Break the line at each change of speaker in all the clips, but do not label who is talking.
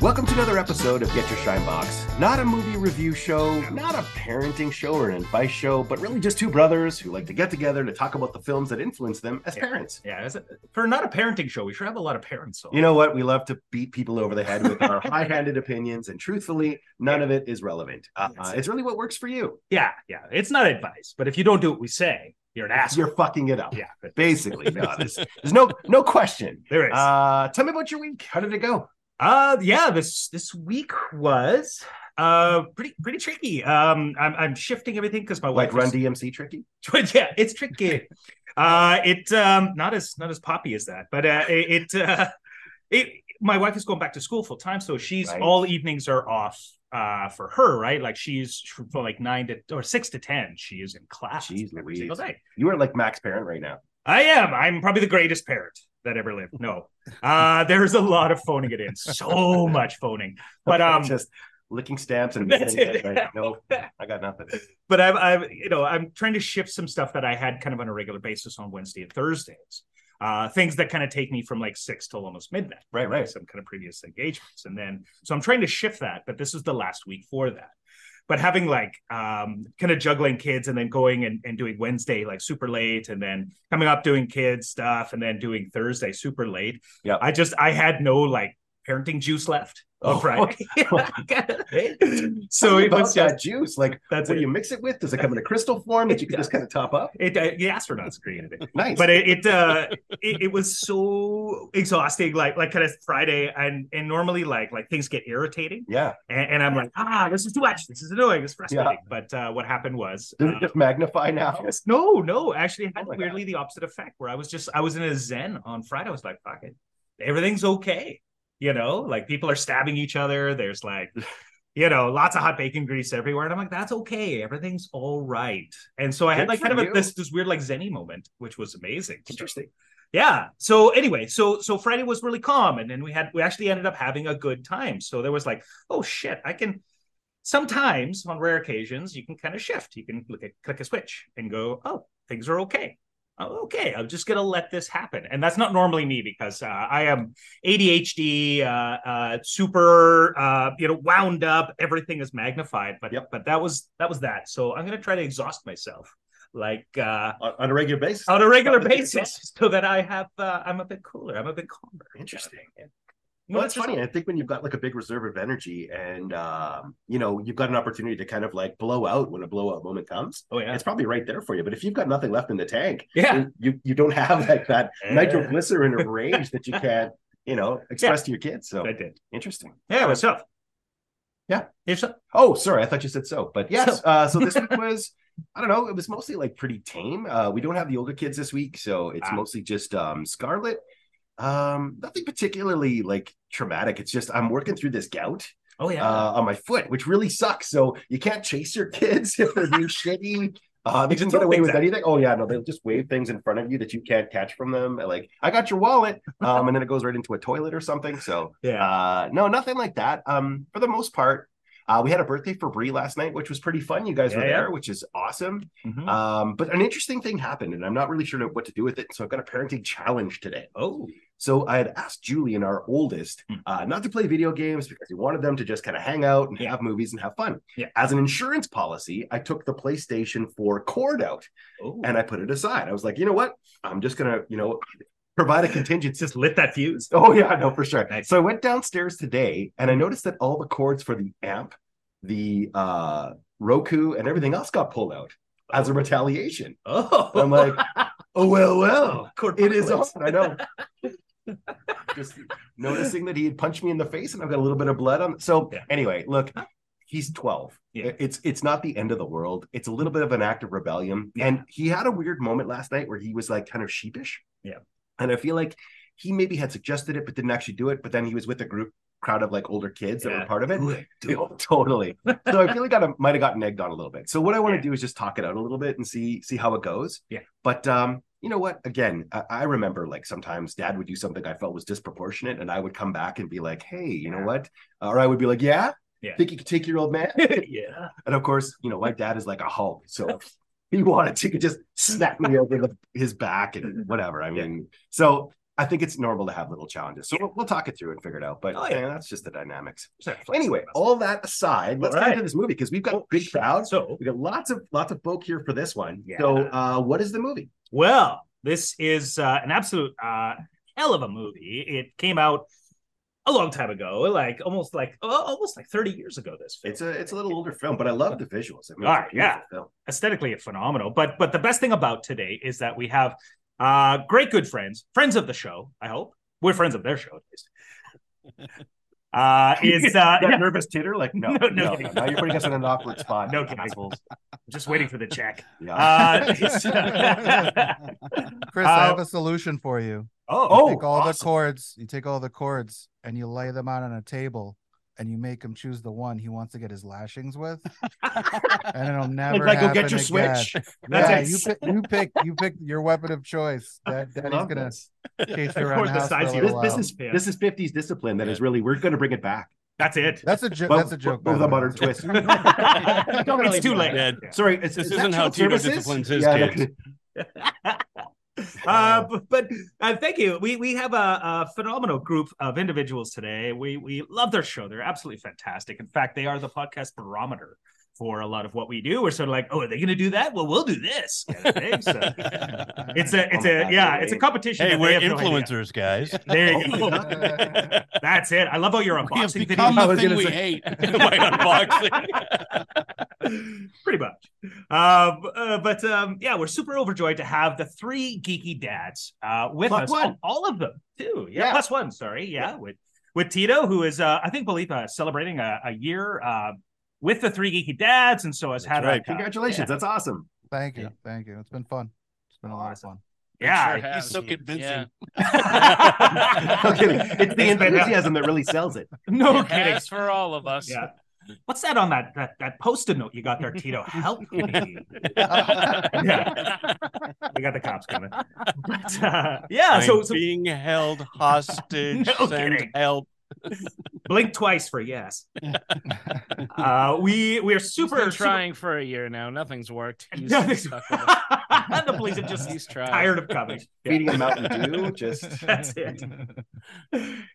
Welcome to another episode of Get Your Shine Box. Not a movie review show, not a parenting show or an advice show, but really just two brothers who like to get together to talk about the films that influence them as
Yeah.
parents.
Yeah, that's for not a parenting show, we should have a lot of parents. on.
You know what? We love to beat people over the head with our high handed opinions, and truthfully, none of it is relevant. Uh,
That's it.
it's really what works for you.
yeah, yeah. It's not advice, but if you don't do what we say, you're an asshole.
You're fucking it up.
yeah, but
Basically, no, there's, there's no no question.
there is. Uh,
Uh, tell me about your week. How did it go?
yeah. This this week was uh pretty pretty tricky. Um, I'm I'm shifting everything because my
Like
wife
Run
is-
DMC tricky?
yeah, it's tricky. uh, it um not as not as poppy as that, but uh, it it, uh, it my wife is going back to school full time, so she's
Right.
all evenings are off. Uh, for her, right? Like she's from like nine to or six to ten. She is in class
Jeez
every
Louise.
single day.
You are like Max Parent right now.
I am. I'm probably the greatest parent that ever lived. No, uh, there's a lot of phoning it in. So much phoning. But um,
just licking stamps and
That's
getting
it.
right? no, I got nothing.
but I'm, I'm, you know, I'm trying to shift some stuff that I had kind of on a regular basis on Wednesday and Thursdays. Uh, things that kind of take me from like six till almost midnight.
Right, right.
Some kind of previous engagements, and then so I'm trying to shift that. But this is the last week for that. But having like um, kind of juggling kids and then going and, and doing Wednesday like super late, and then coming up doing kids stuff, and then doing Thursday super late.
Yeah.
I just I had no like parenting juice left on
Oh,
Friday.
Tell
so
me
it
about
was
that
just
juice. Like,
that's
what do you mix it with? Does it come in a crystal form that you can just kind of top up?
It, uh, the astronauts created it,
Nice.
but it it, uh, it it was so exhausting. Like like kind of Friday, and and normally like like things get irritating,
yeah.
and, and I'm like, ah, this is too much. This is annoying. It's frustrating. But uh, what happened was,
Does
uh,
it just magnify now?
yes, no, no, actually, it had
Oh my God.
weirdly the opposite effect. Where I was just I was in a zen on Friday. I was like, fuck it, everything's okay. You know, like people are stabbing each other. There's like you know, lots of hot bacon grease everywhere. And I'm like, that's okay. Everything's all right. And so I
Good
had like
for
kind of
you.
a, this this weird like zenny moment, which was amazing.
Interesting.
Yeah. So anyway, so so Friday was really calm, and then we had we actually ended up having a good time. So there was like, oh shit, I can. Sometimes on rare occasions, you can kind of shift. You can look at, click a switch and go, oh, things are okay. Oh, okay, I'm just gonna let this happen, and that's not normally me because uh, I am ADHD, uh, uh, super, uh, you know, wound up. Everything is magnified, but
Yep.
but that was that was that. So I'm gonna try to exhaust myself, like uh,
On, on a regular basis?
on a regular
Probably
basis so that I have uh, I'm a bit cooler. I'm a bit calmer.
Interesting.
Yeah.
Well,
No,
that's
it's just-
funny. I think when you've got like a big reserve of energy and, um, you know, you've got an opportunity to kind of like blow out when a blowout moment comes,
Oh yeah.
it's probably right there for you. But if you've got nothing left in the tank,
Yeah.
you- you you don't have like that
Yeah.
nitroglycerin of rage that you can't, you know, express to your kids. So
I did.
interesting.
Yeah, it was tough.
Yeah.
It's tough.
Oh, sorry, I thought you said so. But yes,
So-
uh, so this week was I don't know, it was mostly like pretty tame. Uh, we don't have the older kids this week, so it's
Ah.
mostly just um Scarlet. Um, nothing particularly like traumatic. It's just I'm working through this gout
Oh yeah.
uh, on my foot, which really sucks. So you can't chase your kids if they're being shitty. Uh, they
They
can
just
get
throw
away
things
with
at you.
anything. Oh yeah, no, they'll just wave things in front of you that you can't catch from them. Like I got your wallet, um, and then it goes right into a toilet or something. So
yeah.
uh, no, nothing like that. Um, for the most part, uh, we had a birthday for Brie last night, which was pretty fun. You guys were
Yeah, yeah.
there, which is awesome.
Mhm.
Um, but an interesting thing happened, and I'm not really sure what to do with it. So I've got a parenting challenge today.
oh.
So I had asked Julian, our oldest,
Hmm.
uh, not to play video games because he wanted them to just kind of hang out and
Yeah.
have movies and have fun.
Yeah.
As an insurance policy, I took the PlayStation 4 cord out
Oh.
and I put it aside. I was like, you know what? I'm just gonna, you know, provide a contingency.
just lit that fuse.
Oh yeah, no, for sure.
Nice.
So I went downstairs today and I noticed that all the cords for the amp, the uh Roku, and everything else got pulled out as a retaliation.
Oh.
I'm like, oh well, well, it is on.
Corpocalypse.
I know. Just noticing that he had punched me in the face and I've got a little bit of blood on. So
Yeah.
anyway, look, he's 12.
Yeah.
It's it's not the end of the world. It's a little bit of an act of rebellion.
Yeah.
And he had a weird moment last night where he was like kind of sheepish.
Yeah.
And I feel like he maybe had suggested it but didn't actually do it, but then he was with a group crowd of like older kids that
Yeah.
were part of it.
Good
Oh, totally. So I feel like I might have gotten egged on a little bit. So what I want to
Yeah.
do is just talk it out a little bit and see see how it goes.
Yeah.
But um, you know what? Again, I, I remember like sometimes Dad would do something I felt was disproportionate, and I would come back and be like, "Hey, you know
Yeah.
what?" Uh, Or I would be like, "Yeah,
Yeah.
think you could take your old man?"
yeah.
And of course, you know, my dad is like a hog, so he wanted to could just snap me over the, his back and whatever. I mean, so. I I think it's normal to have little challenges. So we'll, we'll talk it through and figure it out. But
Oh, yeah.
man, that's just the dynamics.
Sorry, flex-
Anyway, all that aside, let's
All
get
right.
into this movie because we've got
Oh,
big
shit.
crowds.
So,
We got lots of lots of folk here for this one.
Yeah.
So, uh, what is the movie?
well, this is uh, an absolute uh, hell of a movie. It came out a long time ago, like almost like oh, almost like 30 years ago. This film.
It's a it's a little older film, but I love the visuals. I mean,
All
it's a
right,
beautiful film.
aesthetically phenomenal. But but the best thing about today is that we have uh great good friends, friends of the show, I hope. We're friends of their show at least. Uh is uh
that
yeah,
nervous titter? Like no, no,
No,
no,
no.
no. Now you're putting us in an awkward spot.
no kidding. Just waiting for the check.
Yeah.
Uh,
Chris, I have
Uh,
a solution for you. You
oh,
take all
awesome.
the chords, you take all the chords and you lay them out on a table and you make him choose the one he wants to get his lashings with. and it'll never
like, go
happen
get your
again.
switch.
That's
yeah,
ex-
you pick, you pick you pick your weapon of choice. That
I
daddy's
love
gonna
this.
chase you
Of
around
course,
the
the
house
size
for a
you-
This,
little
this
while.
is this is 50s discipline that is really we're going to bring it back.
that's it.
That's a jo-
But-
that's a joke. by
but with a
the way.
modern twist.
it's too late.
Yeah.
Sorry, it's,
This
is that
isn't how
child
Tito
services?
disciplines his
Yeah,
kids.
that-
Uh, b- but uh, thank you. We we have a, a phenomenal group of individuals today. We we love their show. They're absolutely fantastic. In fact, they are the podcast barometer for a lot of what we do. We're sort of like, oh, are they going to do that? Well, we'll do this. kind of thing. So it's a it's a yeah, it's a competition.
Hey,
that they
we're
have no idea.
influencers, guys.
there you go.
Uh,
That's it. I love how you're
We have
unboxing video.
become
I
the
was
thing
gonna
we
say-
hate by unboxing.
pretty much um, uh, but um, yeah we're super overjoyed to have the three geeky dads uh, with
Plus
us
one.
all of them too yeah,
Yeah.
plus one sorry yeah, with with tito who is uh, i think believe uh, celebrating a, a year uh, with the three geeky dads and so has
That's
had
right.
a,
Congratulations, that's awesome.
thank you, thank you. It's been fun. It's been a lot of
Awesome.
fun.
yeah
Sure has.
He's so convincing.
No kidding. It's the
It's been-
enthusiasm that really sells it.
no
It
kidding
has for all of us.
yeah what's that on that that, that post-it note you got there tito help me yeah we got the cops coming but, uh, yeah so,
I'm
so
being held hostage.
No
send
kidding.
help.
blink twice for yes. uh, we we are super
He's been trying for a year now. Nothing's worked. He's
Super...
stuck with us.
the police are just
He's tried.
tired of coming. Yeah.
Feeding him Mountain Dew, just
That's it.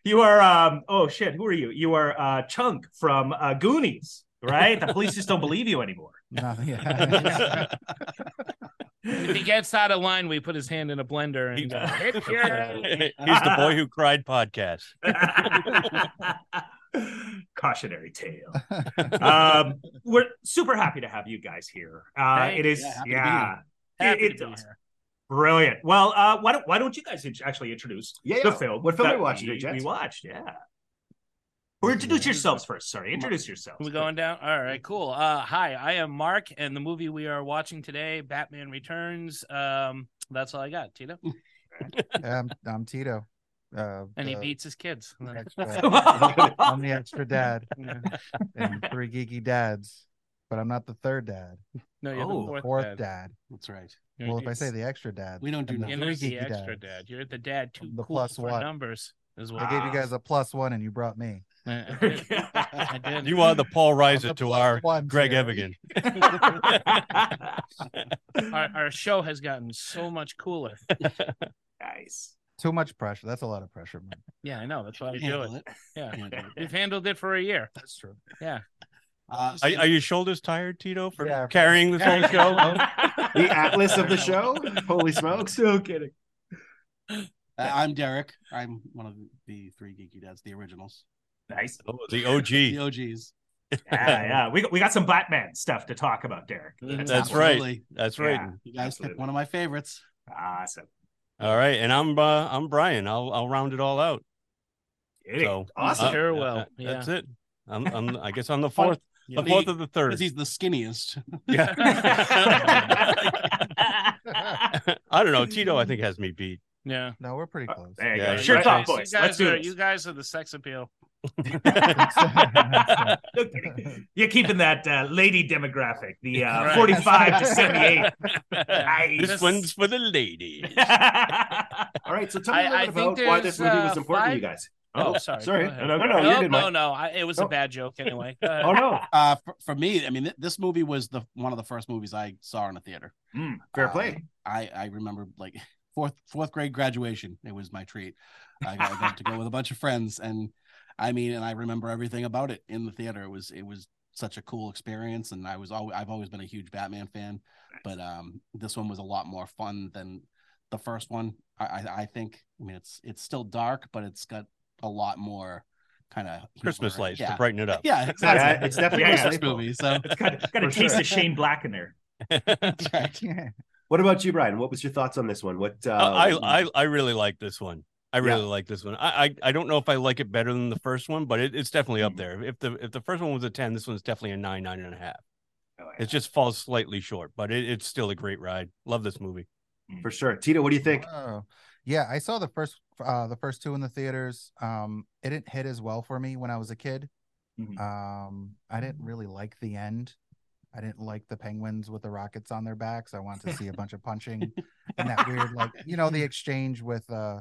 You are um oh shit, who are you? You are uh Chunk from uh Goonies, right? The police just don't believe you anymore.
No, yeah.
If he gets out of line, we put his hand in a blender and uh, hit your-
He's the boy who cried podcast.
Cautionary tale. Um we're super happy to have you guys here. Uh
Thanks.
it is
Yeah, happy
yeah.
to be Happy
It-
to
it-
be here.
Brilliant. Well, uh, why don't why don't you guys int- actually introduce
Yeah,
the
yeah.
film?
What film
that
are we watching
we,
today,
we
Jets?
watched, yeah. Or introduce yourselves first. Sorry, introduce yourselves.
We going down? All right, cool. Uh, hi, I am Mark, and the movie we are watching today, Batman Returns. Um, that's all I got, Tito.
I'm, I'm Tito. Uh,
And he
uh,
beats his kids.
extra- I'm the extra dad
Yeah.
and three geeky dads, but I'm not the third dad.
No, you're
Oh,
the
the
fourth,
fourth
dad.
dad.
That's right.
You're-
Well, if I say
it's-
the extra dad,
We don't do
I'm
that.
you're not
three
the
geeky
extra
dads.
dad, you're the dad too
The
cool
plus
for
one.
numbers as well.
I gave you guys a plus one, and you brought me.
I did.
You are the Paul Reiser
The
to
plus
our
ones
Greg
here.
Evigan.
our, our show has gotten so much cooler.
nice.
Too much pressure. That's a lot of pressure. Man.
Yeah, I know. That's why we do
handle
it.
it.
Yeah.
Handle it.
We've handled it for a year.
That's true.
Uh,
Are, are your shoulders tired, Tito, for
Yeah.
carrying this whole show?
The atlas of the show. Holy smokes!
No kidding.
I- I'm Derek. I'm one of the three geeky dads, the originals,
Nice.
Oh, the
the
OG.
OGs.
Yeah, yeah. We got, we got some Batman stuff to talk about, Derek.
Mm-hmm. That's right.
Absolutely.
That's right.
Yeah.
You guys
Absolutely.
picked one of my favorites.
Awesome.
All right, and I'm uh, I'm Brian. I'll I'll round it all out.
Kidding.
So uh,
Awesome.
Sure will.
that-
Yeah.
That's it. I'm I'm I guess I'm the fourth, the fourth of the
Because
third.
he's the skinniest.
Yeah. I don't know. Tito, I think has me beat.
Yeah.
No, we're
Uh,
pretty close.
there you
Yeah,
go.
you
Shirts
guys-
off, boys.
You guys,
Let's do
are,
this.
you guys are the sex appeal.
No kidding. You're keeping that uh, lady demographic, the uh,
Right.
45 to 78. Nice.
This one's for the ladies.
All right, so tell me a
I-
little
I
bit about
think
why this
there's,
movie was
uh,
important to
five-
you guys.
Oh, sorry.
sorry.
Go ahead.
No, no, you
No,
did,
no,
Mike. Oh.
no. I, it was
No.
a bad joke anyway. Go ahead.
Oh no!
Uh, for, for me, I mean, th- this movie was the one of the first movies I saw in a theater.
Mm,
Hmm, Fair
Uh,
play.
I I remember like fourth fourth grade graduation. It was my treat. I got, I got to go with a bunch of friends, and I mean, and I remember everything about it in the theater. It was it was such a cool experience, and I was always I've always been a huge Batman fan, but um, this one was a lot more fun than the first one. I I, I think. I mean, it's it's still dark, but it's got a lot more kind of
Christmas lights to
Yeah,
brighten it up.
yeah,
Yeah,
exactly.
it's definitely
Yeah,
a
yeah.
Christmas
Christmas
movie.
movie. So
It's got, got a
For sure.
taste of Shane Black in there.
that's right.
Yeah.
What about you, Brian? What was your thoughts on this one? What uh,
I,
what-
I I really like this one. I really like this one. I, I I don't know if I like it better than the first one, but it, it's definitely up
Mhm.
there. If the if the first one was a ten, this one's definitely a nine, nine and a half.
Oh, yeah.
It just falls slightly short, but it, it's still a great ride. Love this movie.
for sure. Tito, what do you think?
Oh. Yeah, I saw the first uh the first two in the theaters. Um it didn't hit as well for me when I was a kid.
Mm-hmm.
Mhm.
Um I didn't really like the end. I didn't like the penguins with the rockets on their backs. I wanted to see a bunch of punching and that weird like you know the exchange with uh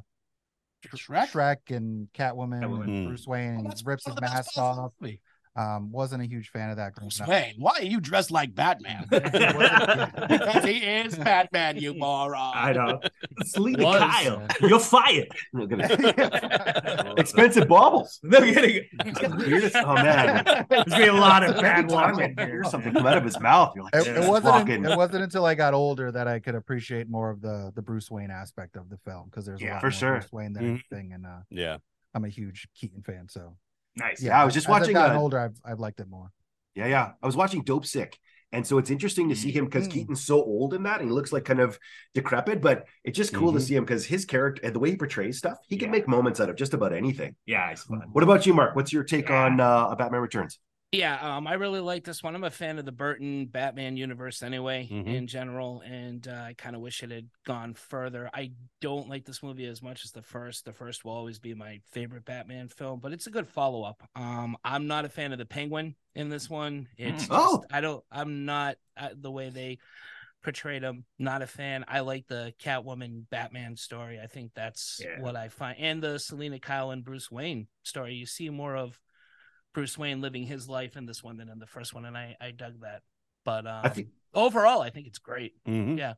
Shrek.
Shrek and Catwoman,
Catwoman.
and
Hmm.
Bruce Wayne and
Oh,
he
that's
rips
one
his
of the best
mask
parts of
off.
the movie.
Um wasn't a huge fan of that growing
Bruce
up.
Wayne, why are you dressed like Batman? Because he is Batman, you moron.
I know. Sleepy
Was.
Kyle, you're fired.
Look at it. Expensive baubles.
No kidding.
It's got the weirdest- Oh man,
There's gonna be a lot of bad
Every time
women
I
here.
hear something come out of his mouth. You're like,
It,
Yeah.
it
"This
wasn't.
fucking-
It wasn't until I got older that I could appreciate more of the the Bruce Wayne aspect of the film because there's
Yeah,
a lot
for
more
sure. Mm-hmm.
Bruce Wayne than
Mhm.
anything, and uh,
Yeah.
I'm a huge Keaton fan. So
Nice.
Yeah, I was just
as I've
watching,
gotten
uh,
older, I've I've liked it more.
Yeah, yeah. I was watching Dope Sick. And so it's interesting to see him because
Mhm.
Keaton's so old in that and he looks like kind of decrepit, but it's just cool to see him because his character and the way he portrays stuff, he can
Yeah.
make moments out of just about anything.
Yeah, it's fun.
What about you, Mark? What's your take
Yeah.
on uh, Batman Returns?
Yeah, um, I really like this one. I'm a fan of the Burton Batman universe anyway,
Mm-hmm.
Mhm.
in general, and uh, I kind of wish it had gone further. I don't like this movie as much as the first. The first will always be my favorite Batman film, but it's a good follow up. Um, I'm not a fan of the Penguin in this one. It's
Mm. Oh.
just- I don't. I'm not uh, the way they portrayed him. Not a fan. I like the Catwoman Batman story. I think that's
Yeah.
what I find, and the Selena Kyle and Bruce Wayne story. You see more of Bruce Wayne living his life in this one than in the first one, and I I dug that. But um,
I think
overall, I think it's great.
Mhm.
Yeah.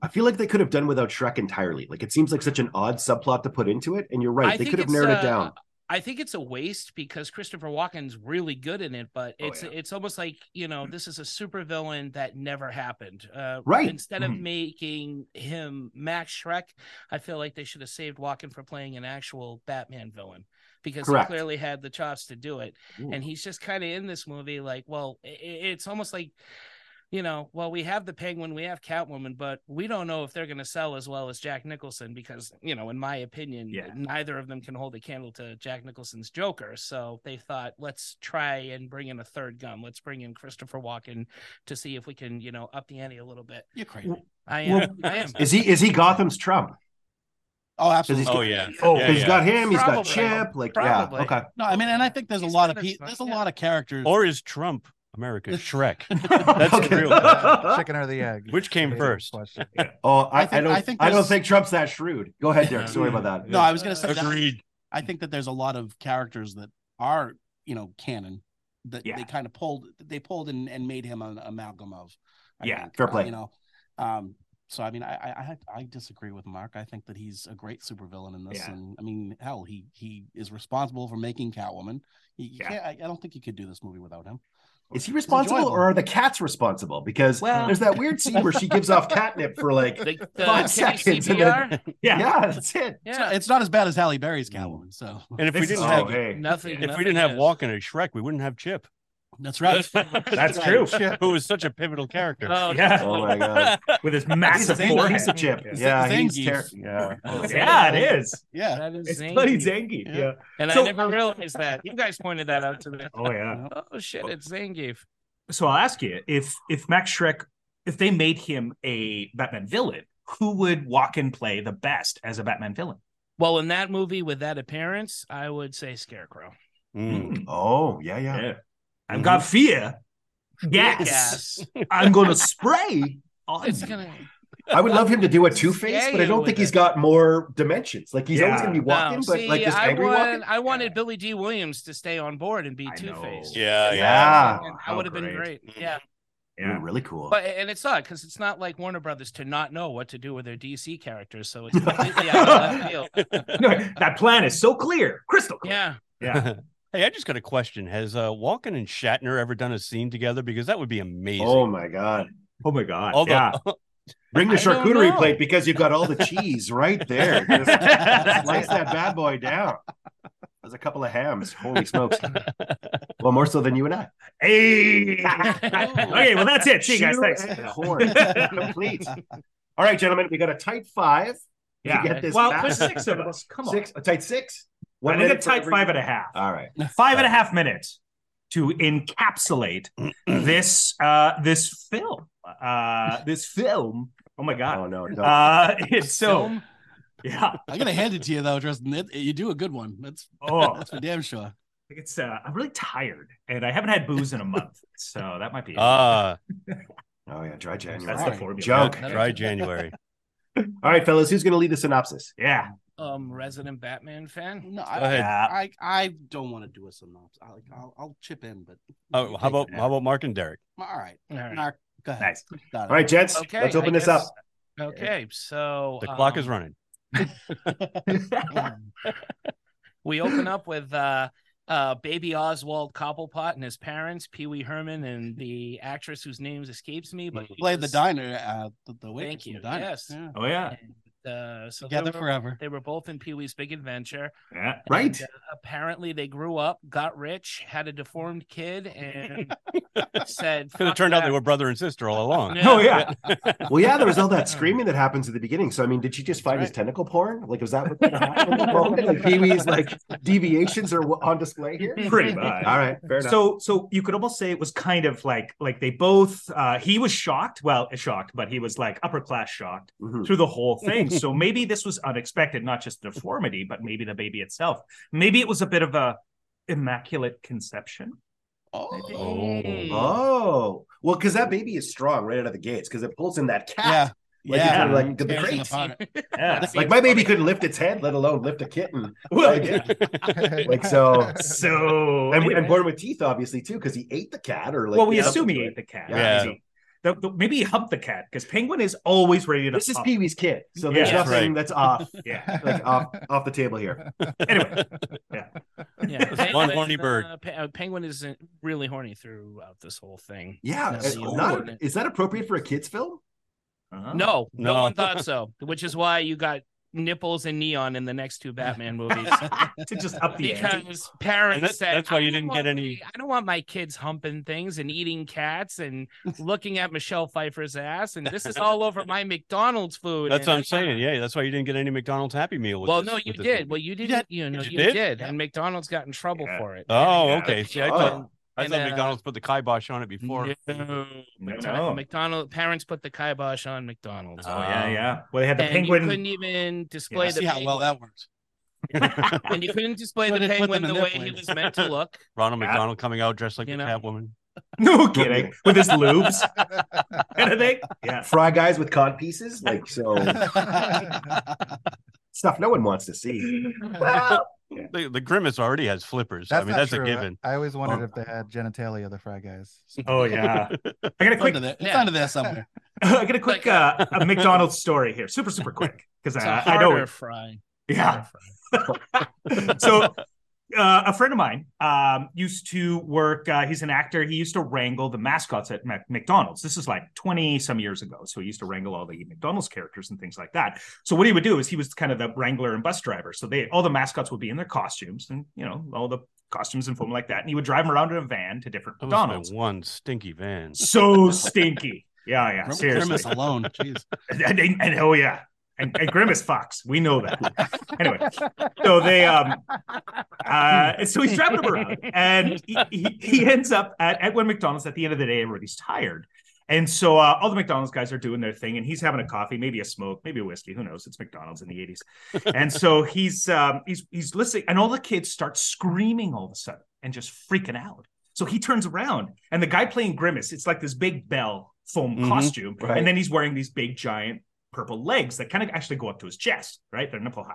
I feel like they could have done without Shrek entirely. Like it seems like such an odd subplot to put into it. And you're right,
I
they
think
could have
it's,
narrowed
uh,
it down.
I think it's a waste because Christopher Walken's really good in it, but
Oh,
it's
yeah.
it's almost like you know this is a supervillain that never happened. Uh,
Mm-hmm. Right. Mm-hmm.
Instead of
Mhm.
making him Max Shrek, I feel like they should have saved Walken for playing an actual Batman villain because
Correct.
he clearly had the chops to do it, uh, and he's just kind of in this movie like, well, i- i it's almost like. You know, well, we have the Penguin, we have Catwoman, but we don't know if they're going to sell as well as Jack Nicholson because, you know, in my opinion,
Yeah.
neither of them can hold a candle to Jack Nicholson's Joker. So they thought, let's try and bring in a third gun. Let's bring in Christopher Walken to see if we can, you know, up the ante a little bit.
You're crazy.
Well-
I am. I am.
Is he is he Gotham's Trump?
Oh,
he's-
absolutely.
Oh yeah.
Oh,
Yeah,
'Cause he's
yeah.
got him, he's got
Probably.
Chip, like
Probably.
yeah, okay.
No, I mean, and I think there's a
He's
lot
done
of
this
pe-
stuff,
there's a
yeah.
lot of characters.
Or is Trump America Shrek?
That's
true.
Uh, chicken or the egg?
Which came
Debatable
first?
question.
Oh, I, I,
I think-
don't. I,
I think
don't
there's-
think Trump's that shrewd. Go ahead, Derek. Sorry about that.
no, I was gonna say that-
Agreed.
I think that there's a lot of characters that are you know canon that
Yeah.
they kind of pulled they pulled and, and made him an amalgam of. I
Yeah,
think,
fair
uh,
play.
you know, um, so I mean, I, I I- I disagree with Mark. I think that he's a great supervillain in this,
Yeah.
and I mean, hell, he he is responsible for making Catwoman. You, you
Yeah.
can't, I, I don't think you could do this movie without him.
Is he responsible,
enjoyable.
or are the cats responsible? Because
Well-
there's that weird scene where she gives off catnip for like,
The, the
Five
kitty
seconds and
CPR?
Yeah.
yeah, that's it.
It's
Yeah.
not- It's not as bad as Halle Berry's Catwoman, so
And if we
This is-
didn't
oh,
have
hey.
Nothing.
if we
nothing
didn't have
is.
Walken as Shrek, we wouldn't have Chip,
that's right.
That's true.
who was such a pivotal character.
Oh,
Yeah.
Oh my god.
With his
He's a
massive
piece-
forehead.
he's a chip.
Yeah.
Yeah,
Zangief.
he's ter- yeah.
Oh,
Yeah, it is.
Yeah,
That is
It's
zany.
bloody Zangief.
Yeah.
Yeah.
And
So-
I never realized that. You guys pointed that out to me.
Oh yeah.
Oh shit! It's Zangief.
So I'll ask you if if Max Shrek if they made him a Batman villain, who would walk and play the best as a Batman villain?
Well, in that movie with that appearance, I would say Scarecrow.
Mm.
Oh yeah, yeah.
Hmm. Yeah.
Mm-hmm.
I've got fear. Yes.
Yes.
I'm gonna spray. on
it's
you.
gonna.
I would love him to do a Two Face,
Scare
but I
you
don't think
with
he's
it.
got more dimensions. Like he's always
Yeah.
gonna be walking,
No,
but
see,
like this
I
angry
want-
walking.
I wanted Billy D. Williams to stay on board and be
I
Two
know. Mm-hmm.
Faced.
Yeah,
Yeah.
That would have been
How
great. Yeah.
Would've been really cool.
But and it's odd because it's not like Warner Brothers to not know what to do with their DC characters, so it's completely out of left field.
No, that plan is so clear, crystal clear.
Yeah,
Yeah.
hey, I just got a question. Has uh, Walken and Shatner ever done a scene together? Because that would be amazing.
oh my god!
Oh my god.
Although,
yeah.
Bring the
I don't
charcuterie
know.
plate because you've got all the cheese right there. Just slice that bad boy down. There's a couple of hams. Holy smokes! Well, more so than you and I.
Hey. okay, well that's it. See you guys.
Shoe
Thanks.
and horn. Complete. All right, gentlemen, we got a tight five.
Yeah.
get this
well,
back.
there's six of us. Come on.
Six, a tight six.
I think a
minute for
tight
every-
five and a half.
All right.
Five and a half minutes to encapsulate this uh this film. Uh this film. Oh my god.
Oh no, no.
Uh it's so
Film?
yeah.
I'm gonna hand it to you though, Justin. It, you do a good one. That's
Oh,
that's for damn sure.
it's uh I'm really tired and I haven't had booze in a month. So that might be it.
Ah,
oh yeah, dry January.
that's
all
the
right.
formula.
Junk.
Another-
dry January.
All right, fellas, who's going to lead the synopsis?
Yeah.
um, resident Batman fan.
No,
Go
I,
ahead.
Yeah.
I I don't want to do a synopsis. I, like, I'll I'll chip in, but
Oh,
you
how
take
about
it.
how about Mark and Derek?
All right,
All right.
Mark, go ahead.
Nice.
Got it.
All right, gents,
Okay,
let's open
I
this up.
guess- Okay, so
The clock is
um,
running.
We open up with uh, uh, baby Oswald Cobblepot and his parents, Pee Wee Herman, and the actress whose name escapes me. But
Mm.
she
Played the
was-
diner. Uh, the, the waitress
Thank
in the
you,
diner.
yes.
Yeah.
Oh yeah.
and, uh, so they
Together
were-
forever.
They were both in Pee Wee's Big Adventure.
Yeah.
Right.
And, uh, apparently, they grew up, got rich, had a deformed kid, and said,
Because it
"Fuck
turned out they
that."
were brother and sister all along.
Yeah.
Oh yeah.
Well, yeah, there was all that screaming that happens at the beginning. So, I mean, did she just
That's
find his
right.
tentacle porn? Like, was that what happened? like, Pee Wee's like deviations are on display here.
Pretty much.
All right, fair enough.
So, so you could almost say it was kind of like, like they both. Uh, he was shocked, well, shocked, but he was like upper class shocked
Mhm.
through the whole thing. so maybe this was unexpected, not just the deformity, but maybe the baby itself. Maybe it was a bit of a immaculate conception.
Oh,
Oh.
Oh, well, because that baby is strong right out of the gates because it pulls in that
yeah,
cat. Like, it's
yeah.
kinda like the
Tears in
crate.
apart.
Yeah.
Like, my baby couldn't lift its head, let alone lift a kitten.
well,
Like, like, so.
so
And, and born with teeth, obviously, too, because he ate the cat or like.
well, we
yeah.
assume he ate the cat.
Yeah.
So the- the- maybe he humped the cat because Penguin is always ready to.
This is
hump.
Pee Wee's kid. So there's
Yeah,
that's
nothing
right.
that's off,
Yeah.
like, um, off, off the table here.
Anyway,
Yeah,
one
Penguin,
horny bird.
uh, Pe- uh, Penguin is uh, really horny throughout this whole thing.
Yeah.
That's
uh,
the
not,
order.
is that appropriate for a kid's film?
Uh-huh.
No, no,
No.
one thought so, which is why you got nipples and neon in the next two Batman movies.
to just up the ante.
because parents
And that-
said,
that's why
"I
you
don't
didn't
want
get any-
my- I don't want my kids humping things and eating cats and looking at Michelle Pfeiffer's ass, and this is all over my McDonald's food.
That's
and
what I'm
I-
saying. Yeah, that's why you didn't get any McDonald's Happy Meal. With
Well,
this-
no, you
with this
did.
one.
Well, you didn't. You know,
You
you
did?
did, and McDonald's got in trouble
Yeah.
for it.
Oh,
Yeah.
okay. See, I
Oh.
thought I
And,
thought
uh,
McDonald's put the kibosh on it before.
No,
No.
McDonald, McDonald parents put the kibosh on McDonald's.
Oh yeah,
Um,
yeah. Well, they had the
and
penguin.
you couldn't even display
Yeah.
the
See how well that worked.
penguin- and you couldn't display
Put
the
it- put
penguin
them
the
in
way
their
he
place.
was meant to look.
Ronald
Yeah.
McDonald coming out dressed like
You
the
know.
Catwoman.
No kidding. With his lubes and a thing. Yeah.
Fry guys with cod pieces, like so stuff no one wants to see. Well,
The, the grimace already has flippers. I mean,
not
that's
true.
a
I-
given.
I always wondered
Oh.
if they had genitalia, the Fry Guys.
Oh yeah. I got a
It's
quick.
under there. It's
Yeah.
under there somewhere.
I got a quick uh, a McDonald's story here. Super super quick because
It's a
I, I know.
harder
it.
fry.
Yeah. so uh, a friend of mine um, used to work. Uh, he's an actor. He used to wrangle the mascots at Mac- McDonald's. This is like twenty some years ago. So he used to wrangle all the McDonald's characters and things like that. So what he would do is he was kind of the wrangler and bus driver. So they all the mascots would be in their costumes and you know all the costumes and foam like that. And he would drive them around in a van to different
That must have
McDonald's.
been one stinky van.
So stinky. Yeah, yeah.
Grim-
Seriously.
Grimace alone. Jeez.
and, and- and- oh yeah, and, and Grimace Fox, we know that. anyway, so they um, uh, so he's driving him around, and he, he, he ends up at at one McDonald's. At the end of the day, everybody's tired, and so uh, all the McDonald's guys are doing their thing, and he's having a coffee, maybe a smoke, maybe a whiskey. Who knows? It's McDonald's in the eighties, and so he's um, he's he's listening, and all the kids start screaming all of a sudden and just freaking out. So he turns around, and the guy playing Grimace, it's like this big bell foam
Mhm.
costume,
Right.
and then he's wearing these big giant purple legs that kind of actually go up to his chest, right? They're nipple high.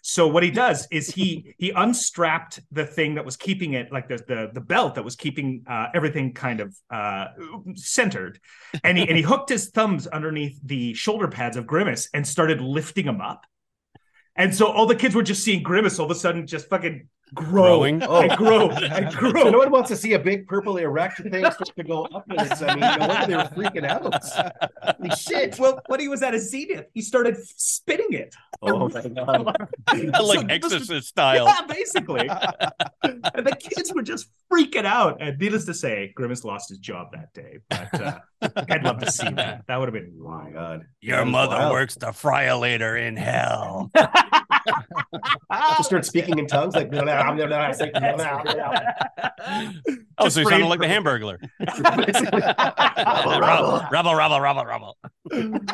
So what he does is he he unstrapped the thing that was keeping it like the the, the belt that was keeping uh, everything kind of uh, centered, and he and he hooked his thumbs underneath the shoulder pads of Grimace and started lifting them up. And so all the kids were just seeing Grimace all of a sudden just fucking grow
Growing?
and grow and
Oh. So no
grow.
one wants to see a big purple erect thing supposed to go up. And it's, I mean, no wonder they were freaking out. Holy shit.
Well, when he was at a zenith, he started spinning it.
Oh my god.
So
like
this was-
Exorcist style.
Yeah, basically. and the kids were just freaking out. And needless to say, Grimace lost his job that day. But uh, I'd love to see that. That would have been
Oh my
wild.
god.
Your mother works the friolator in hell.
Just start speaking in tongues like, blah, blah, blah, blah, it's like, blah, blah, blah.
Oh,
Just
so you sounded
brain
like the
fro-
Hamburglar.
Basically.
Rubble, rubble, rubble, rubble, rubble, rubble.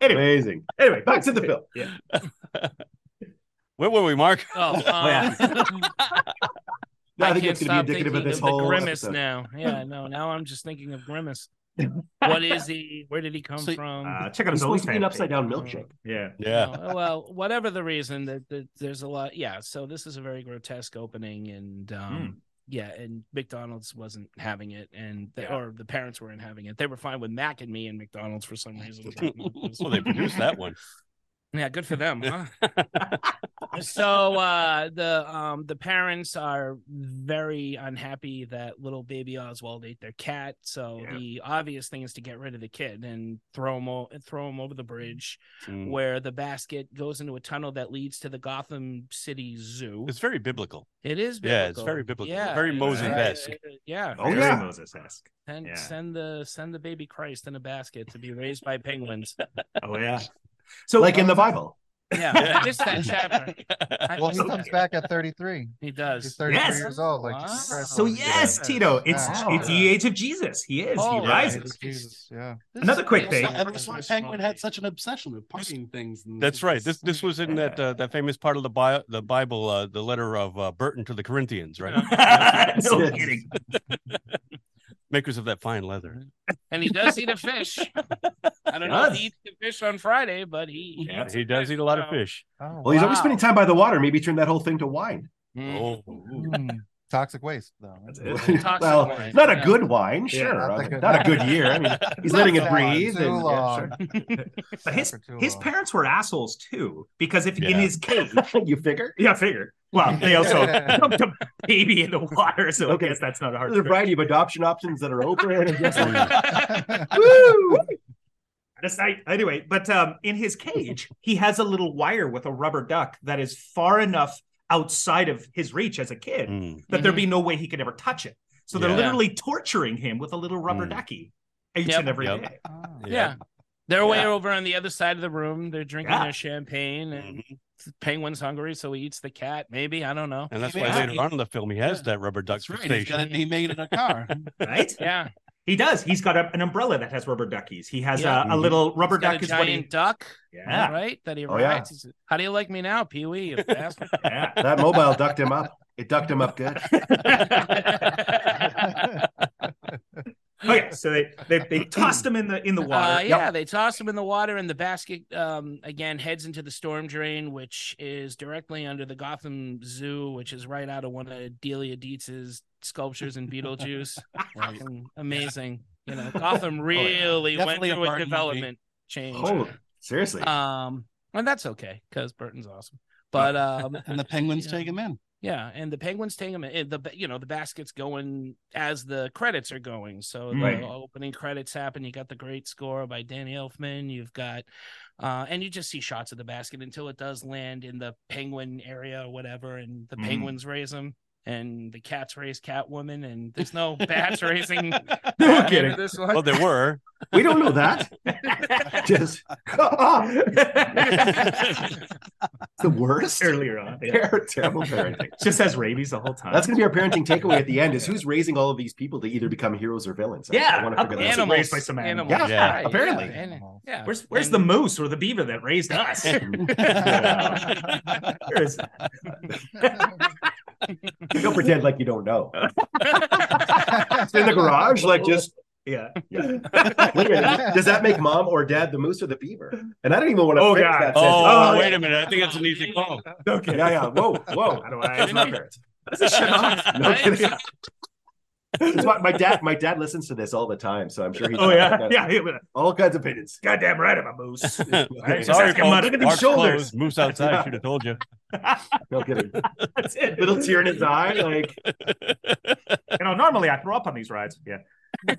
anyway,
Amazing.
anyway,
Back to the film.
Yeah.
Where were we, Mark?
Oh,
yeah.
um,
No, I,
I
think it's
can't
going
stop
to be
thinking
indicative
of
of this
the
whole
grimace
episode.
now. Yeah, no, now I'm just thinking of grimace. What is he? Where did he come
So-
Um,
from?
Uh, check out
It's
his
supposed to be an
OnlyFans
upside
page.
down milkshake.
Yeah.
Yeah.
No, well, whatever the reason that, that there's a lot. Yeah. So this is a very grotesque opening, and um, yeah, and McDonald's wasn't having it, and the,
Yeah.
or the parents weren't having it. They were fine with Mac and me and McDonald's for some reason.
Well, they produced that one.
Yeah, good for them, huh? so uh the um the parents are very unhappy that little baby Oswald ate their cat. So
Yeah.
the obvious thing is to get rid of the kid and throw him o- throw him over the bridge
Mm.
where the basket goes into a tunnel that leads to the Gotham City Zoo.
It's very biblical.
It is biblical.
Yeah, it's very biblical. Very Moses-esque.
uh, Yeah.
Oh,
Very
yeah.
Moses-esque.
Send,
Yeah.
send the send the baby Christ in a basket to be raised by penguins.
Oh yeah. So um,
Like in the Bible.
Yeah,
Yeah.
I missed that chapter. I
Well, he
missed
comes
it.
back at 33.
He
He's
does.
33
Yes.
years old. Like
Oh,
Wow.
Jesus Christ,
So
Lord.
yes, Tito, it's
Wow.
it's the age of Jesus. He is.
Oh,
he
yeah.
Yeah,
rises.
it's Jesus. Yeah.
Another quick
That's
thing.
why- That's why Penguin had such an obsession with punking things. and-
That's right. This this was in that uh, that famous part of the bio, the Bible, uh, the letter of uh, Burton to the Corinthians, right?
no
Yes.
kidding.
Makers of that fine leather.
and he does eat a fish. I don't know if he eats the fish on Friday, but he.
Yeah.
He does eat a lot of fish.
Oh,
Well, he's always
Wow.
spending time by the water. Maybe turn that whole thing to wine.
Oh,
mm. Toxic waste, though.
That's
it.
Toxic
well,
wine,
not a
yeah.
good wine,
Yeah,
sure.
not
I
the
mean,
good
Not, a
wine.
good year. I mean, he's
Not
letting it
that
breathe.
one, too
and- yeah, sure.
But his
For too
his
long.
parents were assholes too, because if in
Yeah.
his cage,
you figure?
yeah, I figure. Well, they also dumped a baby in the water, so
Okay.
I guess that's not a hard.
There's a variety of adoption options that are open. and just-
Woo! That's right. Anyway, but um, in his cage, he has a little wire with a rubber duck that is far enough outside of his reach as a kid
Mm.
that there'd
Mm-hmm.
be no way he could ever touch it. So they're
Yeah.
literally torturing him with a little rubber
Mm.
ducky each
Yep.
and every day.
Yep.
Oh.
Yeah. They're way
Yeah.
over on the other side of the room. They're drinking
Yeah. Mm.
their champagne, and
Mhm.
Penguin's hungry, so he eats the cat. Maybe I don't know.
And that's
He
why
made-
later
he-
on in the film he has
yeah.
that rubber duck
That's right. He's got
fixation.
it, he made it a car.
Right?
Yeah,
He does. He's got a, an umbrella that has rubber duckies. He has
Yeah.
a, a little rubber
He's got
duck.
a
Is what he,
giant duck,
yeah.
right? That he
Oh, yeah.
rides. He's- How do you like me now, Pee Wee? You bastard.
yeah.
that mobile ducked him up. It ducked him up good.
Okay. Oh, So they, they they tossed him in the in the water.
Uh,
Yep.
yeah, they toss him in the water, and the basket um, again heads into the storm drain, which is directly under the Gotham Zoo, which is right out of one of Delia Dietz's sculptures in Beetlejuice.
Right.
Fucking Amazing, you know. Gotham really went
Definitely a
through a,
Burton
development change,
Holy, seriously.
um, and that's okay because Burton's awesome. But um,
And the penguins
Yeah.
take him in.
yeah, and the Penguins take him. eh, The you know the basket's going as the credits are going, so the
Right.
opening credits happen. You got the great score by Danny Elfman. You've got, uh, and you just see shots of the basket until it does land in the Penguin area or whatever, and the
Mhm.
Penguins raise him, and the cats raise Catwoman, and there's no bats raising.
No
Batman
kidding.
in This one.
Well, Oh, there were.
We don't know that. Just the worst.
Earlier on, yeah.
They're terrible parenting.
just has rabies the whole time.
That's going to be our parenting takeaway at the end: is who's raising all of these people to either become heroes or villains? I- I,
Yeah,
want to figure that out.
animals,
raised by some animals.
animals,
Yeah,
right,
apparently.
yeah, and-
Animals.
yeah.
Where's where's
and-
the moose or the beaver that raised us? Where is that?
Don't pretend like you don't know. It's in the garage, like just
Yeah.
Yeah. Wait a minute. Does that make mom or dad the moose or the beaver? And I don't even want to.
Oh,
finish
God.
that
Oh,
sentence.
Oh,
wait a minute. I think that's an easy call.
okay.
yeah, yeah. Whoa, whoa.
How do I remember it?
That's a shit on. No kidding.
Right?
That's why my dad, my dad listens to this all the time, so I'm sure he.
Oh yeah, yeah. yeah.
all kinds of opinions.
Goddamn right, I'm a moose.
Right?
Just
Sorry,
ask him about it. Look
folks.
at these
Park's
shoulders.
closed. Moose outside. Should have told you.
No kidding.
That's it.
Little tear in his eye, like.
You know, normally I throw up on these rides. Yeah. Uh,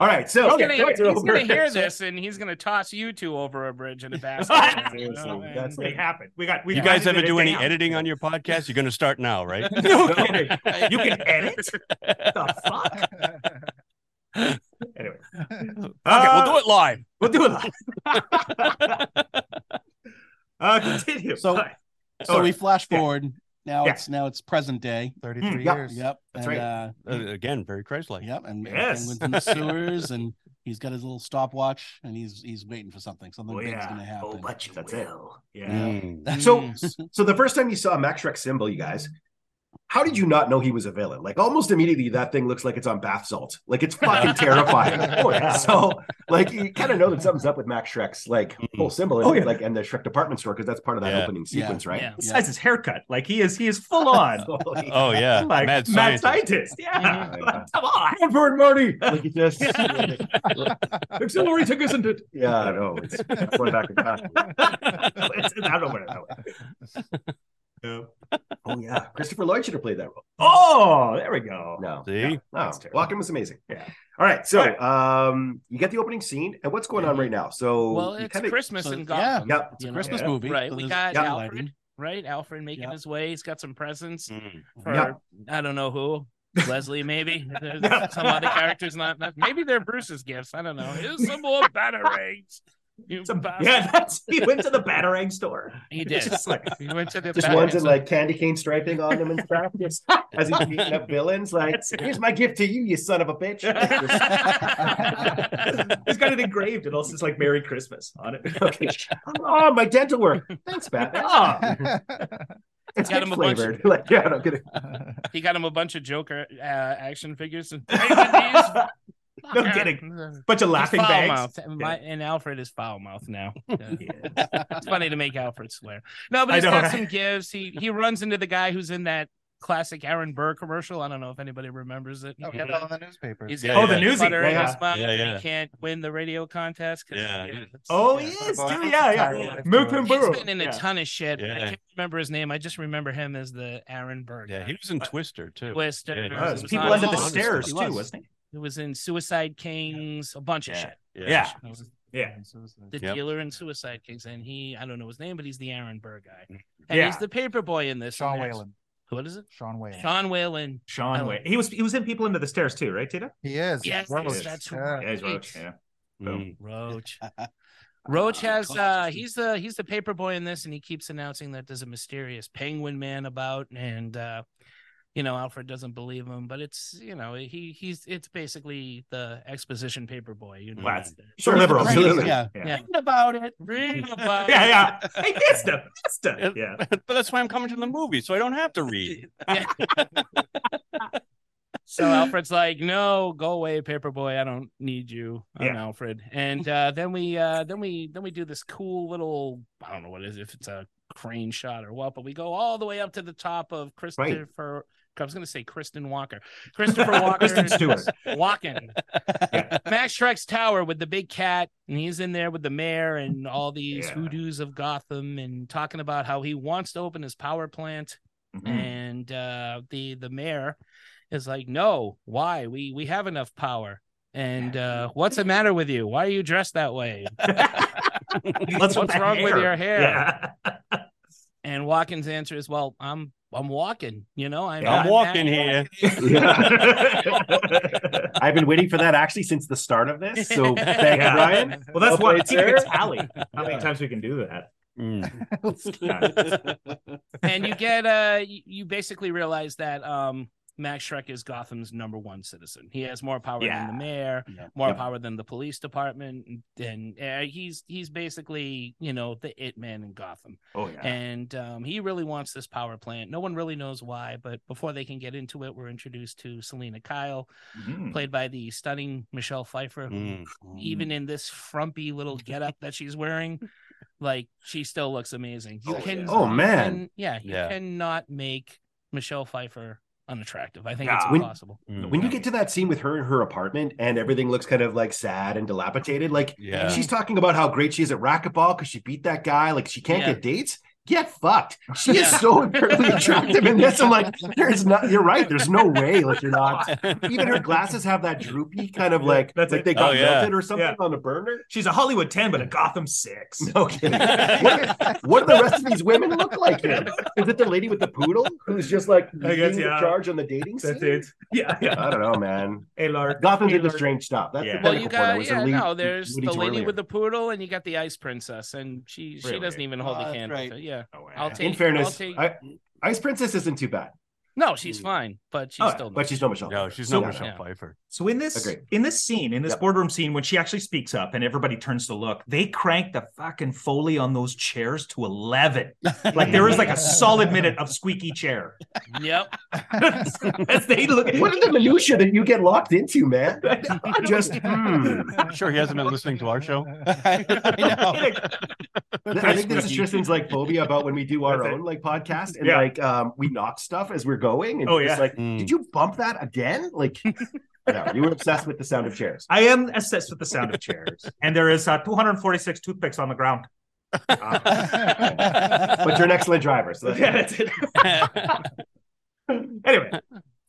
All right, so
He's gonna,
points
he's
are
gonna
over.
hear this and he's gonna toss you two over a bridge in a basket.
Seriously,
you know, and-
that's-
it happened. We got. We
You guys
finally
ever
did it
do any
down.
editing on your podcast? You're going to start now, right?
No kidding. Uh, You can edit. The fuck. Anyway,
Okay, we'll do it live.
We'll do it. live. uh, continue.
So-
Sorry.
So we flash
Yeah.
forward. Now
Yeah.
it's now it's present day.
Hmm,
33
yep,
years.
Yep.
That's
and,
right.
Uh,
Uh, again, very Christ-like.
yep. And and
Yes.
penguins in the sewers, and he's got his little stopwatch, and he's he's waiting for something. Something
Oh,
big's
yeah.
gonna happen.
Oh, but you
That's it.
will. Yeah.
Mm.
So, so the first time you saw Max Shrek symbol, you guys, how did you not know he was a villain? Like almost immediately, that thing looks like it's on bath salt. Like it's fucking terrifying.
Oh, yeah.
So, like you kind of know that something's up with Max Shrek's like
Mhm.
whole symbol, and
Oh, yeah.
like and the Shrek department store because that's part of that
Yeah.
opening
Yeah.
sequence, right?
Yeah.
Besides his haircut, like he is, he is full on.
Holy-
Oh yeah,
like
mad
mad,
scientist.
scientist. Yeah.
Mhm.
Like, come on.
I'm Vern Marty. Like it just, yeah,
Auxiliary tick, isn't it?
I know. It's it's going back in time.
It's- it's- I don't want to know. No.
Oh yeah, Christopher Lloyd should have played that role.
Oh, there we go.
No,
See?
no, no.
That's terrible.
Walken was amazing.
Yeah.
All right, so
All right.
um, you get the opening scene, and what's going
Mm-hmm.
on right now? So
well,
you
it's
kinda-
Christmas
so-
in
yeah.
Gotham.
Yep.
It's
you
a
know,
Christmas
Yeah.
movie,
Right, we
there's
got
good
Alfred.
lighting.
Right, Alfred making
Yeah.
his way. He's got some presents
Mm.
for
Yeah.
I don't know who. Leslie, maybe There's some other characters not, not- Maybe they're Bruce's gifts. I don't know. Here's some more batarangs. You
Some-
bastard.
yeah, that's he went to the batarang store.
he did.
Just like
He went to the
Just
bat-
ones in like candy cane striping on them and stuff. Just as he's beating up villains, like here's my gift to you, you son of a bitch. Just-
he's got it engraved and also it's like Merry Christmas on it.
okay. Oh, my dental work. Thanks, Batman.
Oh,
It's
Got
good
him a bunch.
flavored. Like, yeah, no kidding.
he got him a bunch of Joker uh, action figures and Hey, with these-
No kidding. bunch of laughing
He's foul
bags.
mouth. And My, and Alfred is foul mouth now. Yeah.
Yeah.
it's funny to make Alfred swear. No, but
I
he's
know,
got
right?
some gifts. He he runs into the guy who's in that classic Aaron Burr commercial. I don't know if anybody remembers it.
Oh,
He had
get that on the newspaper.
He's
Yeah,
got
oh, the
that
newsy.
butter in
Yeah,
his
yeah.
mouth
Yeah,
and
yeah.
He can't win the radio contest. 'cause-
Yeah, yeah.
that's-
Oh, he
yeah.
Yeah.
is
Well,
too.
that's
Yeah,
the
yeah.
title of it.
Milton
He's
Burrow.
been in a
Yeah.
ton of shit. I
Yeah.
can't remember his name. I just remember him as the Aaron Burr.
Yeah,
guy.
he was in Twister too.
Twister.
Yeah, he
It
Oh,
was.
there's
was
people
on-
under the
Honestly,
stairs
he
too,
was.
wasn't he?
It was in Suicide Kings, a bunch of
Yeah.
shit.
Yeah. Yeah.
the
Yep.
dealer in Suicide Kings, and he I don't know his name, but he's the Aaron Burr guy, and
Yeah.
he's the paper boy in this.
Sean
and that's-
Whalen.
What is it?
Sean Whalen.
Sean Whalen. I
Sean
like-
Way. He was he was in People Under the Stairs too, right, Tito?
He is.
Yes,
Roach.
that's
Yeah.
right.
Yeah, he's Roach.
Right.
Yeah.
Mm.
Roach.
Uh,
Roach has uh he's the he's the paper boy in this, and he keeps announcing that there's a mysterious penguin man about, and uh you know Alfred doesn't believe him, but it's you know he he's it's basically the exposition paper boy. You know,
Wow.
it's the-
So liberal.
Right,
Absolutely.
Yeah.
Yeah.
yeah. Read about it. Read about
Yeah,
it.
yeah. Hey, Mister, Mister. Yeah.
but that's why I'm coming to the movie, so I don't have to read.
So Alfred's like, "No, go away, Paperboy. I don't need you. I'm
Yeah.
Alfred." And uh, then we, uh, then we, then we do this cool little, I don't know what it is, if it's a crane shot or what, but we go all the way up to the top of Christopher. I was going to say Kristen Walker, Christopher Walker,
Kristen Stewart.
Walken,
Yeah.
Max Shrek's tower with the big cat, and he's in there with the mayor and all these
Yeah.
hoodoos of Gotham, and talking about how he wants to open his power plant
Mhm.
and uh, the the mayor is like, "No, why? We we have enough power." And uh, what's the matter with you? Why are you dressed that way?
What's,
What's
that
wrong with
hair?
your hair?
Yeah.
And Watkins' answer is, "Well, I'm I'm walking. You know, I'm,
Yeah.
I'm
I'm
walking
Matt
here.
I've been waiting for that actually since the start of this. So thank
Yeah.
you, Brian.
Well, that's
Okay,
what it's even a
sir.
tally. How many
Yeah.
times we can do that?
Mm.
Yeah.
and you get uh you- you basically realize that um Max Shrek is Gotham's number one citizen. He has more power
Yeah.
than the mayor,
Yeah.
more
Yeah.
power than the police department, and uh, he's he's basically you know the it man in Gotham
Oh yeah.
and um, he really wants this power plant. No one really knows why, but before they can get into it, we're introduced to Selena Kyle,
Hmm.
Mhm.
played by the stunning Michelle Pfeiffer. who
Mm.
Even in this frumpy little getup that she's wearing, like she still looks amazing. You
Oh,
can,
yeah. Oh,
you
man.
can- yeah, you
Yeah.
cannot make Michelle Pfeiffer unattractive. I think it's
Nah. When-
impossible.
Mm.
When you get to that scene with her in her apartment and everything looks kind of like sad and dilapidated, like
yeah.
she's talking about how great she is at racquetball because she beat that guy, like she can't
Yeah.
get dates. Get fucked. She is
Yeah.
so incredibly attractive in this. I'm like, there's not. You're right. There's no way. Like you're not. Even her glasses have that droopy kind of
Yeah,
like
that's
like
it.
they got
Oh, yeah.
melted or something
Yeah.
on a burner.
She's a Hollywood 10, but a Gotham 6.
No kidding. what, what do the rest of these women look like? Here? Is it the lady with the poodle who's just like
I guess,
leading the
yeah.
charge on the dating scene?
That's it. Yeah, yeah.
I don't know, man.
Hey, Lark.
Gotham's into
Taylor.
strange stuff. That's
Yeah.
the
Well,
medical
you
point. I
got
was
yeah,
allude-
no. There's the
alluding to
lady
earlier.
with the poodle, and you got the ice princess, and she she
Really?
doesn't even hold
Oh,
a
that's
candle.
right.
to- Yeah,
Oh,
I'll
yeah.
take-
In fairness,
take-
I, Ice Princess isn't too bad,
no, she's
Mm.
fine, but she's
Oh,
still
Hmm. but she's no Michelle.
no, she's
So-
not Michelle
Yeah.
Pfeiffer.
So in this
Agreed.
in this scene, in this
Yep.
boardroom scene, when she actually speaks up and everybody turns to look, they crank the fucking foley on those chairs to eleven. Like there is like a solid minute of squeaky chair
yep.
as they look.
What are the minutia that you get locked into, man? Just hmm.
I'm sure he hasn't been listening to our show.
I, know.
I think this is Tristan's like phobia about when we do our
That's it.
own like podcast and
Yeah.
like um we knock stuff as we're going. And
Oh,
it's
yeah.
like,
Mm.
did you bump that again? Like, whatever. you were obsessed with the sound of chairs.
I am obsessed with the sound of chairs, and there is uh, 246 toothpicks on the ground. Uh,
But you're an excellent driver, so that's
yeah, that's it. anyway,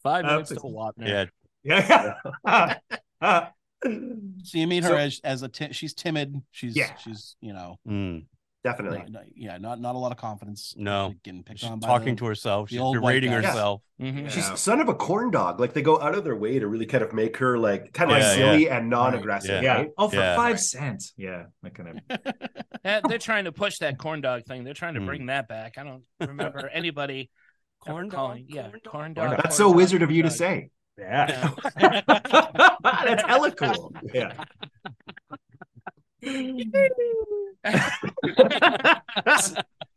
Five
Uh,
minutes to
please.
a walk now.
yeah,
yeah, yeah. Uh,
so you meet her
So-
as as a ti- she's timid. She's
Yeah.
she's you know
mm,
definitely.
not- not- yeah not not a lot of confidence.
Oh.
no.
Like, getting picked
She's
on by
talking
the-
to herself.
the
She's
old white
berating
guys.
herself.
Mhm.
She's son of a corn dog. Like they go out of their way to really kind of make her like kind of
Yeah,
silly and non-aggressive.
Right,
yeah. Oh, for
Yeah.
five cents. Yeah, that kind of.
Uh, They're trying to push that corn dog thing. They're trying to
Mm.
bring that back. I don't remember anybody ever
Corn dog,
calling. yeah,
corn dog,
corn
corn
dog.
dog.
That's
corn
so
dog,
wizard of
corn
you to
dog.
say.
Yeah.
Yeah.
Ah, That's hella cool. Yeah.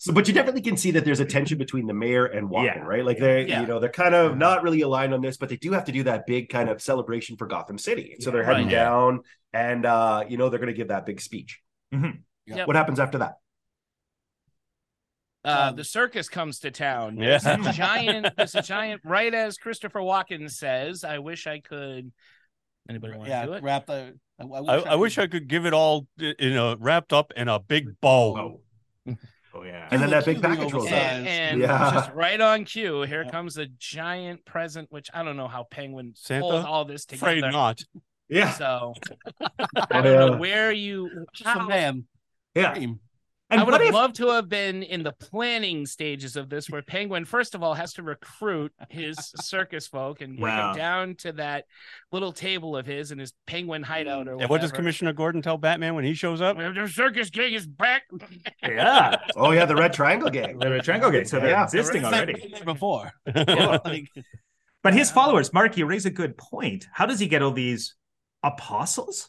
So, but you definitely can see that there's a tension between the mayor and Walken,
Yeah. Mm-hmm.
right? Like they,
Yeah.
you know, they're kind of not really aligned on this, but they do have to do that big kind of celebration for Gotham City. So they're
Right.
heading
Yeah.
down, and uh, you know, they're going to give that big speech.
Mhm.
Yep.
What happens after that? Um,
Uh, the circus comes to town.
Yeah.
There's a giant. There's a giant. Right as Christopher Walken says, "I wish I could." Anybody want to do
yeah
it?
wrap the. I,
I, I wish I could give it all, i- you know, wrapped up in a big bowl.
Oh. Oh yeah.
And then that big
Cue the
package rolls
oversized-
out.
And, and
Yeah.
just right on cue, here
Yeah.
comes a giant present, which I don't know how Penguin
Santa?
pulled all this
Afraid
together.
not.
Yeah.
So I
And,
don't know
uh,
where you.
Some
how-
damn
Yeah.
cream.
And
I would
what
have
if
loved to have been in the planning stages of this, where Penguin, first of all, has to recruit his circus folk and bring
Wow.
them down to that little table of his in his penguin hideout or
And what does
whatever.
Commissioner Gordon tell Batman when he shows up?
The circus king is back.
Yeah.
oh yeah, the Red Triangle gang.
They're a triangle game, so they're
Yeah.
existing
It's
already.
been there before.
Yeah.
Like,
But his followers, Mark, you raise a good point. How does he get all these apostles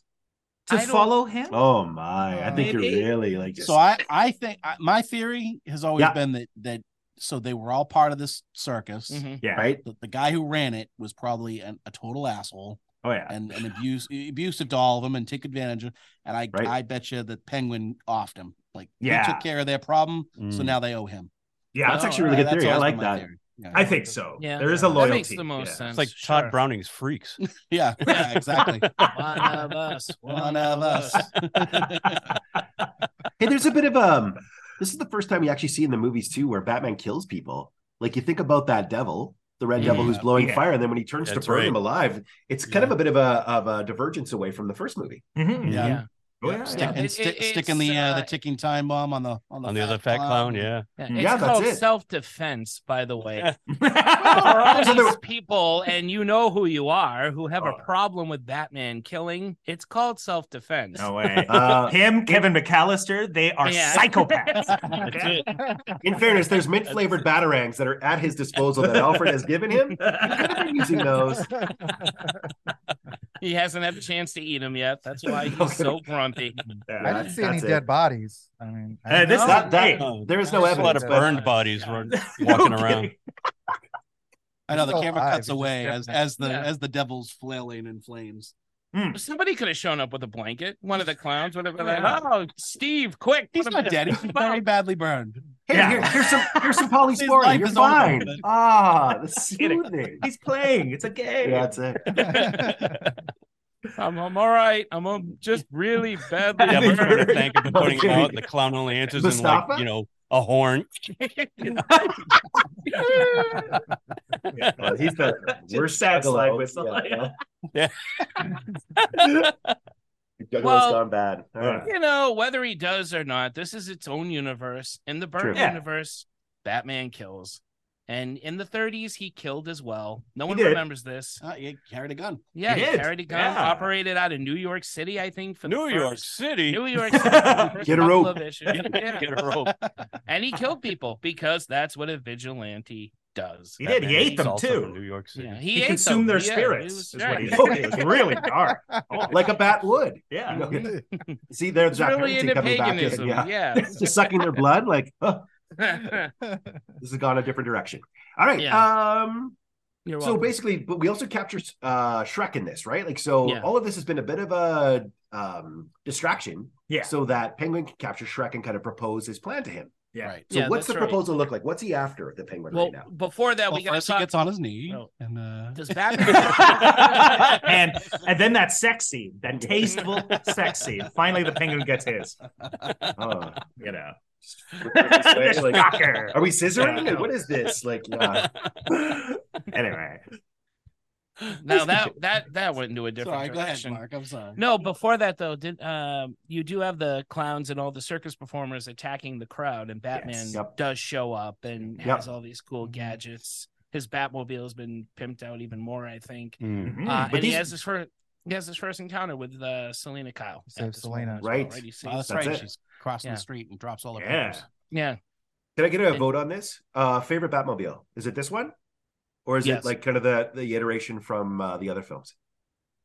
to
I don't-
follow him?
Oh my! I think you're
Maybe.
really like just.
so I I think I, my theory has always
Yeah.
been that that so they were all part of this circus.
Mm-hmm.
Mhm.
Yeah.
right?
The, the guy who ran it was probably an, a total asshole
Oh yeah.
and an abuse abusive to all of them and took advantage of. And I
Right.
I bet you that Penguin offed him. Like
Yeah.
he took care of their problem, so
Mm.
now they owe him.
Yeah.
That's
Oh,
actually a really
Uh,
good
that's
theory. I
always
like
been my
that.
theory. Yeah.
I think so.
Yeah.
There is a
That
loyalty.
makes the most
Yeah.
sense.
It's like
sure.
Todd Browning's freaks.
yeah, yeah, exactly.
One of us.
One of us.
Hey, there's a bit of um. This is the first time we actually see in the movies too where Batman kills people. Like you think about that devil, the Red Devil who's
Yeah.
blowing
Yeah.
fire, and then when he turns to
That's
burn
right.
him alive, it's kind of a bit of a of a divergence away from the first movie.
Mhm.
Yeah.
Yeah.
Oh, yeah,
Stick,
yeah.
and
It-
stick,
it-
sticking the
it's,
uh, the
uh,
ticking time bomb on the on the,
on the other fat clown. Yeah.
Yeah,
Mm.
It's
Yeah, that's
called
it.
self defense, by the way. For all
Well, so
these
there-
people, and you know who you are, who have a
Oh.
problem with Batman killing, it's called self defense.
no way.
Uh,
Him, Kevin McAllister, they are
Yeah.
psychopaths.
That's
okay?
it.
in fairness, there's mint flavored batarangs that are at his disposal that Alfred has given him. He could have been using
Hmm.
those.
He hasn't had a chance to eat him yet. That's why he's
Okay.
so
I
grumpy.
didn't
That's-
see any
that's it.
dead bodies. I mean, I
Uh,
don't
this
know.
is-
That- that-
Oh,
there is no
there's A lot
evidence.
of
but-
burned bodies were
No
walking around.
kidding.
I know the
Still
camera
alive, it's
cuts
just
away
different.
as as the
Yeah.
as the devil's flailing in flames.
Somebody could have shown up with a blanket. One of the clowns would have been like,
Yeah.
"Oh, Steve, quick!
He's
put him
not
in
dead. He's
the
very
boat."
badly burned.
Hey,
Yeah.
here- here's some here's some
His life
polysporin. You're
is over,
fine.
but-
Ah, the
Kidding.
soothing.
He's playing. It's a game.
Yeah, that's it.
I'm, I'm all right. I'm um, just really badly
Yeah, we're trying to
burned."
thank him for putting him out. and The clown only answers in like
Mustafa?
you know a horn.
Yeah.
Well, he's the
Just
worst
sad
juggalo.
slide whistle.
Yeah. Juggalo's
Well-
gone bad. All right.
you know, whether he does or not, this is its own universe. In the Burton
True.
Yeah.
universe, Batman kills. And in the 30s, he killed as well. No
He
one
did.
remembers this.
Uh, he carried a gun.
Yeah,
He
he,
did.
carried a gun,
Yeah.
operated out of New York City, I think. For the
New York
first-
City.
New York City. for the first
Get a
couple
rope.
of issues. Yeah.
Get a rope.
And he killed people because that's what a vigilante does.
He did. He
Batman
ate them
is also
too.
from New York City.
Yeah,
He,
ate
consumed
them.
their
Yeah, he
spirits.
was-
is what he
yeah.
did. It was really dark. Oh,
Like a bat would.
yeah.
See, there's
He's
that
really
parenting
into
coming
paganism.
back in. Yeah.
Yeah.
Just sucking their blood. Like, oh,
That's
this has gone a different direction. All right. Um,
You're
so
welcome.
basically, but we also captured uh, Shrek in this, right? Like, so
Yeah.
all of this has been a bit of a um, distraction
Yeah.
so that Penguin can capture Shrek and kind of propose his plan to him.
Yeah.
Right.
So
Yeah,
what's the
that's right.
proposal look like? What's he after the Penguin
Well,
right now?
before that,
Well,
we got
first
to
he
talk.
gets on his knee
Oh.
and uh,
Does Batman?
and and then that sex scene, that tasteful sex scene. Finally, the penguin gets his.
Uh,
You know,
This
The
way, like-
shocker.
are we scissoring?
Yeah.
Like, what is this? Like, uh, yeah.
Anyway,
now that that that went into a different
sorry, go ahead,
direction.
Mark. I'm sorry.
No, before that though, did um you do have the clowns and all the circus performers attacking the crowd, and Batman
Yep.
does show up and
Yep.
has all these cool gadgets. His Batmobile has been pimped out even more, I think.
Mm.
Mhm.
Uh,
but
and he
these-
has his first he has his first encounter with uh, Selena Kyle. at
Saves
this moment
Selena.
as well,
Right.
He saves
Oh, that's
That's
right.
it.
She's crossing
Yeah.
the street and drops all her
Yeah.
papers.
Yeah.
Can I get a
And-
vote on this? Uh, favorite Batmobile? Is it this one, or is
Yes.
it like kind of the the iteration from uh, the other films?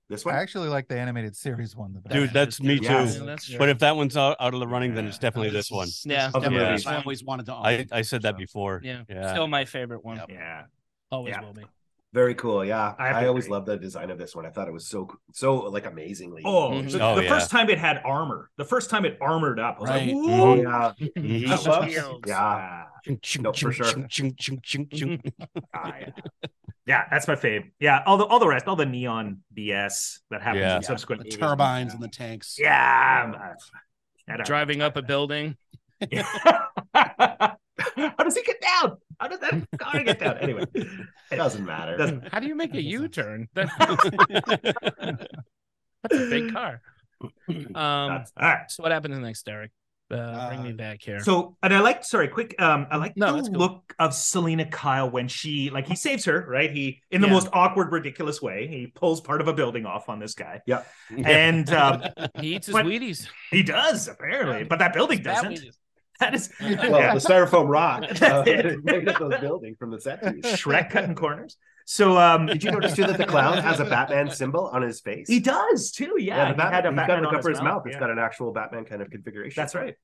This
I
one.
actually like the animated series one the best.
Dude, that's me
too.
Yeah, that's
But
true.
if that one's out, out of the running, then it's
Yeah.
definitely this one.
is-
Yeah.
is
Of the
definitely
movies.
what I always wanted to. own.
I, I said that
So,
before.
yeah.
Yeah.
Still my favorite one.
Yep.
yeah.
Always
Yeah.
will be.
Very cool. Yeah,
I
I,
have to
always
agree.
loved the design of this one. I thought it was so so like amazingly.
Oh,
Mhm.
the,
Oh,
the
yeah.
first time it had armor. The first time it armored up. I was like,
Right.
whoa. Ah,
yeah,
Mhm.
That
Bumps.
Shields.
yeah. No, for sure.
Ah, yeah. yeah, that's my fave. Yeah, all the all the rest, all the neon BS that happens
Yeah.
in subsequent
the
movies.
turbines and the tanks.
Yeah. I'm- I- I don't-
Driving up a building.
How does he get down? How does that car get down? Anyway,
It doesn't matter.
Doesn't-
How do you make a
That doesn't-
U turn? That's a big car. Um,
that's- all right.
so what happens next, Derek? Uh, bring me
Uh,
back here.
So, and I like, sorry, quick. Um, I like
No,
the
that's cool.
look of Selena Kyle when she, like, he saves her, right? He, in the
Yeah.
most awkward, ridiculous way, he pulls part of a building off on this guy,
Yeah.
and um,
he eats his
but-
Wheaties.
he does apparently, but that building
Bat
doesn't.
Wheaties.
That is
well, the styrofoam rock uh,
That's it.
made up those buildings from the set piece.
Shrek cutting corners. So, um,
Did you notice too that the clown has a Batman symbol on his face?
he does too. Yeah,
the
he
Batman,
had a
he's
Batman
got
on
it for his mouth.
yeah.
It's got an actual Batman kind of configuration.
That's right.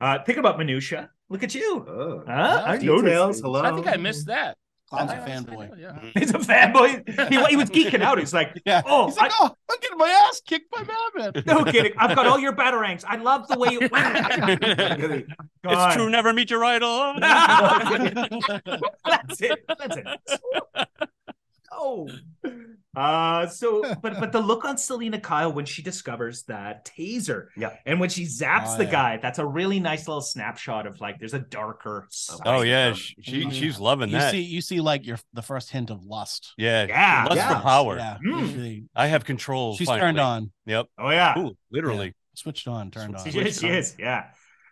Uh, think about minutia. Look at you.
Oh.
Huh? I
Details.
noticed.
Hello.
I think I missed that.
Clown's a
I- I-
fanboy.
yeah.
He's a fanboy. He, he was geeking out. He's like,
Yeah.
Oh,
He's like,
I-
oh, I'm getting my ass kicked by Batman.
no kidding. I've got all your batarangs. I love the way you.
Really?
God.
it's true. Never meet your idol.
That's it. That's it. Oh. Uh so but but the look on Selena Kyle when she discovers that taser.
Yeah.
And when she zaps
Oh,
the
yeah.
guy, that's a really nice little snapshot of like there's a darker side.
Oh yeah, she, she
Mhm.
she's loving
You
that.
see, you see, like your the first hint of lust.
yeah,
Yeah.
lust
Yeah.
for power.
Yeah,
Mm.
She-
I have control.
she's
finally.
turned on.
Yep.
Oh yeah.
Ooh, literally.
Switched on, turned on.
She is. She is. Yeah.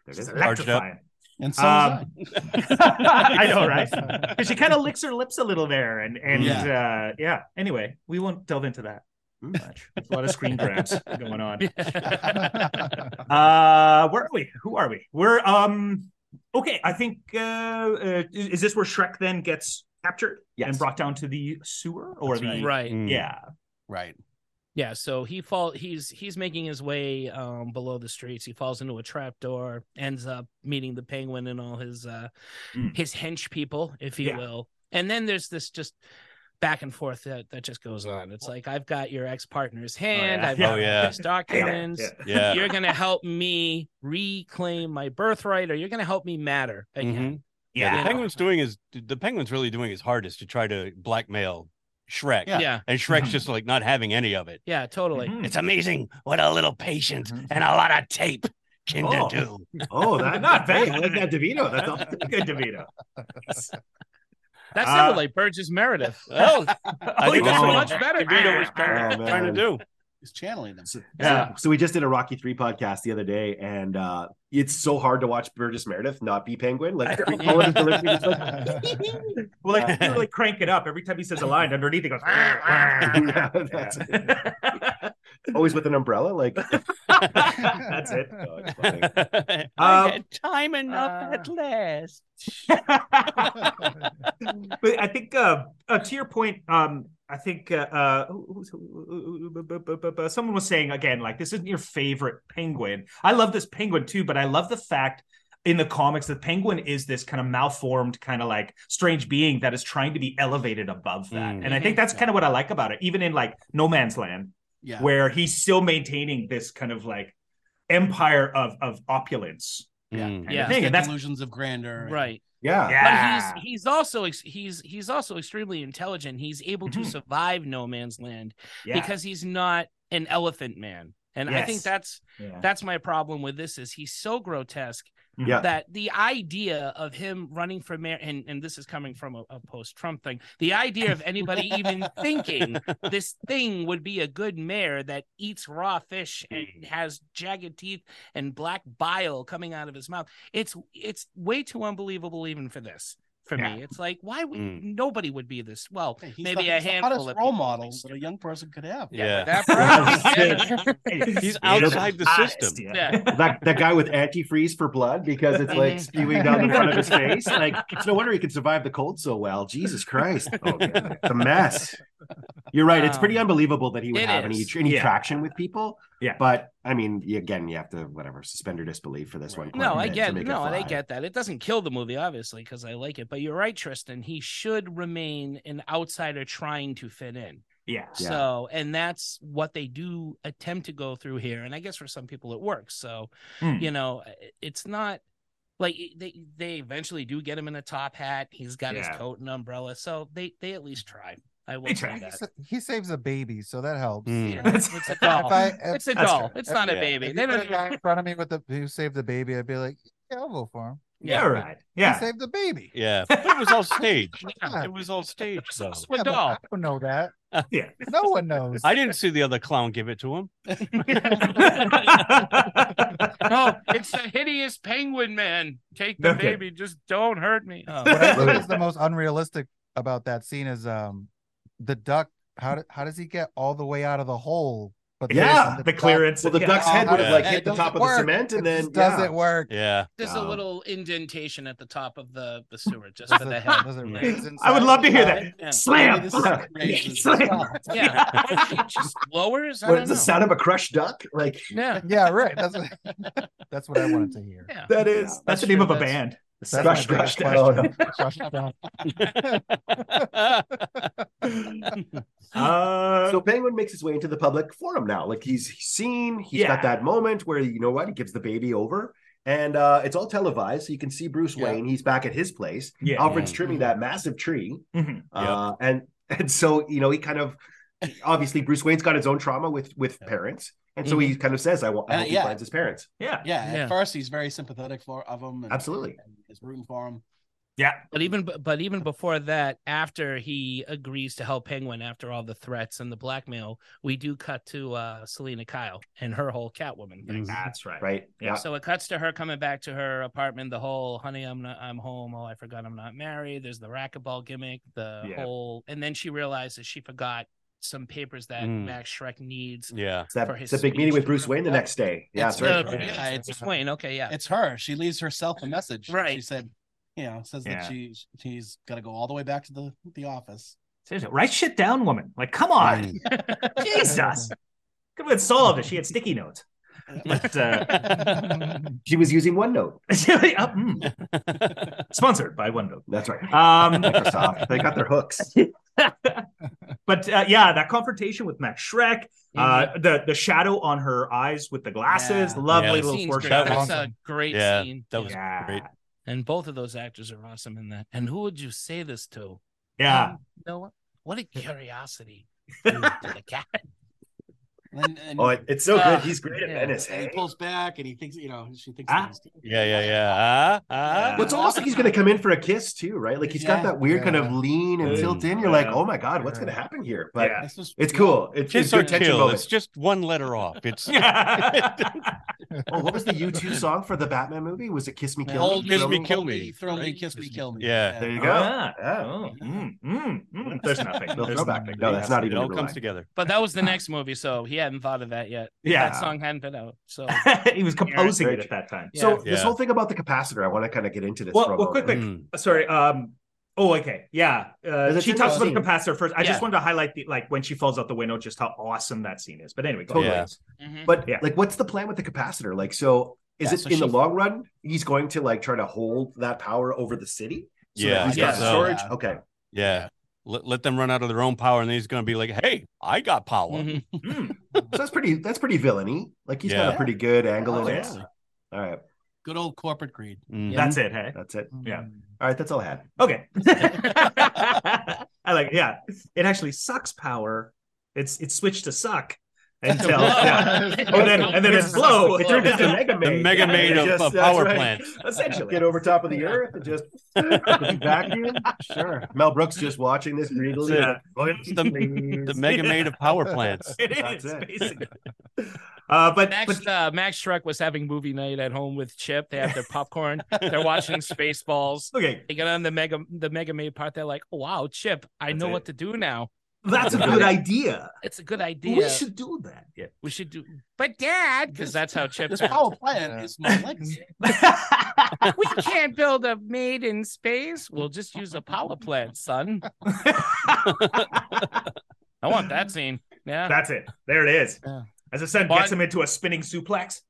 They're just
Charged up.
electrifying.
And so
Um,
was I.
I know, right? Because she kind of licks her lips a little there, and and yeah. Uh, yeah. Anyway, we won't delve into that too much. There's a lot of screen grabs going on. Uh, where are we? Who are we? We're um. Okay, I think uh, uh is is this where Shrek then gets captured
Yes.
and brought down to the sewer or
That's
the
right.
Mm.
yeah
Right.
Yeah, so he fall he's he's making his way um below the streets. He falls into a trap door, ends up meeting the penguin and all his uh
Mm.
his hench people, if you
Yeah.
will. And then there's this just back and forth that, that just goes on. It's like I've got your ex-partner's hand,
yeah.
I've
Oh,
got
yeah.
his documents.
yeah.
Yeah.
You're gonna help me reclaim my birthright, or you're gonna help me matter again.
Mhm. Yeah, the penguin's doing is the penguin's really doing his hardest to try to blackmail Shrek,
Yeah,
Yeah.
yeah,
and Shrek's just like not having any of it.
totally.
Mhm.
It's amazing what a little patience
Mhm.
and a lot of tape can
Oh.
do.
Oh, that
Not bad.
I like that DeVito. That's oh, all.
good DeVito.
That sounded
Uh,
like Burgess Meredith.
Well, I
Oh,
think that's
yeah.
what
Much
Jack
better.
DeVito was
Oh,
trying,
man.
trying to do.
He's channeling them.
So,
Yeah.
so- so we just did a Rocky Three podcast the other day, and uh, it's so hard to watch Burgess Meredith not be Penguin. Like all of his delivery is like,
Well, like, you like crank it up every time he says a line underneath. It goes. "Ah, "Arr, arr."
yeah, that's
Um,
always with an umbrella. Like
That's it.
oh, it's funny.
Um,
time
enough at
last.
but I think uh, uh, to your point, um, I think uh, uh, who- who- who- someone was saying again, like this isn't your favorite penguin. I love this penguin too, but I love the fact in the comics that penguin is this kind of malformed, kind of like strange being that is trying to be elevated above that,
Mm.
and I think that's kind of what I like about it. Even in like No Man's Land,
Yeah.
where he's still maintaining this kind of like empire of of opulence.
Mm.
kind of
Yeah.
thing,
He's
and
got
that's
delusions of grandeur. and-
Right.
yeah.
But he's he's also ex- he's he's also extremely intelligent. He's able to
Mhm.
survive no man's land
yeah.
because he's not an elephant man. And I think
Yes.
that's
yeah.
that's my problem with this is he's so grotesque
Yeah.
that the idea of him running for mayor and, and this is coming from a, a post-Trump thing, the idea of anybody even thinking this thing would be a good mayor that eats raw fish and has jagged teeth and black bile coming out of his mouth. It's it's way too unbelievable even for this. For
Yeah.
me, it's like why would
Mm.
nobody would be this well?
Hey, he's
Maybe
the,
a
he's the
handful
hottest
of
role
people.
models that a young person could have.
Yeah.
That
He's
Yeah.
outside the
Honest,
system.
yeah.
yeah.
That, that guy with antifreeze for blood because it's like
Mhm.
spewing down the front of his face. Like it's no wonder he can survive the cold so well. Jesus Christ, oh, yeah. it's a mess. You're right. It's pretty
Um,
unbelievable that he would
it
have any
is.
any
Yeah.
traction with people.
Yeah.
but I mean, you- again, you have to whatever suspend your disbelief for this one.
Right.
quite
No,
a
I
bit
get
to make
no, I
fly.
get that. It doesn't kill the movie, obviously, because I like it. But you're right, Tristan. He should remain an outsider trying to fit in.
Yeah.
Yeah.
So, and that's what they do attempt to go through here. And I guess for some people it works. So,
Hmm.
you know, it- it's not like it- they they eventually do get him in a top hat. He's got
Yeah.
his coat and umbrella. So they they at least try. I will
They
say
try.
that.
He sa- he saves a baby, so that helps.
Mm.
Yeah,
That's-
it's a
If
doll.
I
It's a
that's
doll.
fair.
It's not a
Yeah.
baby.
If
They
you put a
don't.
guy in front of me with the who saved the baby, I'd be like, yeah, I'll vote for him.
yeah. Right. Yeah.
He saved the baby.
Yeah. But it was all staged.
Yeah.
It was all staged, though.
It's a
but
doll.
I don't know that.
Yeah.
No one knows.
I didn't see the other clown give it to him.
No, it's the hideous penguin man. Take the
Okay.
baby, just don't hurt me. Oh,
what I think
Right.
is the most unrealistic about that scene is um the duck. How do, how does he get all the way out of the hole? But there's
Yeah,
the clearance.
Well, the
yeah.
duck's head would have
Yeah.
like
It
hit the
doesn't
top of the
work.
cement, and then
just
yeah.
doesn't work.
Yeah.
There's a
Wow.
little indentation at the top of the, the sewer just for
Doesn't-
the head.
doesn't
Yeah.
raise
I would
inside.
love to hear
Uh,
that.
Yeah.
Slam.
This is
Yeah.
outrageous as
Slam.
well.
Yeah. It just lowers. I
What
don't
is the
know.
sound of a crushed duck? Like
Yeah.
Yeah, right. That's what, that's what I wanted to hear.
Yeah.
that
That's,
is.
the
true.
name of a
That's-
band.
That's
Crushed
my
duck.
biggest question. Crushed duck.
Uh,
so Penguin makes his way into the public forum now. Like he's seen, He's
Yeah.
got that moment where you know what, he gives the baby over, and uh, it's all televised, so you can see Bruce
Yeah.
Wayne. He's back at his place.
yeah.
Alfred's
Mm-hmm.
Yeah.
trimming that massive tree,
Mhm.
uh, and and so you know he kind of obviously Bruce Wayne's got his own trauma with with
Yeah.
parents, and so he kind of says, "I want, I
Uh,
hope he
yeah.
finds his parents."
Yeah.
Yeah. At
Yeah.
first, he's very sympathetic for of him. And,
Absolutely.
and is rooting for him.
Yeah.
But even but even before that, after he agrees to help Penguin after all the threats and the blackmail, we do cut to uh Selena Kyle and her whole Catwoman thing.
That's right.
right?
Yeah.
So it cuts to her coming back to her apartment. The whole "honey, I'm not, I'm home." Oh, I forgot I'm not married. There's the racquetball gimmick. The
Yeah.
whole, and then she realizes she forgot some papers that
Mm.
Max Shrek needs.
Yeah.
It's that,
For
it's that
his
big meeting
speech
with Bruce
or
Wayne the
whatever.
next day. Yeah,
uh, It's
that's right.
the-
right.
Yeah, it's-
Bruce Wayne. Okay, yeah.
It's her. She leaves herself a message. She
Right.
said, you know, says
Yeah.
that she she's got to go all the way back to the the office.
Seriously, write shit down, woman. Like, come on. Jesus. Could have been solved if she had sticky notes. But uh,
She was using OneNote.
uh, mm. sponsored by Window.
That's right.
Um,
Microsoft. they got their hooks.
but uh, yeah, that confrontation with Max Shrek, uh, the the shadow on her eyes with the glasses,
Yeah.
lovely
Yeah,
That
little
scene's great.
That
foreshadowing.
That's a
awesome.
great
Yeah,
scene.
that was-
yeah,
great.
and both of those actors are awesome in that. And who would you say this to?
yeah.
No one. What a curiosity. to the cat.
And, and
Oh, it- it's so
Uh,
good. He's great at
yeah.
Venice.
and he
Hey?
pulls back and he thinks, you know, she thinks.
Ah.
he's-
Yeah, yeah, yeah. Ah, ah.
What's almost like he's going to come in for a kiss too, right? Like he's got
Yeah.
that weird kind of
Yeah.
lean and
Mm.
tilt in. You're like,
Yeah.
oh my god, what's going to happen here? But
Yeah.
This was-
it's
yeah.
cool. It's, it's
Kiss or
good tension
kill. It's
moments.
just one letter off. It's
Oh, what was the U2 song for the Batman movie? Was it "Kiss Me, Kill
Hold
Me"?
Kiss
Throw
Me, Kill
hold
Me,
throw me,
right?
kiss me,
Kiss me.
kill me.
Yeah.
There you go.
Ah,
Yeah.
oh, mm, mm, mm. There's nothing.
No
There's
throwback.
nothing.
No, that's not
it
even.
all
in real
comes
life.
together.
But that was the next movie, so he hadn't thought of that yet. That
Yeah.
song hadn't been out. So
he was composing it at that time.
Yeah.
So this
Yeah.
whole thing about the capacitor, I want to kind of get into this.
Well,
for a
well,
moment.
quick.
Mm.
sorry um oh okay yeah uh,
There's a
she talks about the
scene.
capacitor first i
Yeah.
just wanted to highlight the like when she falls out the window just how awesome that scene is but anyway go
Totally.
ahead.
Mhm.
But
Yeah.
like, what's the plan with the capacitor? Like, so is
Yeah,
it
so
in the
she-
long run he's going to like try to hold that power over the city? So
Yeah,
that he's
I
got
guess
the
so.
storage.
Yeah.
Okay,
Yeah. Let, let them run out of their own power, and then he's going to be like, "Hey, I got power."
Mhm.
Mm.
so that's pretty. That's pretty villainy. Like he's got
Yeah.
a pretty good angle in it.
Absolutely.
All right,
Good old corporate greed.
Mm.
that's it hey
that's it.
Yeah.
All right, that's all I had.
okay i like it. yeah it actually sucks power it's it's switched to suck until Oh, yeah. and then and then it's blow
It turned into
Yeah.
Mega
The
Maid.
mega
Yeah,
maid of,
just-
of
that's
power
right.
plants.
essentially
Get over top of the earth and just vacuum. Sure. Mel Brooks just watching this greedily.
Yeah.
The mega maid of power plants.
it
That's
is
it.
basically uh but
Max uh, Max Shrek was having movie night at home with Chip. They have their popcorn. They're watching Spaceballs.
but okay
They get on the mega the mega maid part. They're like, "Wow, Chip, I
That's
know
it.
what to do now.
that's a good idea
It's a good idea.
we should do that yeah
we should do." But Dad, because that's how Chip.
This
talks.
power plant
Yeah.
is my legacy.
we can't build a maid in space. We'll just use a power plant, son. I want that scene. Yeah.
That's it. There it is.
Yeah.
As the sun
But-
gets him into a spinning suplex.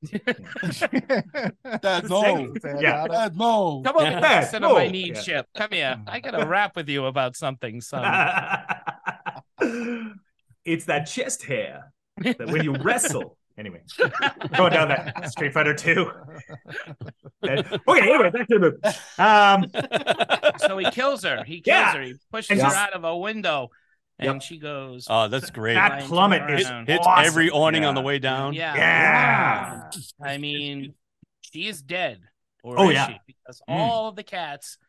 That's
Sing.
no.
Yeah.
That's no.
Come over
Yeah.
here,
Yeah.
sit on my
Whoa.
knee,
Yeah.
Chip. Come here. I got to rap with you about something, son.
it's that chest hair that when you wrestle. Anyway, going down that Street Fighter 2. okay, anyway, back to the movie. Um,
so he kills her. He kills
Yeah.
her. He pushes
And
her
just-
out of a window, and
Yep.
she goes.
Oh, that's great.
That
that plummet is
Hits-
Hits
awesome.
every awning
Yeah.
on the way down.
yeah.
Yeah.
I mean, she is dead. Or
Oh,
is
yeah.
she? Because
Mm.
all the cats,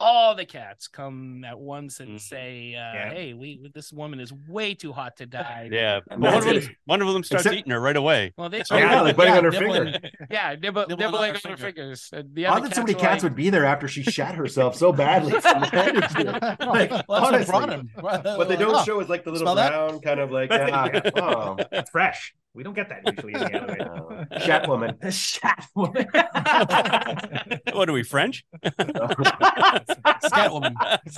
all the cats come at once and
Mhm.
say, uh,
Yeah.
"Hey, we this woman is way too hot to die."
Yeah. But
And
one, of
that's
them,
it.
one of them starts
Except-
eating her right away.
Well, they
Oh, yeah.
yeah, like biting
Yeah,
on her
nibbling.
finger.
Yeah, nibble,
Nibble
nibble
on
like
her
on her
finger.
fingers. Uh, The
Odd
other
that
cats
so many
are
cats
like,
would be there after she shat herself so badly. from the attitude. Like,
Well, that's
honestly.
what brought him.
What they don't show is like the little
Smell that?
brown kind of like,
That's it,
ah,
yeah.
oh,
That's fresh. We don't get that usually in the elevator.
oh. Shat woman.
Shat woman.
What are we, French?
Catwoman.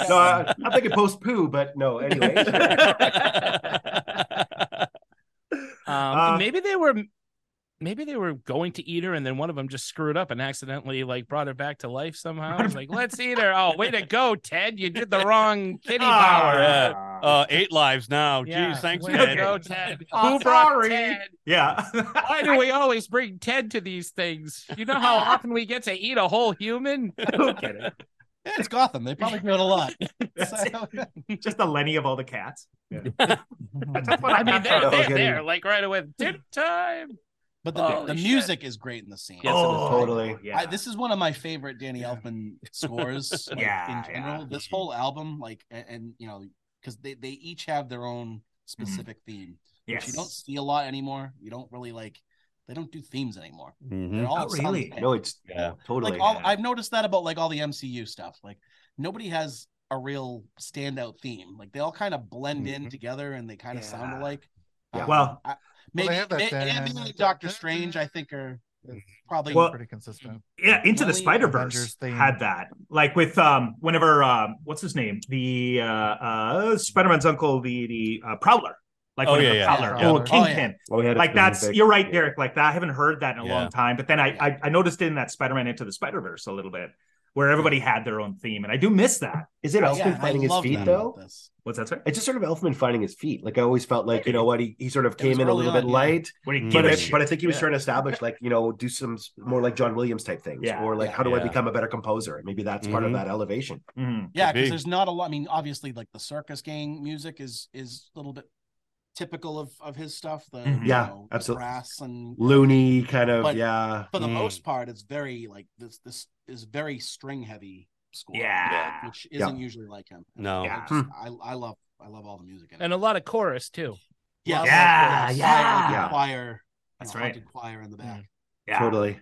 No, I, I'm thinking post poo, but no, anyway.
Um,
Uh,
maybe they were, maybe they were going to eat her, and then one of them just screwed up and accidentally like brought her back to life somehow. It's like, let's eat her. Oh, way to go, Ted! You did the wrong kitty
Ah,
power.
yeah. Uh, eight lives now. Geez, thanks,
way
man.
to go, Ted.
Oh,
Who brought
sorry.
Ted?
yeah.
Why do we always bring Ted to these things? You know how often we get to eat a whole human.
Who kidding?
Yeah, it's Gotham. They probably do it a lot.
That's it.
So-
Just the Lenny of all the cats.
I mean, they're,
Oh,
they're
okay.
there, like right away. Tip time.
But the,
Holy
the
shit.
music is great in the scene.
Yes, it is.
oh,
Totally.
Yeah.
I, this is one of my favorite Danny Elfman scores. like,
Yeah,
in general,
yeah.
this whole album, like, and, and you know, because they they each have their own specific theme. which
yes.
you don't see a lot anymore. You don't really like. They don't do themes anymore.
Mhm.
They're all
Not
sound
Mm-hmm. really.
the same.
No, it's
Yeah.
totally.
like all,
yeah.
I've noticed that about like all the MCU stuff. Like nobody has a real standout theme. Like they all kind of blend
Mm-hmm.
in together and they kind of sound
Yeah.
alike.
Yeah.
Um,
Well-
I,
they
maybe
have that
may-
then-
Ant-Man and Doctor Strange, I think, are probably
Well-
pretty consistent.
yeah into the
Only
spider
Avengers
verse
thing.
had that like with um whenever um what's his name the uh uh spider-man's uncle the the uh, prowler like
Oh,
whenever
yeah,
yeah.
prowler
Yeah.
old
Oh, yeah.
kingpin
Oh, yeah,
like that's you're right derek like that i haven't heard that in a
Yeah.
long time but then I,
Yeah.
I i noticed it in that spider-man into the spider-verse a little bit where everybody had their own theme and i do miss that
Is it Elfman
Yeah, I
finding his
love
feet
that
though?
about This.
what's that sorry
It's just sort of Elfman finding his feet. Like I always felt like you know what he, he sort of came
was
in a
early
little bit
on, yeah.
light,
where you
Mm.
give
but
a
I,
shit
but I think he was
Yeah.
trying to establish like you know do some s- more like John Williams type things,
Yeah.
or like
Yeah.
how do I
Yeah.
become a better composer? Maybe that's part of
Mhm.
that elevation.
Mhm.
Yeah,
Could be.
because there's not a lot. I mean, obviously, like the circus gang music is is a little bit typical of of his stuff. The
Mhm.
you
Yeah,
know,
absolutely.
brass and
Loony kind of
But-
yeah.
for the
Mm.
most part, it's very like this. This is very string heavy score.
Yeah.
which
Yeah. Hmm.
isn't usually like him. And
No.
I
Yeah.
just- I, I love I love all the music in it.
and a lot of chorus too.
yeah,
love
Yeah,
like uh, the
yeah.
silent
Yeah. Hmm.
choir. you
That's
know,
right.
haunted Choir in the back.
yeah
Totally.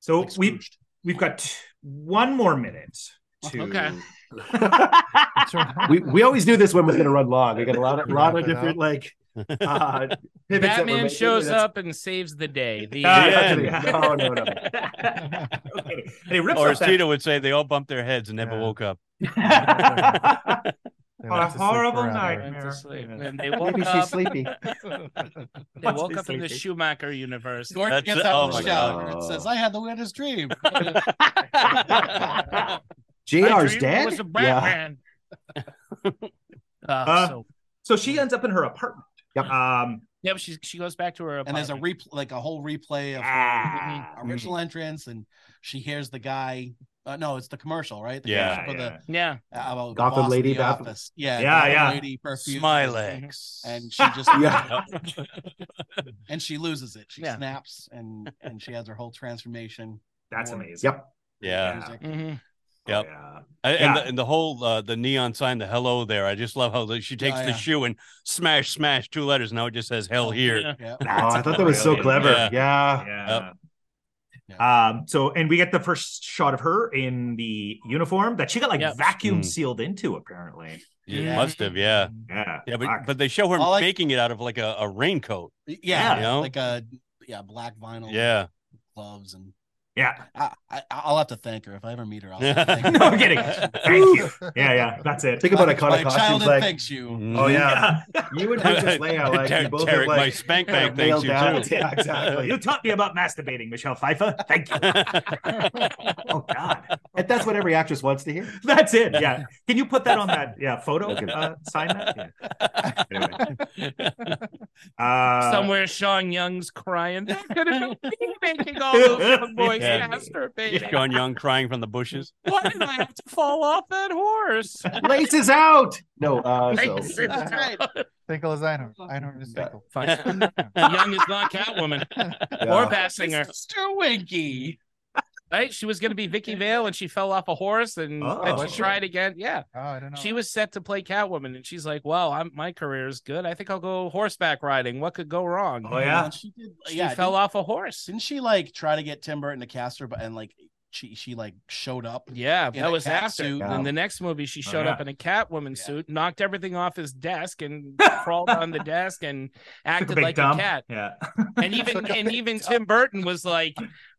so
like
Oh, we
Scrooged.
we've got t- one more minute to
Okay.
We, we always knew this one was going to run long. We got a lot of, lot of
Wrap it
different like uh, pivots that we're
Batman
making,
shows
and that's-
up and saves the day. The uh,
Ah,
Yeah.
that's it.
Yeah. No, no, no.
okay. And it rips
Or
up
as
that-
Tito would say, they all bumped their heads and never
Yeah.
woke up.
They
What a
went to sleep
horrible
forever.
night.
went to sleep.
Yeah.
And they woke
Maybe she's
up.
sleepy.
They
Must
woke
be
up in the
sleepy.
Schumacher universe.
Gordon
That's-
gets out
oh
of
my
the shower
God.
and says, "I had the weirdest dream."
I
Jr's
dreamed it
dead.
Was a Batman. Uh,
Uh,
so,
so she ends up in her apartment.
Yep.
Um,
yeah, but she she goes back to her apartment.
and there's a replay, like a whole replay of her
ah,
original entrance, and she hears the guy. Uh, no, it's the commercial, right? The
Yeah,
commercial for the-
yeah.
uh, about the
Gotham
boss in
Lady
the
Bath-
office. Yeah,
Yeah,
Gotham
yeah.
Lady perfume.
Smilex.
and she just
Yeah.
and she loses it. She
Yeah.
snaps and and she has her whole transformation.
That's
More
amazing.
Yep.
yeah.
music.
hmm
Yep.
Yeah.
And,
Yeah.
and, the, and the whole uh, the neon sign, the hello there. I just love how the, she takes
Oh,
the
yeah.
shoe and smash, smash two letters. Now it just says hell here.
Yeah.
Yeah.
Oh, I thought that was so
brilliant.
clever.
Yeah.
yeah.
Yeah.
Yep.
Um, so and we get the first shot of her in the uniform that she got like
Yep.
vacuum
Mm.
sealed into, apparently.
You
Yeah.
must have, yeah,
Yeah.
yeah. But
Fuck.
but they show her
All I-
making it out of like a, a raincoat.
Yeah,
You know?
like a yeah black vinyl
Yeah,
gloves and
yeah.
I, I I'll have to thank her if I ever meet her. I'll have to thank her.
No I'm kidding. Thank you. Yeah, yeah. That's it.
Think about
My-
iconic
my
costumes
childhood
like
thanks you.
"Mm."
Mhm.
oh yeah, you and Princess Leia like you
Derek,
both
Derek,
have, like,
my spank
kind
bank
of
thanks
nailed
you
down.
too.
Yeah, exactly.
You taught me about masturbating, Michelle Pfeiffer. Thank you. Oh God.
And that's what every actress wants to hear.
That's it. Yeah. Can you put that on that yeah photo?
Okay.
Uh, sign that. Yeah. Anyway. Uh,
Somewhere Sean Young's crying. That could have been me making all those young boys
Yeah.
masturbating.
Sean Young crying from the bushes.
Why did I have to fall off that horse?
Laces out. No, uh, so
Like, sit
That's
down.
Finkel is Einhorn. Einhorn is
Yeah.
Finkel.
Young is not Catwoman
yeah.
or Bassinger.
Mr. Winky.
Right? She was going to be Vicky Vale, and she fell off a horse, and
Oh.
then she tried again. Yeah,
Oh, I don't know.
she was set to play Catwoman, and she's like, "Well, I'm my career is good. I think I'll go horseback riding. What could go wrong?"
Oh, yeah.
she did.
She
yeah,
fell
didn't-
off a horse.
Didn't she like try to get Tim Burton to cast her, but and like she she like showed up
Yeah,
in
that
a
was
cat
after.
suit.
In the next movie, she
Oh,
showed
yeah.
up in a Catwoman
Yeah.
suit, knocked everything off his desk, and crawled on the desk and
took a
acted
big
like
dump.
a cat.
Yeah.
And even and even Tim Burton was like,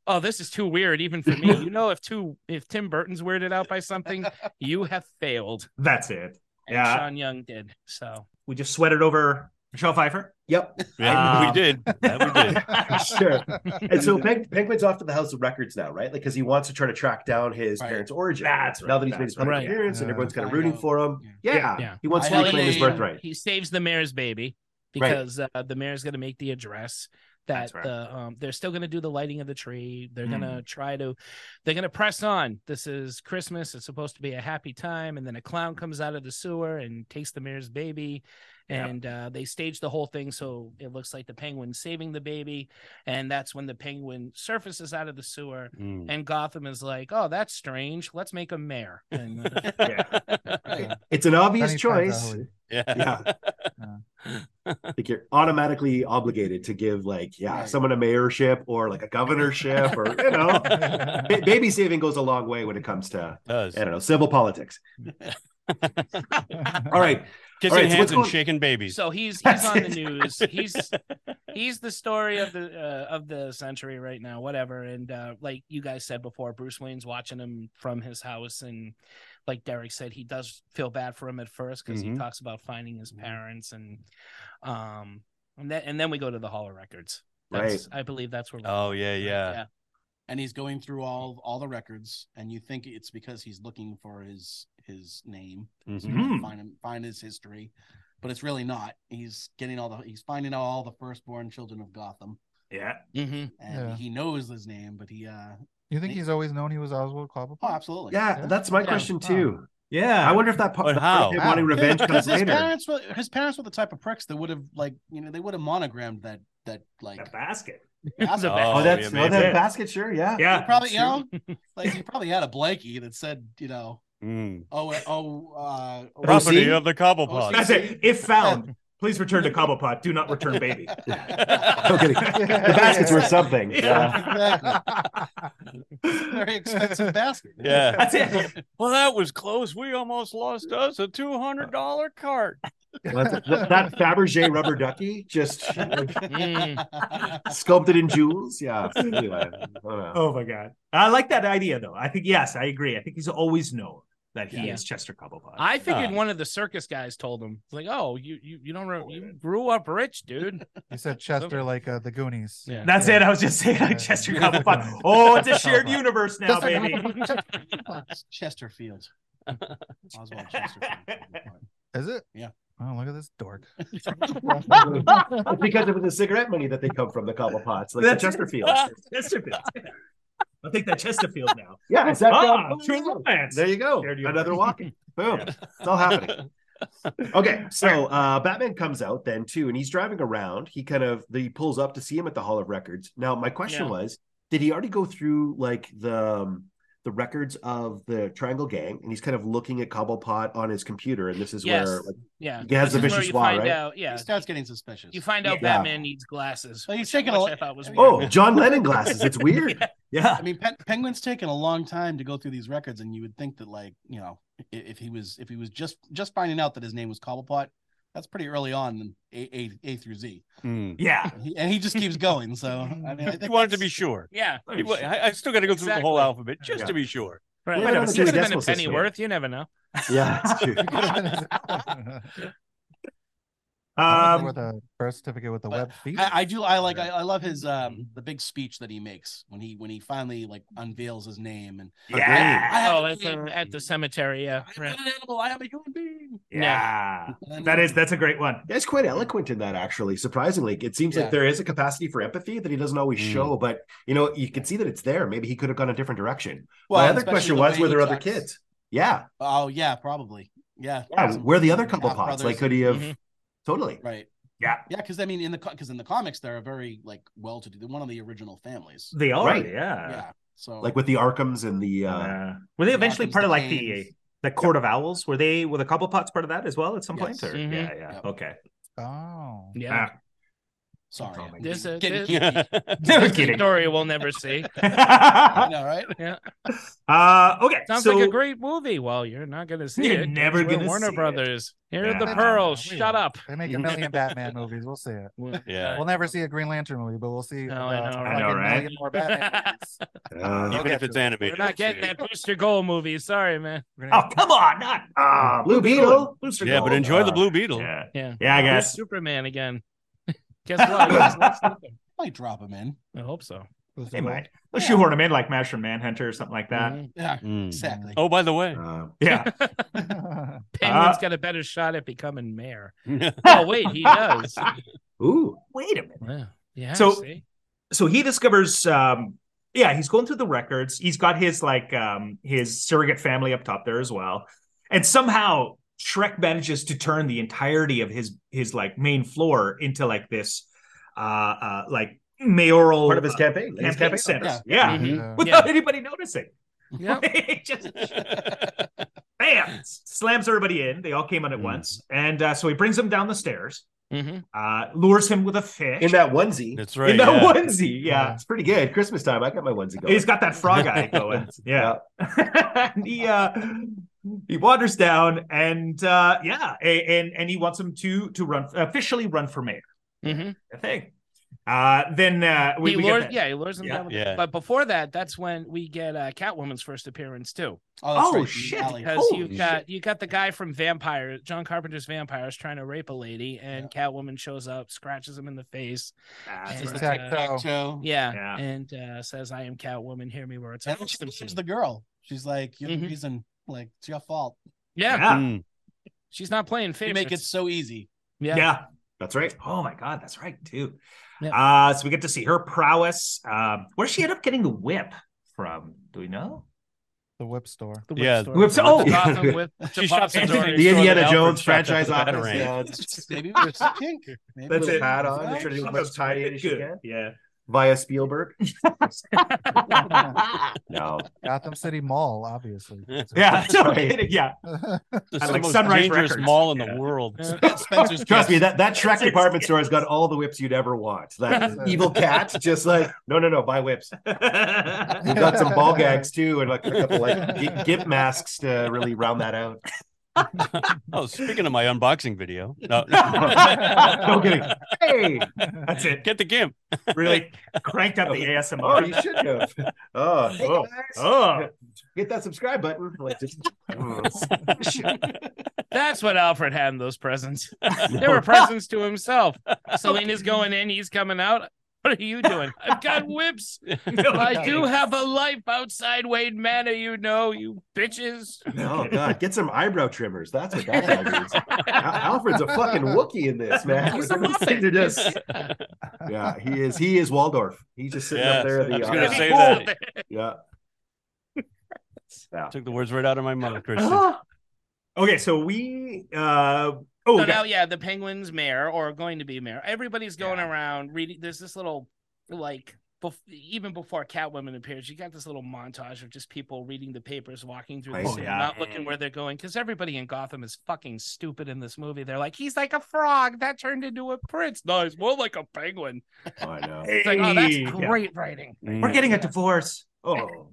"Oh, this is too weird, even for me." You know, if two if Tim Burton's weirded out by something, you have failed.
That's it.
And
Yeah.
Sean Young did. So
We just sweated over Michelle Pfeiffer.
Yep.
Yeah,
Um,
we did. That we did.
Sure. And so Peng- Penguin's off to the House of Records now, right? Like, because he wants to try to track down his
Right.
parents' origin.
That's right,
Now that he's made
that's
his public
right.
appearance and
Yeah.
everyone's kind of
Find
rooting
out.
for him. Yeah.
Yeah.
Ah.
Yeah.
He wants
I
to
like
uh,
reclaim his
the-
birthright.
he saves the mayor's baby because uh, the mayor's going to make the address. that
That's right.
the um they're still going to do the lighting of the tree. They're going to
Mm.
try to they're going to press on. This is Christmas. It's supposed to be a happy time and then a clown comes out of the sewer and takes the mayor's baby
Yep.
and uh, they stage the whole thing so it looks like the penguin saving the baby and that's when the penguin surfaces out of the sewer
Mm.
and Gotham is like, "Oh, that's strange. Let's make him mayor." And uh,
Mm.
Right.
It's an obvious
Sunny
choice.
Fanzarelli.
Yeah.
Yeah. I think you're automatically obligated to give like yeah
Right.
someone a mayorship or like a governorship or you know ba- baby saving goes a long way when it comes to
Does.
I don't know civil politics. All right,
Kissing
All right, so
hands
what's
and
going-
shaking babies.
so he's he's on the news. He's he's the story of the uh, of the century right now, whatever. And uh, like you guys said before, Bruce Wayne's watching him from his house, and like Derek said, he does feel bad for him at first because he
Mhm.
talks about finding his parents, and um, and then and then we go to the Hall of Records. That's, I believe that's where.
oh yeah, yeah.
yeah.
and he's going through all all the records, and you think it's because he's looking for his his name, so he
Mhm.
can
Mhm.
find him, find his history, but it's really not. He's getting all the he's finding out all the firstborn children of Gotham,
yeah.
hmm
and
Yeah.
he knows his name, but he uh
You think he's always known he was Oswald
oh
Cobblepot?
absolutely
yeah,
Yeah.
that's my
Yeah.
question
Wow.
too.
Yeah.
I wonder if that part
But
the part
how?
of him
Wow.
wanting revenge comes
because his
later.
parents were his parents were the type of pricks that would have like you know they would have monogrammed that that like
that basket.
asshole.
Oh,
Oh, that's
yeah,
oh,
maybe.
that basket, sure, yeah.
He
Yeah.
probably you
that's
know like he probably had a blankie that said you know
Mm.
oh oh uh
Property
OC?
of the cobblepot.
true. That's it. If found, please return to Cobblepot. Do not return baby.
I'm kidding. The basket's worth something.
Yeah.
very expensive basket.
Yeah.
That's it.
Well, that was close. We almost lost us a two hundred dollar cart.
Well, that's- that, that Fabergé rubber ducky just
Mm. Mm-hmm.
sculpted in jewels. Yeah. Anyway, I don't know.
Oh my god. I like that idea though. I think yes, I agree. I think he's always known that he
Yeah.
is Chester Cobblepot.
I figured
Ah.
one of the circus guys told him, "It's like, oh, you you, you don't re- you grew up rich, dude."
You said Chester like uh, the Goonies.
Yeah.
That's
Yeah.
it. I was just saying like Chester
Yeah.
Cobblepot. Oh, it's a shared
Cobblepot.
universe now,
Just
baby.
Chesterfield. Oswald Chesterfield.
Is it?
Yeah.
Oh, look at this dork.
It's because of the cigarette money that they come from, the Cobblepots, like
That's-
the Chesterfields.
Chesterfield. I'll take that Chesterfield now.
Yeah, exactly.
Ah, true romance.
There you go.
Shared universe.
Another walking. Boom. It's all happening. Okay, so uh, Batman comes out then too, and he's driving around. He kind of he pulls up to see him at the Hall of Records. Now, my question
Yeah.
was, did he already go through like the um, the records of the Triangle Gang, and he's kind of looking at Cobblepot on his computer, and this is
Yes.
where like,
Yeah,
he has
This
the
is where
vicious
you
law,
find
right?
out.
He
Yeah,
starts getting suspicious.
you find out
Yeah.
Batman needs glasses.
So he's
which-
taking a
which
lot-
I thought was
Oh,
Oh,
weird.
John Lennon glasses. It's weird.
Yeah.
I mean, Pen- Penguin's taken a long time to go through these records, and you would think that, like, you know, i- if he was if he was just just finding out that his name was Cobblepot, that's pretty early on in A A, a through Z,
Mm.
Yeah. Um,
and he, and he just keeps going. So I mean, I
He
think
wanted to be
that's-
sure.
Yeah,
He wa- I, I still got to go through the whole
Exactly.
alphabet just
Yeah.
to be sure.
right.
Yeah,
Whatever.
that's
This
what
could
the
have been
decimal
a
system
penny
is.
worth. You never know.
Yeah, it's true.
Um,
Um,
with a birth certificate with the
but
web feet.
I, I do. I like. I, I love his um the big speech that he makes when he when he finally like unveils his name and
yeah.
I
Oh,
have
that's uh, at the cemetery. Yeah,
I'm
right.
not an animal. I am a human being.
Uh,
Yeah.
And then-
That is that's a great one.
That's quite eloquent in that, actually. Surprisingly, it seems
Yeah.
like there is a capacity for empathy that he doesn't always
Mm.
show, but you know, you can see that it's there. Maybe he could have gone a different direction.
Well,
My other
especially
question
the
was,
way
were
he
there other
talks.
kids? Yeah,
Oh yeah, probably. Yeah.
yeah.
Some-
Oh, Where are the other
some
couple pots?
half-brothers
Like, could he have
Mm-hmm.
Mhm.
totally?
Right.
Yeah.
Yeah, because I mean, in the because in the comics, they're a very like well-to-do. They're one of the original families.
They are,
Right.
yeah.
Yeah. So
Like with the Arkhams and the uh,
Yeah. Were they eventually
Gotham's
part
the
of like
Canes.
the the Court of Owls? Were they were the Cobblepots part of that as well at some
Yes.
point? Or
Mhm.
yeah, yeah.
Yep.
Okay.
oh.
Yeah,
Ah.
sorry,
Comic.
there's a
Get-
there's
Never
there's a
kidding.
story we'll never see.
I know, right?
uh okay.
Sounds
so
like a great movie. Well, you're not gonna see
You're
it. 'cause
never
we're
gonna
Warner
see it.
Brothers. Here are
Yeah.
the pearls.
We
Shut
will.
up.
They make a million Batman movies. We'll see it.
Yeah.
We'll never see a Green Lantern movie, but we'll see.
No, I know,
a
right?
I know,
fucking
right?
million more Batman movies.
uh,
I'll
Even
get
if
to
it's
it.
animated.
We're not getting that Booster Gold movie. Sorry, man.
We're
Oh
gonna-
come on, not ah Blue Beetle. Booster
Yeah, but
Gold.
enjoy the
Uh,
Blue Beetle.
Yeah.
Yeah.
Yeah, I
Who's
guess.
Superman again. Guess what? He was Lex Luthor.
Might drop him in.
I hope so.
Booster
They
Gold.
might. Let's shoehorn him in like Mash and Manhunter or something like that.
Mhm.
Yeah,
Mm.
exactly.
Oh, by the way.
uh,
Yeah. Uh,
Penguin's got a better shot at becoming mayor.
yeah.
Oh wait, he does.
ooh,
Wait a minute.
Yeah. Yeah.
So-
see?
so he discovers um yeah he's going through the records he's got his like um his surrogate family up top there as well and somehow shrek manages to turn the entirety of his his like main floor into like this uh uh like mayoral
Part of his
uh,
campaign.
campaign, center yeah,
Mhm.
Uh,
without anybody noticing
Yep.
It just bam slams everybody in they all came in at
Mhm.
once and uh, so he brings him down the stairs
Mm-hmm,
hmm
uh lures him with a fish
In that onesie.
That's right.
in that
yeah.
onesie yeah.
It's pretty good. Christmas time. I got my onesie going.
He's got that frog eye going. Yeah. and he uh he wanders down and uh yeah, a- and and he wants him to to run officially run for mayor.
hmm
mm-hmm.
I think. Uh then uh we,
he
we get
lures,
that-
yeah, he lures them
Yeah.
down. With
Yeah.
But before that, that's when we get uh, Catwoman's first appearance too,
Oh,
that's
shit.
Allie.
because
Holy
you've got you got the guy from Vampire, John Carpenter's Vampires, trying to rape a lady, and Catwoman shows up, scratches him in the face,
Ah,
It's
that's
like
right.
uh,
tic-tac-toe.
Joe.
yeah,
Yeah.
and uh, says, "I am Catwoman, hear me where it's
And then she blames the girl. She's like, "You're
Mm-hmm.
the
Mhm.
reason. Like, it's your fault.
Yeah,
Yeah.
Mm.
she's not playing
You
favorites.
make it so easy."
yeah.
yeah. That's right. Oh my god, that's right too.
Yeah.
Uh so we get to see her prowess. Um where she end up getting the whip from? Do we know?
the whip store.
The whip
Yeah.
store.
Whip- oh!
Gotham whip-
She shops at
the
Anthony-
Dollar Store
Indiana
that Alfred
Jones
shopped at
franchise
the
office.
Batarang.
Yeah, it's-
Maybe there's a kink. Maybe
That's
there's
it.
Hat
something
on,
else.
make sure to do as much tidy as you can.
Yeah.
Via Spielberg. No.
Gotham City Mall, obviously.
Yeah,
That's
no
right.
kidding. Yeah,
It's
I
the
like
most
Sunrise
dangerous
Records.
mall in the
Yeah.
world.
Spencer's
Trust me,
kiss.
that that Shrek
It's- it's-
department store has got all the whips you'd ever want. That
That's it.
evil cat, just like no, no, no, buy whips. We got some ball gags too, and like a couple like gi- gimp masks to really round that out.
Oh, speaking of my unboxing video, no,
no kidding. Hey,
that's it.
get the gimp.
Really cranked up the
oh,
ASMR.
you should have. Oh,
Hey,
oh,
guys.
oh,
Oh,
hit that subscribe button. Like, just,
That's what Alfred had in those presents. They were presents to himself. Selena's going in, he's coming out. What are you doing? I've got whips.
no,
I do have a life outside Wade Manor, you know, you bitches.
no, Oh, God, get some eyebrow trimmers. That's what that guy needs. Al- Alfred's a fucking Wookie in this man.
He's a
These
Muppet.
things are just- yeah, he is. He is Waldorf. He's just sitting
Yeah,
up there. at The,
I was
uh,
gonna say
Cool.
that.
Yeah. yeah.
Took the words right out of my mouth, Kristen.
Okay, so we. uh Oh,
So
okay.
now, yeah, the Penguins mayor or going to be mayor. Everybody's going
Yeah.
around reading. There's this little, like, bef- even before Catwoman appears, you got this little montage of just people reading the papers, walking through, the
Oh,
city,
yeah.
not looking where they're going, because everybody in Gotham is fucking stupid in this movie. They're like, he's like a frog that turned into a prince. No, he's more like a penguin.
Oh, I know.
It's like, oh, that's
Hey, yeah.
great writing.
We're
Mm.
getting a divorce. Oh,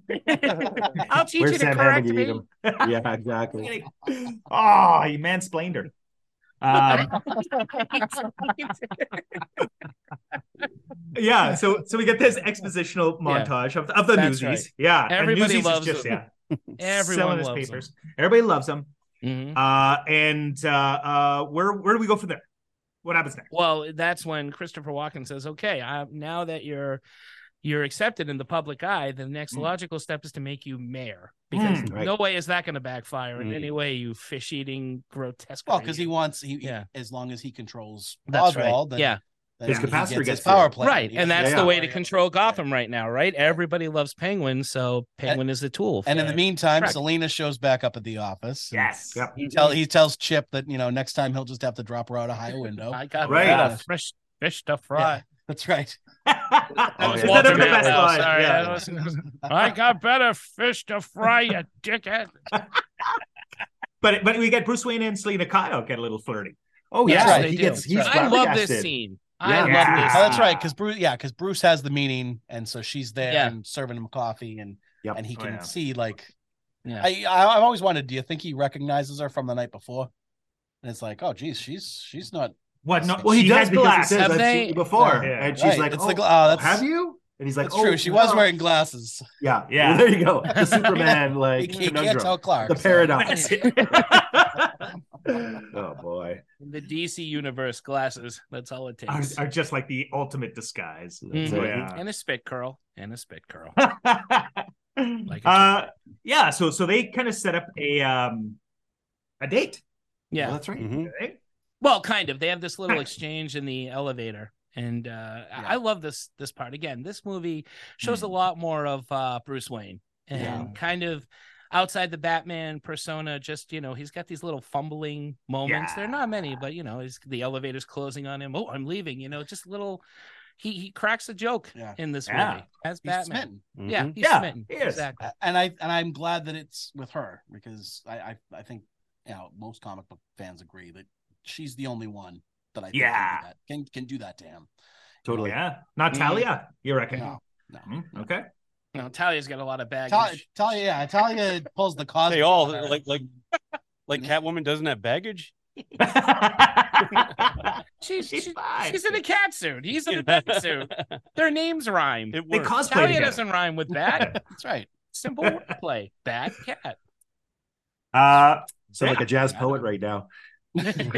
I'll teach
Where's
you to
Sam Hammond?
correct
You
me.
need him. Yeah, exactly.
oh, he mansplained her. Um, yeah, so so we get this expositional montage of, of the
That's
newsies. Yeah, and
Everybody
newsies is
loves
just,
them.
yeah, selling
Everyone
his
loves him.
papers. Everybody loves him.
Mhm.
Uh, and uh, uh, where where do we go from there? What happens next?
Well, that's when Christopher Walken says, "Okay, I, now that you're you're accepted in the public eye, the next
Mm.
logical step is to make you mayor because
Mm, right.
no way is that going to backfire in
Mm.
any way. You fish eating grotesque.
Well, because he wants he, he-
Yeah.
as long as he controls
That's right.
Oswald, then-
yeah,
then
His
he
capacitor
his
gets
power
filled.
play.
right, and that's
Yeah,
the
yeah.
way to control Gotham right now, right? Everybody loves Penguin, so Penguin is the tool.
And in the meantime,
Correct.
Selena shows back up at the office. and
Yes.
Yep.
He tell he tells Chip that you know next time he'll just have to drop her out a high window.
I got
Right.
uh, fresh fish to fry.
That's right.
oh,
is that
is that
Walter
the
ever the Matthau,
best
best line?
Sorry,
Yeah.
that was- I got better fish to fry, you dickhead.
But but we get Bruce Wayne and Selena Kyle get a little flirty.
Oh
Yes,
yeah,
they
he
do.
gets. He's
That's
I love this
flabbergasted.
scene.
Yeah.
I love
Yeah.
this.
Oh, that's
scene.
right, because Bruce, yeah, because Bruce has the meeting, and so she's there
Yeah.
and serving him coffee, and
Yep.
and he
Oh,
can
yeah.
see like,
Yeah.
I, I I've always wondered, do you think he recognizes her from the night before? And it's like, oh, geez, she's she's not.
What? No,
Well, he
she
does
has
because
glass.
he says,
Have
"I've
they-
seen you before,"
Yeah.
and she's
Right,
like,
it's
oh,
like, oh, that's-
"Have you?" And he's like,
That's
"Oh,
true. She was
no."
wearing glasses.
Yeah,
Yeah.
yeah. there you go. The Superman
He,
like
he can't
conundrum.
tell Clark.
the
so-
paradox.
That's it.
oh boy.
In the DC universe glasses. That's all it
are,
takes.
are just like the ultimate disguise.
Mhm.
So,
yeah.
And a spit curl. And a spit curl.
like uh, yeah, so so they kind of set up a um a date.
Yeah.
that's right.
Mm-hmm.
Mhm.
Right?
Well, kind of. They have this little exchange in the elevator. And uh, I- I love this this part. Again, this movie shows a lot more of uh, Bruce Wayne and
Yeah.
kind of outside the Batman persona. Just you know, he's got these little fumbling moments. There are not many, but you know, he's the elevator's closing on him. Oh, I'm leaving. You know, just little. He he cracks a joke
Yeah.
in this
Yeah.
movie as
He's
Batman.
smitten.
Yeah,
Mhm.
he's
Yeah,
smitten.
he is.
Exactly.
A- and I and I'm glad that it's with her because I I, I think you know most comic book fans agree that she's the only one that I think
Yeah.
can, do that, can can do that to him.
Totally.
Yeah. Not
Mhm.
Talia, you reckon?
No, no.
Hmm, Okay.
You know, Talia's got a lot of baggage.
Talia, Talia, yeah, Talia pulls the cause.
They all
Uh,
like like like Catwoman doesn't have baggage.
she's,
she's
she's,
fine.
she's in a cat suit. He's in a
Yeah.
bat suit. Their names rhyme.
It
They
works.
cosplay
Talia
together.
doesn't rhyme with bat.
That's right.
Simple wordplay. Bat cat.
Uh, sound
Yeah.
like a jazz poet right now.
Break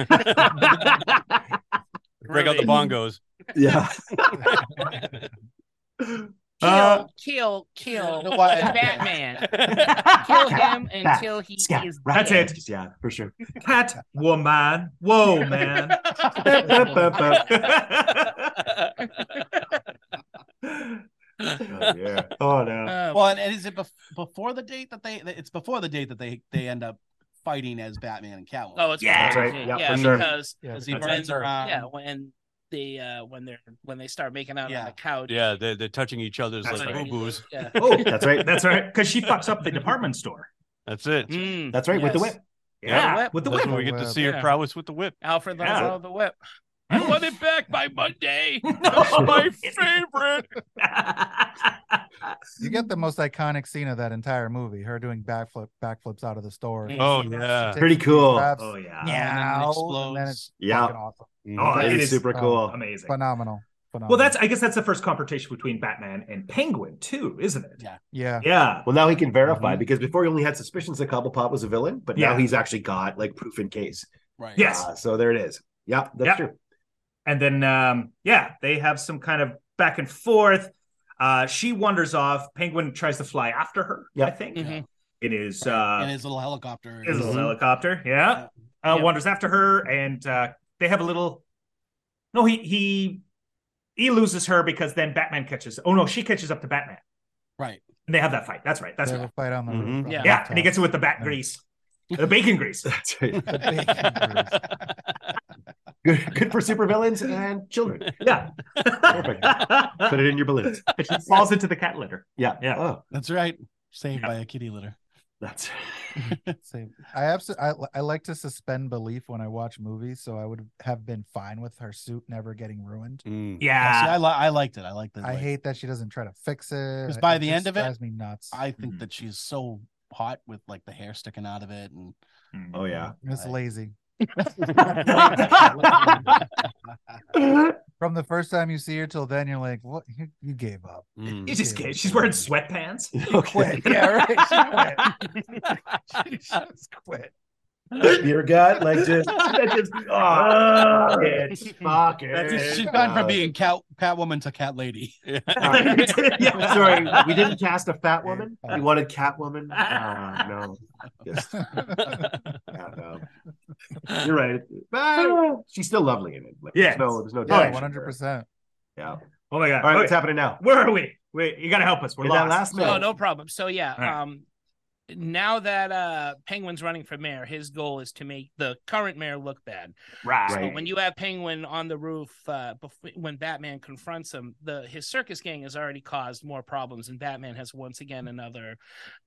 out the bongos.
Yeah.
Kill,
Uh,
kill, kill.
No, why-
Batman. Kill him until he
Yeah,
is
right.
That's it.
Just, Yeah, for sure.
Cat woman. Whoa, man.
Oh, yeah. Oh no.
Uh,
Well, and, and is it bef- before the date that they? that- It's before the date that they they end up fighting as Batman and Catwoman.
oh, it's
Yeah. That's
right. Yeah,
yeah
for sure.
because
Yeah,
Because he
That's
burns
right.
her. uh,
yeah, when they uh when they're when they start making out on
Yeah.
the couch.
Yeah, they're, they're touching each other's
That's
like
right.
boo boos.
Yeah.
Oh,
That's right.
that's right. Because she fucks up the department store.
That's it.
Mm.
That's right. With the
Yes.
whip.
Yeah,
Yeah,
with the
That's
whip.
when we get to see her
Yeah.
prowess with the whip.
Alfred let
Yeah.
us out of the whip. I want it back by Monday.
That's
My favorite.
You get the most iconic scene of that entire movie: her doing backflip backflips out of the store.
Mhm.
Oh
She
yeah.
takes
Pretty
deep
cool.
breaths,
Oh yeah,
Yeah.
meows,
explodes.
and then it's
Yeah.
fucking awesome.
Oh,
that
it
is
is-
super
oh,
cool.
amazing.
phenomenal.
Well,
Phenomenal.
that's I guess that's the first confrontation between Batman and Penguin too, isn't it?
Yeah.
yeah.
Yeah.
Well, now he can verify
Mhm.
because before he only had suspicions that Cobblepot was a villain, but now
Mm-hmm. Yeah.
he's actually got like proof in case.
Right.
Yes.
Uh, so there it is. Yeah, that's
Yeah.
true.
And then um, yeah, they have some kind of back and forth. Uh, she wanders off. Penguin tries to fly after her.
Yeah.
I think
Mhm.
it is. Uh,
in his little helicopter.
his little
Mhm.
helicopter. Yeah. Uh,
Yeah.
Wanders after her, and uh, they have a little. No, he he he loses her because then Batman catches. Oh no, she catches up to Batman,
Right.
and they have that fight. That's right. That's
they
right.
have a fight on the roof.
Mhm.
on
Yeah.
the
Mm-hmm. Yeah, and he
rooftop.
gets it with the bat
Yeah.
grease, the bacon grease.
That's right.
The
Good, good for supervillains and children.
Yeah,
Perfect. Put it in your balloons.
it just falls into the cat litter.
Yeah.
Yeah.
Oh,
That's right. Saved
Yeah.
by a kitty litter.
that's
Same. I absolutely I, I like to suspend belief when I watch movies, so I would have been fine with her suit never getting ruined.
Mm.
Actually,
Yeah,
I li- I liked it. I liked that.
I hate that she doesn't try to fix it.
'Cause
I-
by
it
the
just
end of it,
drives me nuts.
I think
Mhm.
that she's so hot with like the hair sticking out of it, and
Hmm.
oh yeah.
it's
I-
lazy.
That's
From the first time you see her till then, you're like, "What? You, you gave up?
you
Mm.
just get. She's wearing sweatpants.
okay.
Yeah, right.
Your gut, like just, that just oh, it, fuck it.
That's
she's
just-
gone from
Uh,
being cat Catwoman to Cat Lady.
yeah, sorry, we didn't cast a fat woman. We wanted Catwoman. Ah, no, yes, yeah, no. You're right. But she's still lovely in it. Like,
Yeah.
there's no, there's no. doubt.
Yeah,
Oh,
one hundred percent.
Yeah.
Oh my god.
All right,
Okay.
what's happening now?
Where are we? Wait, you gotta help us. We're
In that
lost.
last minute.
No, no problem. So yeah,
All right.
um now that uh Penguin's running for mayor, his goal is to make the current mayor look bad.
Right.
So when you have Penguin on the roof uh bef- when Batman confronts him, the his circus gang has already caused more problems and Batman has once again another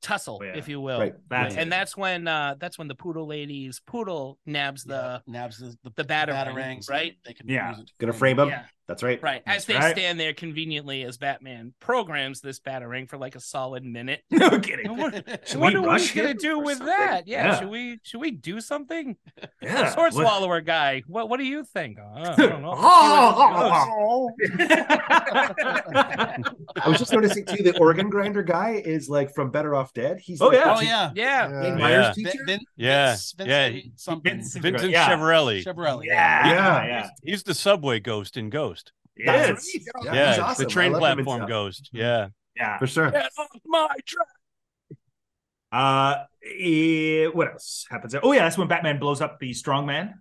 tussle,
Oh, Yeah.
if you will.
Right.
That's
And that's when uh that's when the poodle lady's poodle nabs the
nabs the the,
the batarang, right?
They can
Yeah.
use it to
Gonna frame him.
Yeah.
That's right.
Right. As
That's
they
right.
stand there conveniently as Batman programs this batarang for like a solid minute.
no kidding.
I
Should we
wonder what
rush
he's gonna
him
do
or
with
something?
that. Yeah,
Yeah.
should we should we do something?
Yeah.
Sword
What-
swallower guy. What what do you think? Uh, I don't know.
I was just noticing too. The organ grinder guy is like from Better Off Dead. He's
Oh,
like
yeah.
the
Oh
teacher-
yeah.
yeah.
Mike
Yeah.
Myers
Vin,
teacher.
Vin,
Yeah,
Vince- Vince
yeah.
Vin- something.
Vince-
Vincent
Yeah.
Chevrelli.
Chevrelli.
Yeah.
Yeah.
Yeah.
He's the subway ghost in Ghost.
He
That's
is.
right.
Yeah,
he's
it's
awesome. I
the train
love him in
platform
stuff.
ghost. Yeah.
Yeah.
For sure.
Get off my track.
Uh, eh, what else happens? There? Oh yeah, that's when Batman blows up the strongman.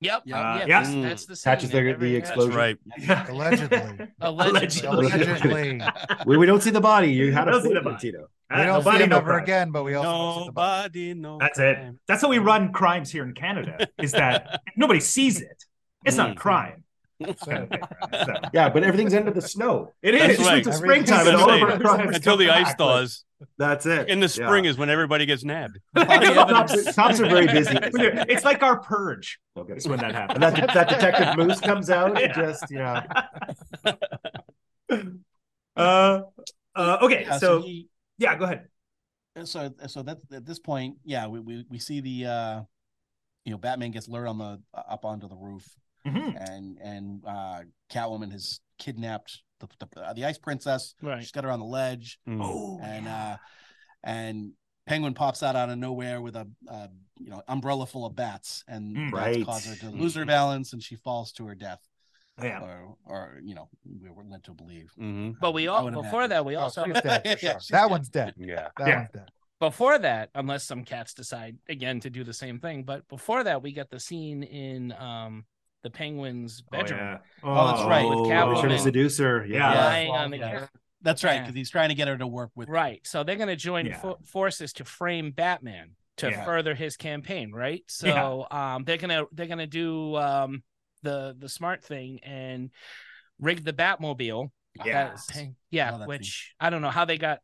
Yep.
Yeah.
Uh, yeah.
yeah. That's, that's the scene.
Patches
in
the,
every-
the
yeah.
explosion.
right.
Yeah.
Allegedly.
Allegedly.
Allegedly.
We, we don't see the body. You had a
Don't see the
point,
body.
Tito.
we don't
Ah, Nobody
see him
know
ever
crime.
again, but we also don't see the body.
Nobody knows.
That's it. That's how we run crimes here in Canada. Is that nobody sees it? It's not a
Mm.
crime.
So,
So,
Yeah, but everything's under the snow.
it
That's
is
right.
it's springtime and
Everything's
all of our
insane.
crimes
Until
come
the ice
back, like,
thaws.
That's it.
In the
Yeah.
spring is when everybody gets nabbed.
cops, cops are very busy.
It's like our purge.
Okay.
Is when that
And
happens.
that, that detective Moose comes out and
Yeah.
just yeah.
Uh, uh, okay,
Yeah,
so
he-
yeah, go ahead.
And uh, so so that's at this point yeah we, we we see the uh you know batman gets lured on the uh, up onto the roof
Mhm.
and and uh catwoman has kidnapped the the, uh, the ice princess
Right.
she's got her on the ledge
Mm.
Oh,
and uh and penguin pops out out of nowhere with a uh, you know umbrella full of bats and
Hmm.
Mm.
bats
Right.
cause her to lose her balance and she falls to her death
Oh, yeah.
or or you know we were led to believe
Mhm.
But we
I
all
would
before
imagine.
that we
oh,
also
she's dead for
Yeah,
sure.
she's
That
dead.
one's dead.
Yeah.
That
Yeah.
one's dead.
before that, unless some cats decide again to do the same thing, but before that, we got the scene in um the penguin's bedroom.
Oh, that's right.
With
Richard
Catwoman.
Seducer. Yeah.
Yeah.
lying on the
Yeah. that's right
Yeah.
because he's trying to get her to work with
Right. So they're going to join
Yeah.
fo- forces to frame Batman to
Yeah.
further his campaign, right? So um they're going to they're going to do um the the smart thing and rig the Batmobile.
Yeah.
that Peng- yeah,
Oh, that
which I don't know how they got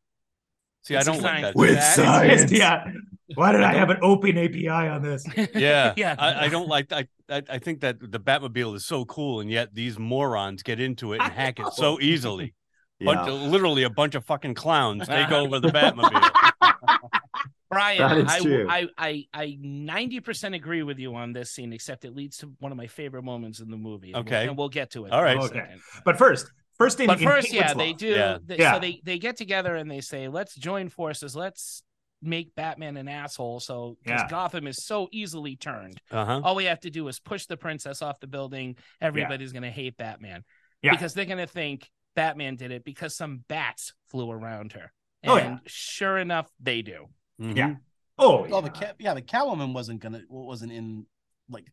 See, I
It's a
don't like
science.
that.
With
With
That is-
science.
It's- yeah. Why did I have an open API on this?
Yeah.
Yeah.
I, I don't like I, I I think that the Batmobile is so cool and yet these morons get into it and
I
hack it
know.
so easily. Bunch
Yeah.
of, literally a bunch of fucking clowns take
Uh-huh.
over the Batmobile.
That
Brian,
is
I,
true.
I I I ninety percent agree with you on this scene, except it leads to one of my favorite moments in the movie. and we'll-
Okay.
and we'll get to it.
All right.
in a
Okay.
second.
But first, first in,
But
in
first, yeah,
Penguin's
they
Law.
do.
Yeah.
They,
Yeah.
So they they get together and they say, "Let's join forces. Let's make Batman an asshole." So because
Yeah. Mm-hmm.
Gotham is so easily turned,
Uh-huh.
all we have to do is push the princess off the building. Everybody's gonna hate Batman
Yeah.
because they're gonna think Batman did it because some bats flew around her. And
Oh, yeah.
sure enough, they do.
Yeah.
Mhm.
Oh,
Well,
yeah.
the cat, yeah, the Catwoman wasn't gonna, well, wasn't in, like,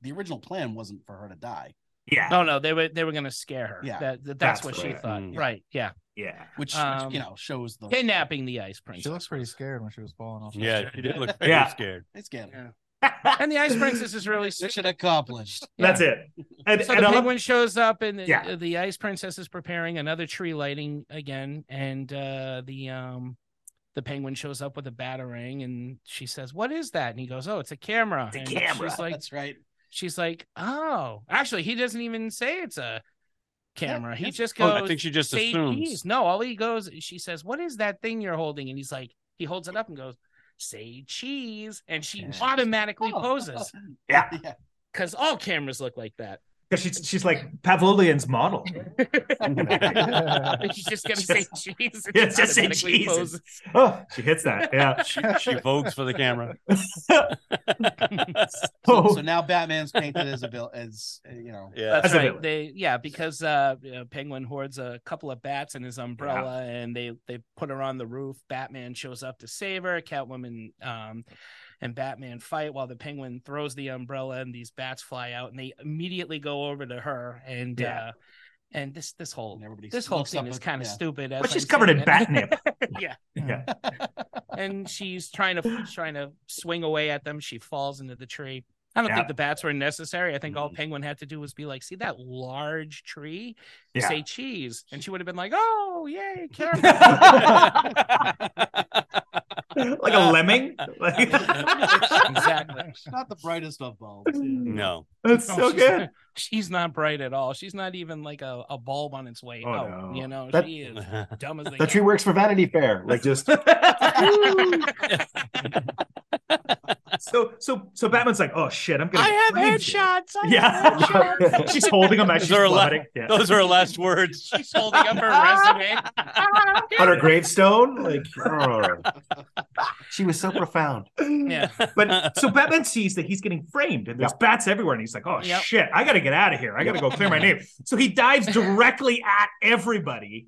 the original plan wasn't for her to die,
yeah.
No, no, they were they were gonna scare her.
Yeah.
that, that-
That's
that's, what she
right.
thought.
Mm.
Right? Yeah,
Yeah.
which,
Um,
you know shows the
kidnapping the ice princess.
She looks pretty scared when she was falling off.
Yeah, she did look very
Yeah.
scared.
It's getting
Yeah.
That's
and the ice princess is really sweet.
mission accomplished.
it. And,
so
and
the
I love-
penguin shows up, and the,
Yeah.
the ice princess is preparing another tree lighting again, and uh, the um the penguin shows up with a batarang, and she says, "What is that?" And he goes, "Oh, it's a camera."
It's a
And
camera.
She's like,
That's right.
she's like, "Oh, actually, he doesn't even say it's a camera. He
yeah.
just
Oh,
goes,
I think she just
"Say
assumes.
cheese." No, all he goes, she says, "What is that thing you're holding?" And he's like, he holds it up and goes, "Say cheese," and she
Yeah.
automatically
Oh.
poses
Yeah.
yeah.
because all cameras look like that.
'cause she's, she's like Pavlovian's model.
She's just gonna say cheese. and
Yeah, just say
automatically
cheese.
poses.
Oh, she hits that. Yeah.
she votes for the camera.
So,
Oh,
so now Batman's painted as a bill, as uh, you know,
Yeah.
That's
As a
right.
villain.
They yeah, because uh, you know, Penguin hoards a couple of bats in his umbrella, and they they put her on the roof. Batman shows up to save her. Catwoman um, and Batman fight while the Penguin throws the umbrella, and these bats fly out, and they immediately go over to her and.
Yeah.
Uh, and this this whole
and everybody.
this whole
looks up
scene is
at-
kind of
yeah.
stupid. as
but she's
I'm
covered
saying
in
it.
bat nip.
yeah,
Yeah.
and she's trying to trying to swing away at them. She falls into the tree. I don't
Yeah.
think the bats were necessary. I think all Penguin had to do was be like, "See that large tree?
Yeah.
Say cheese," and she would have been like, "Oh, yay, careful!"
like a
Uh,
lemming. Like,
exactly.
Not the brightest of bulbs.
No.
that's
No,
so
uh, she's,
good.
She's not bright at all. She's not even like a, a bulb on its way
Oh,
out.
no.
You know,
That-
she is dumb as they
The
get.
tree works for Vanity Fair. Like just
so so so Batman's like, oh shit, I'm gonna.
I have
frame you."
headshots. I have headshots.
Yeah, she's holding him as
Is
she's
there a la-
plummeting. Yeah.
Those are her last words.
She's holding up her resume.
on her gravestone. Like oh. she was so profound.
Yeah.
But so Batman sees that he's getting framed and there's bats everywhere, and he's like, "Oh
Yep.
shit, I gotta get out of here. I gotta go clear my name." So he dives directly at everybody,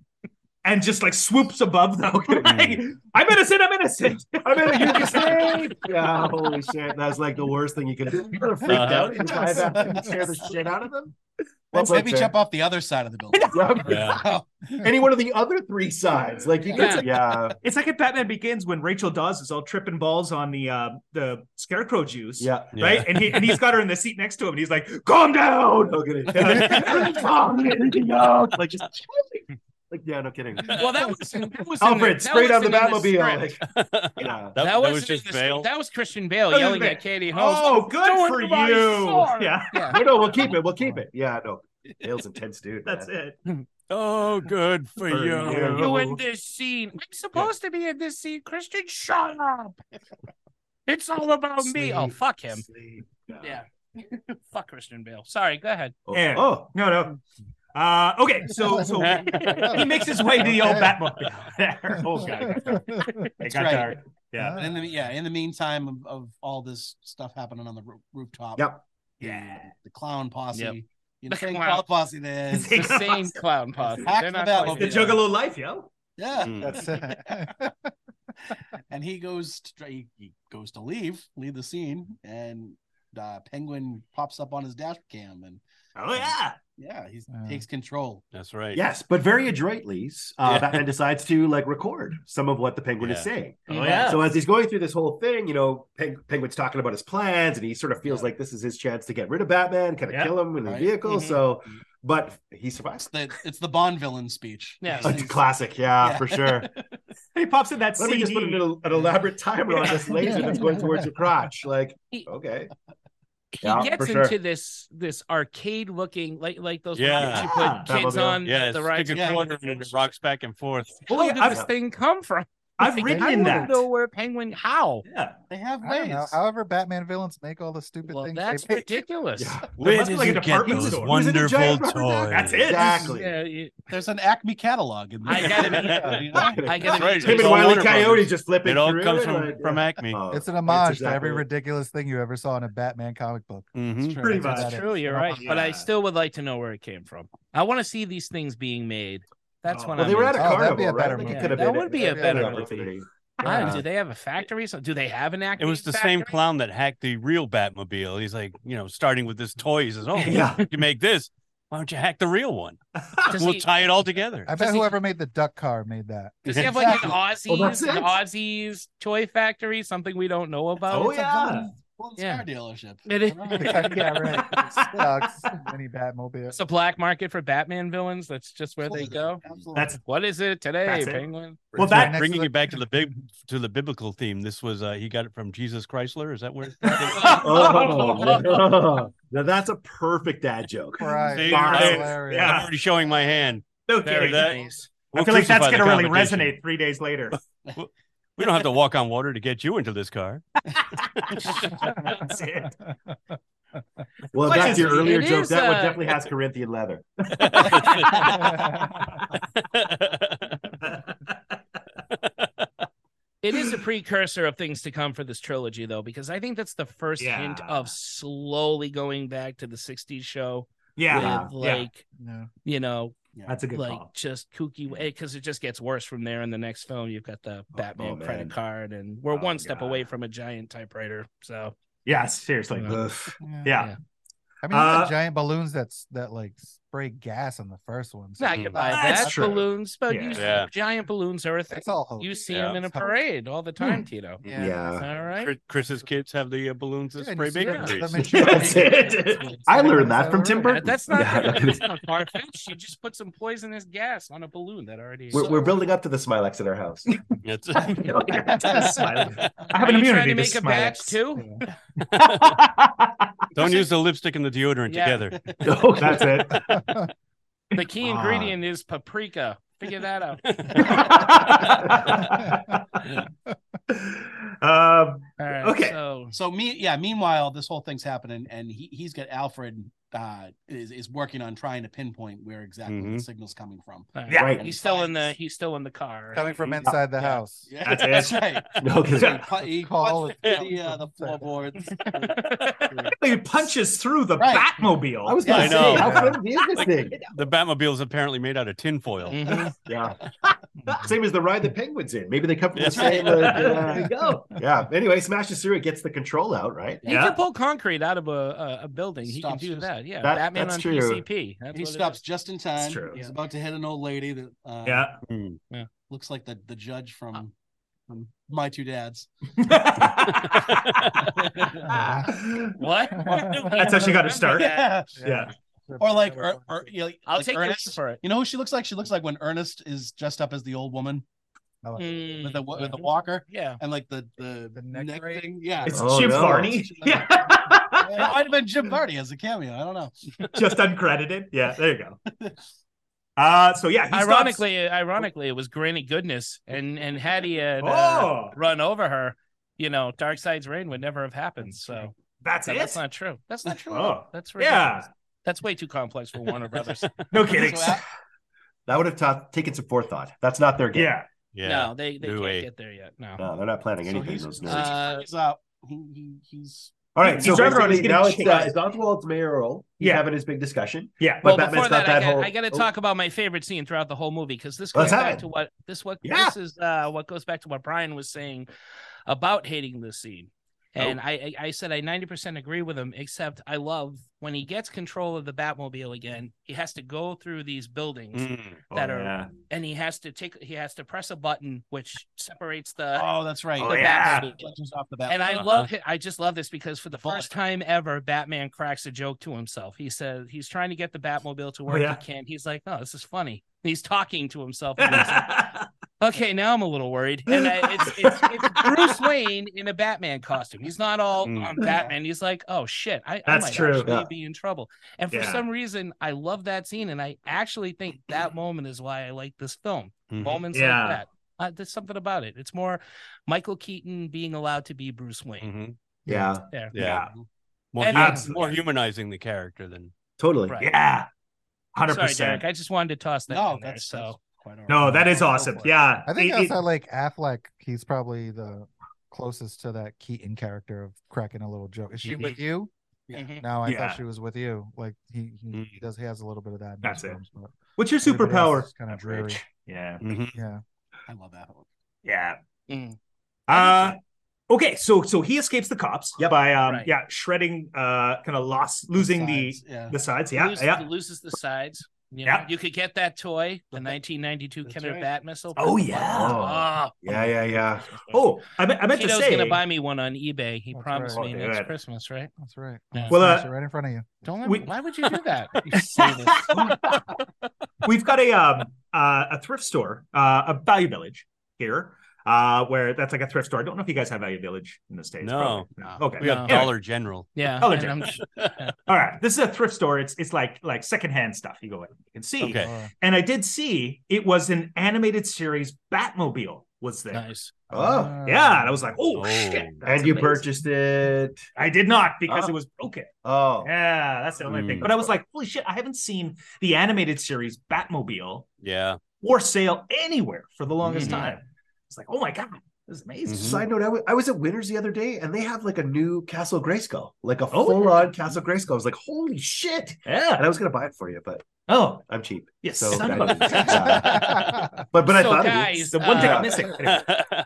and just like swoops above them. Like, I'm innocent. I'm innocent.
I'm in a huge mistake. Yeah, holy shit. That's like the worst thing you could do. People are freaked
Uh-huh.
out in live action. Scare the shit out of them. Well
Let's
played,
maybe
sir.
jump off the other side of the building.
Yep.
Yeah.
Wow.
Any one of the other three sides. Like you could yeah.
It's like in Batman Begins when Rachel Dawes is all tripping balls on the uh, the scarecrow juice.
Yeah.
Right, and he and he's got her in the seat next to him, and he's like, "Calm down,
Oh, No kidding. Calm down. Like just like yeah, no kidding.
Well, that was that was in
Alfred,
that
straight out of the
wasn't in
Batmobile.
script.
Like, yeah.
That, that
wasn't
was
in
just
the script.
Bale.
That was Christian Bale
That was
yelling
Bale.
at Katie Holmes.
"Oh, good
Don't
for you!"
buy sword.
Yeah,
Yeah.
No, no, we'll keep it. We'll keep it. Yeah, no. Dale's intense dude.
that's
man.
it.
Oh, good for
For
you.
you.
You in this scene? I'm supposed to be in this scene, Christian. Shut up. It's all about me. Oh,
Sleep.
fuck him.
Sleep.
Yeah. fuck Christian Bale. Sorry. Go ahead.
Oh,
Yeah.
oh,
No, no. Uh, okay, so so he makes his way to the old
Okay.
Batmobile. oh god, it got
right.
dark. Yeah,
And in the, yeah, in the meantime of, of all this stuff happening on the roo- rooftop,
Yep.
the-
yeah.
the clown posse,
Yep.
you know,
The
saying
clown.
clown posse there is-
It's the same clown posse.
Hack
They're
the
not
Batmobile.
quite
The
there.
Juggalo life, yo.
yeah,
Mm.
that's and he goes to, he, he goes to leave, leave the scene, and uh, Penguin pops up on his dash cam, and
Oh yeah.
yeah, he
Yeah.
takes control.
That's right.
Yes, but very adroitly, uh,
Yeah.
Batman decides to like record some of what the Penguin is
Yeah.
saying.
Oh yeah.
So as he's going through this whole thing, you know, Peng- Penguin's talking about his plans, and he sort of feels like this is his chance to get rid of Batman, kind of
Yeah.
kill him in the
Right.
vehicle.
Mhm.
So, but he
It's
survives.
the it's the Bond villain speech.
Yeah.
A classic, yeah,
Yeah.
for sure.
he pops in that
Let me
CD.
just put an, an elaborate timer on this laser that's going towards your crotch. Like,
He-
okay,
he
Yeah,
gets
for sure.
into this this arcade looking like like those
Yeah.
yeah. you
Ah,
put
Yeah.
kids
Batmobile.
on
Yeah,
Mm-hmm. the
the
rides.
stick a
Yeah.
quarter and it rocks back and forth.
Where
Oh,
did
yeah, I've-
this thing come from?
I've
Like,
ridden
I
in
wanna
that.
Know where Penguin? How?
Yeah.
They have
I don't
ways.
know. However, Batman villains make all the stupid
Well,
things.
that's
they make.
ridiculous.
yeah,
Where
must
did
be like a
you get
department
those
store.
Who's in the
wonderful
giant
toys?
rubber duck?
That's it.
exactly.
Yeah, you-
There's an Acme catalog in there.
I gotta
You know?
I gotta
Right,
be-
Him
It's
and
all
Wiley
Warner
Coyote
Brothers.
just flipping
It all
through
comes
it,
from
like,
from
yeah.
Acme.
Oh,
It's an
that's
homage to
exactly
every
it.
ridiculous thing you ever saw in a Batman comic book.
Mhm.
It's
Pretty
true.
much.
That's
True,
it.
you're
Yeah.
right. But I
Yeah.
still would like to know where it came from. I want to see these things being made. That's
Oh.
what
Well,
I'm.
they were at a
Oh,
into.
carnival,
that'd be a
right?
better
Like, it
movie.
could have
That
been
would be a
that'd
better
an
movie.
opportunity.
Ah,
Yeah.
Do they have a factory? So do they have an act?
It was the same clown that hacked the real Batmobile. He's like, you know, starting with this toy. He says, "Oh,
Yeah.
you make this. Why don't you hack the real one?
Does
we'll
he-
tie it all together."
I
Does
bet
he-
whoever made the duck car made that.
Does he have like an
Well, that's
Aussies, an
it.
Aussies toy factory? Something we don't know about?
Oh,
It's a
yeah.
villain- villain's
Yeah.
car dealership.
It is.
yeah, right. It Sucks. Mini Batmobile.
It's a black market for Batman villains. That's just where they go.
Absolutely.
That's
What is it today,
That's it.
Penguin?
well.
right
That
next to
Bringing
the-
it back to the big to the biblical theme. This was uh, he got it from Jesus Chrysler. Is that where?
Oh, man. now that's a perfect dad joke.
Right.
See,
That's
right.
hilarious.
Yeah.
I'm already showing my hand.
no
Very
kidding.
nice.
I
We'll
feel like that's
crucify the
gonna really
competition.
resonate three days later.
We don't have to walk on water to get you into this car.
That's it.
Well,
What
back
is
to your
it?
earlier
It
joke.
is,
That one
uh,
definitely has Corinthian leather.
It is a precursor of things to come for this trilogy, though, because I think that's the first hint
Yeah.
of slowly going back to the 60s show
Yeah,
with
Yeah.
like,
No.
you know,
that's a good
like
call.
just kooky because it just gets worse from there in the next film. You've got the Batman
oh, man.
credit card, and we're
Oh,
one step
God.
away from a giant typewriter. So,
Yeah, seriously.
Yeah.
Yeah.
Yeah.
I mean, you had
Uh,
giant balloons that's that like spray gas on the first one.
not gonna buy
That's
that
true.
balloons, but you
Yeah.
see-
Yeah.
giant balloons are a thing.
That's all hope.
You see
Yeah.
them in a parade all the time, Tito.
Yeah.
All right.
Chris- Chris's kids have the uh, balloons that
Yeah, and
spray
you see
bacon
that-
grease.
that makes you-
That's it. I learned that from Tim Burton.
That's not,
Yeah, that is-
that's not far fetched. You just put some poisonous gas on a balloon that already.
We're, we're building up to the Smilex at our house.
It's-
I have
Are
an
you
immunity
trying to make a batch too?
Don't use the lipstick and the deodorant
Yeah.
together.
No, that's it.
The key
Ah.
ingredient is paprika. Figure that out.
um,
All right.
Okay.
So
Um,
So me, yeah. Meanwhile, this whole thing's happening, and he he's got Alfred uh is, is working on trying to pinpoint where exactly
Mhm.
the signal's coming from.
Yeah.
right.
Right.
He's still in the he's still in the car. right?
coming from inside the
Yeah.
house.
Yeah,
That's
that's, right.
No, because
He pu- he
Call
punched
it.
the, uh, the floorboards.
He punches through the
Right.
Batmobile.
I was gonna
I
say,
know.
how fun is this thing?
The Batmobile is apparently made out of tinfoil.
Mhm.
Yeah, same as the ride the penguins in. Maybe they come from the
Yeah.
same. Uh, there you go. Yeah. Anyway, smashes through. It gets the control out. Right.
He
Yeah.
can pull concrete out of a a, a building. He can
Stops
do
just-
that. Yeah,
That-
Batman
that's
on
true.
PCP. That's
He
what it
stops
is.
just in time.
true.
He's
Yeah.
about to hit an old lady that uh,
Yeah.
Mm.
looks like the, the judge
Uh,
from, from My Two Dads.
What?
That's
how she got her
Remember
start.
that.
Yeah.
Or like, or, or, you know, like
I'll take your word
Ernest.
for it.
You know who she looks like? She looks like when Ernest is dressed up as the old woman
Mm,
with the with the
mhm.
walker
Yeah.
and like the the,
The neck braid?
thing. Yeah,
It's
Oh,
Jim
no.
Varney. Yeah.
it might have been Jim Varney as a cameo. I don't know.
Just uncredited. Yeah, there you go. Uh so yeah, he stops-
Ironically, ironically, it was Granny Goodness, and and had he had, uh,
Oh,
run over her, you know, Dark Side's reign would never have happened. so
that's
No,
it.
that's not true. That's not true. at
Oh,
all. That's ridiculous.
yeah.
That's way too complex for Warner Brothers.
No kidding.
So a-
That would have taught, taken some forethought. That's not their game.
yeah.
Yeah.
No, they they
No
can't
way.
get there yet. No.
No, they're not planning
so
anything.
he's,
those
he's,
nerds.
Uh,
out. He, he, he's
All right.
he's
So
driving around, he's
basically now it's,
getting
uh,
chased.
it's Oswald's mayoral. He's
Yeah.
having his big discussion.
Yeah.
But
well,
Batman's
before that,
got
I,
that
got,
whole-
I got to
oh.
talk about my favorite scene throughout the whole movie because this
Let's
goes
have
back
it.
to what this what
Yeah.
this is uh, what goes back to what Brian was saying about hating this scene.
Oh.
And I, I I said I 90% agree with him, except I love when he gets control of the Batmobile again. He has to go through these buildings
Mm.
that
Oh,
are,
yeah.
and he has to take, he has to press a button which separates the
oh, that's right.
Oh,
The
yeah.
bat- just off the bat.
and I
Uh-huh.
love it. I just love this because for the
Bullet.
first time ever, Batman cracks a joke to himself. He says he's trying to get the Batmobile to work.
yeah.
He can't. He's like, "Oh, this is funny." He's talking to himself. and he's like, okay, now I'm a little worried. And I, it's, it's it's Bruce Wayne in a Batman costume. He's not all
Mm.
um, Batman. He's like, "Oh shit, I, I
That's
might
true.
actually
Yeah.
be in trouble." And for
Yeah.
some reason, I love that scene, and I actually think that moment is why I like this film
Mhm.
moments
Mm-hmm. Yeah.
like that. Uh, there's something about it. It's more Michael Keaton being allowed to be Bruce Wayne.
Mhm.
Yeah.
There.
Yeah.
Yeah.
More,
And-
human,
Absolutely.
more humanizing the character than
Totally.
Right.
Yeah. Hundred
Sorry,
percent.
Derek. I just wanted to toss that
no,
in there.
that's
so
that's quite all
No,
right.
that is
Go
awesome.
for it.
Yeah.
I think
It- it-
outside like Affleck, he's probably the closest to that Keaton character of cracking a little joke. Is she with you?
Yeah.
Mhm.
No, I
Yeah.
thought she was with you. Like he, he
Mm.
does, he has a little bit of that. In
That's
his
it.
films, but
what's your
everybody else
superpower?
is kinda
I'm
dreary.
rich. Yeah.
Mhm.
Yeah,
I love that one.
Yeah.
Mm.
Uh okay, so so he escapes the cops
Yep.
by um
Right.
yeah, shredding uh kind of lost losing the
Sides, yeah.
the sides. Yeah,
Lose-
yeah.
Loses the sides. You
Yeah.
know, you could get that toy, the
That's
1992
right.
Kenner Bat missile.
Oh, yeah.
Oh,
Yeah. Yeah. Yeah.
Oh, I, me- I meant to
Tito's
say
gonna buy me one on eBay. He
That's
promised
right.
me
Oh,
next
good.
Christmas, right?
that's right.
Yeah.
Well,
Smash
uh,
it right in front of you.
Don't. Let
We-
why would you do that? You sadist.
we've got a um uh, a thrift store, uh, a Value Village here, uh, where that's like a thrift store. I don't know if you guys have Value Village in the states.
No.
probably. Okay.
We got
No.
Dollar General.
yeah.
Oh,
and I'm-
All right. This is a thrift store. It's it's like like secondhand stuff. You go in, you can see.
Okay.
Uh,
And I did see it was an animated series. Batmobile was there.
nice.
Oh.
Uh,
Yeah, and I was like, oh,
Oh.
shit. that's
and you
amazing.
purchased it.
I did not because
Oh.
it was broken.
Oh.
Yeah, that's the only thing.
Hmm.
Mm.
But I was like, holy shit, I haven't seen the animated series Batmobile
Yeah.
or sale anywhere for the longest
Mhm.
Hmm.
time. It's like, oh my god, this is amazing.
Mhm.
Side note: I wa- I was at Winners the other day, and they have like a new Castle Grayskull, like a
Oh.
full-on Castle Grayskull. I was like, "Holy shit!" And
Yeah.
I was gonna buy it for you, but
Oh,
I'm cheap.
yes.
Hmm. So
son
that
of a-
is- But but I
So,
thought of you.
guys,
It's the one thing
uh,
I'm missing. Anyway.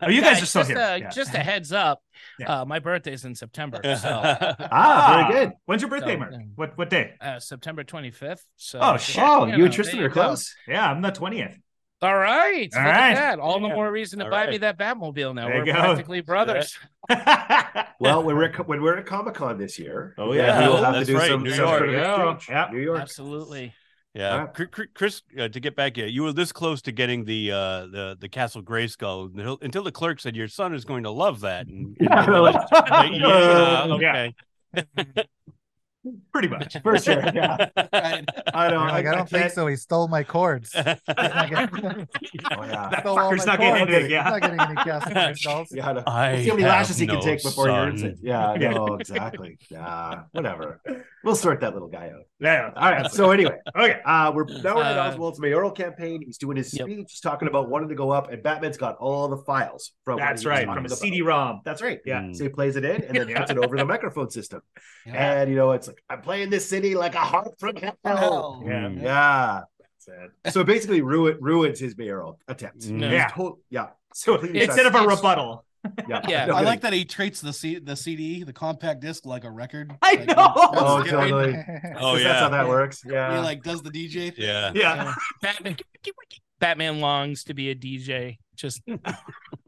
Oh, you guys are still
just,
here.
uh, A,
Yeah.
just a heads up.
Yeah.
Uh, my birthday's in September, so
Ah, very good.
When's your birthday,
So,
Mark?
yeah.
What what day?
uh, September 25th. So
Oh, shit.
Oh,
You
you,
know,
and Tristan
there
are
you go.
close.
Yeah, I'm the twentieth.
All right.
All
All right.
right.
That. All the
Yeah.
more reason to
All
buy
right.
me that Batmobile now.
There you
We're
go.
practically brothers.
Well, when we're at, when we're at Comic Con this year,
Oh,
yeah.
we will have to
That's
do
right,
some
New
some
York.
sort of
Yeah.
exchange.
Yeah.
New York.
Absolutely.
Yeah,
Alright.
Cr- cr- Chris. Uh, to get back, yeah, you were this close to getting the uh, the the Castle Grayskull until, until the clerk said your son is going to love that. And, and you're like, yeah,
Uh, yeah,
okay.
pretty much.
For sure. Yeah.
Right.
I don't.
I'm like I don't think
can't-
so. He stole my cords. He's not getting-
Oh, yeah.
That
stole all
fucker's
my
not getting
cords.
anything,
He's
yeah.
not getting any Castle Grayskulls.
Yeah, I know.
I
See how many
have
lashes he can
no
take before he earns
son.
it. Yeah,
Yeah.
no, exactly. Yeah, whatever. We'll sort that little guy out.
Yeah.
All right. So anyway,
Okay.
uh, we're now we're at
Uh,
Oswald's mayoral campaign. He's doing his
Yep.
speech. He's talking about wanting to go up, and Batman's got all the files from. what
That's
he was
right.
talking
From a
about.
CD-ROM.
That's right.
Yeah.
So he plays it in and then
Yeah.
puts it over the microphone system.
Yeah.
And you know, it's like I'm playing this city like a harp from hell.
Hell.
Yeah.
Mm.
Yeah. That's it. So it basically ruin, ruins his mayoral attempt.
Mm.
Yeah.
To- yeah.
So
Completely
instead of a
it's-
rebuttal.
Yeah.
Yeah.
No
I like
kidding.
that he treats the C- the CD, the compact disc, like a record.
I
Like,
know!
that's
Oh,
scary.
totally.
Oh,
'Cause That's how
yeah.
that works.
He
Yeah.
like does the DJ. thing.
Yeah.
Yeah.
Batman, Batman longs to be a DJ just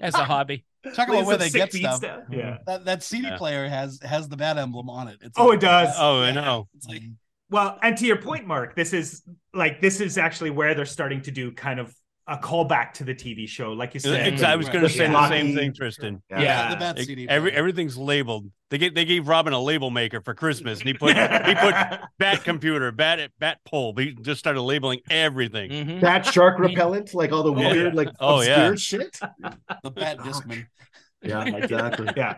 as a hobby.
Talk
Plays
about where
some
they
sick
get
beat
stuff.
Yeah.
That, that CD
Yeah.
player has has the bat emblem on it. It's
Oh,
like-
it does.
Oh, I know.
It's like
Well, and to your point, Mark, this is like this is actually where they're starting to do kind of a callback to the TV show, like you said.
Ex- I was going to say the
Yeah.
same thing, Tristan.
Yeah.
yeah,
Yeah.
the bat
Ex-
CD.
Oh, Every
player.
everything's labeled. They gave they gave Robin a label maker for Christmas, and he put he put bat computer, bat at bat pole. He just started labeling everything.
Mhm.
That shark repellent, like all the
yeah.
weird, like
Oh,
obscure
yeah.
shit.
the bat discman.
Yeah, exactly.
yeah.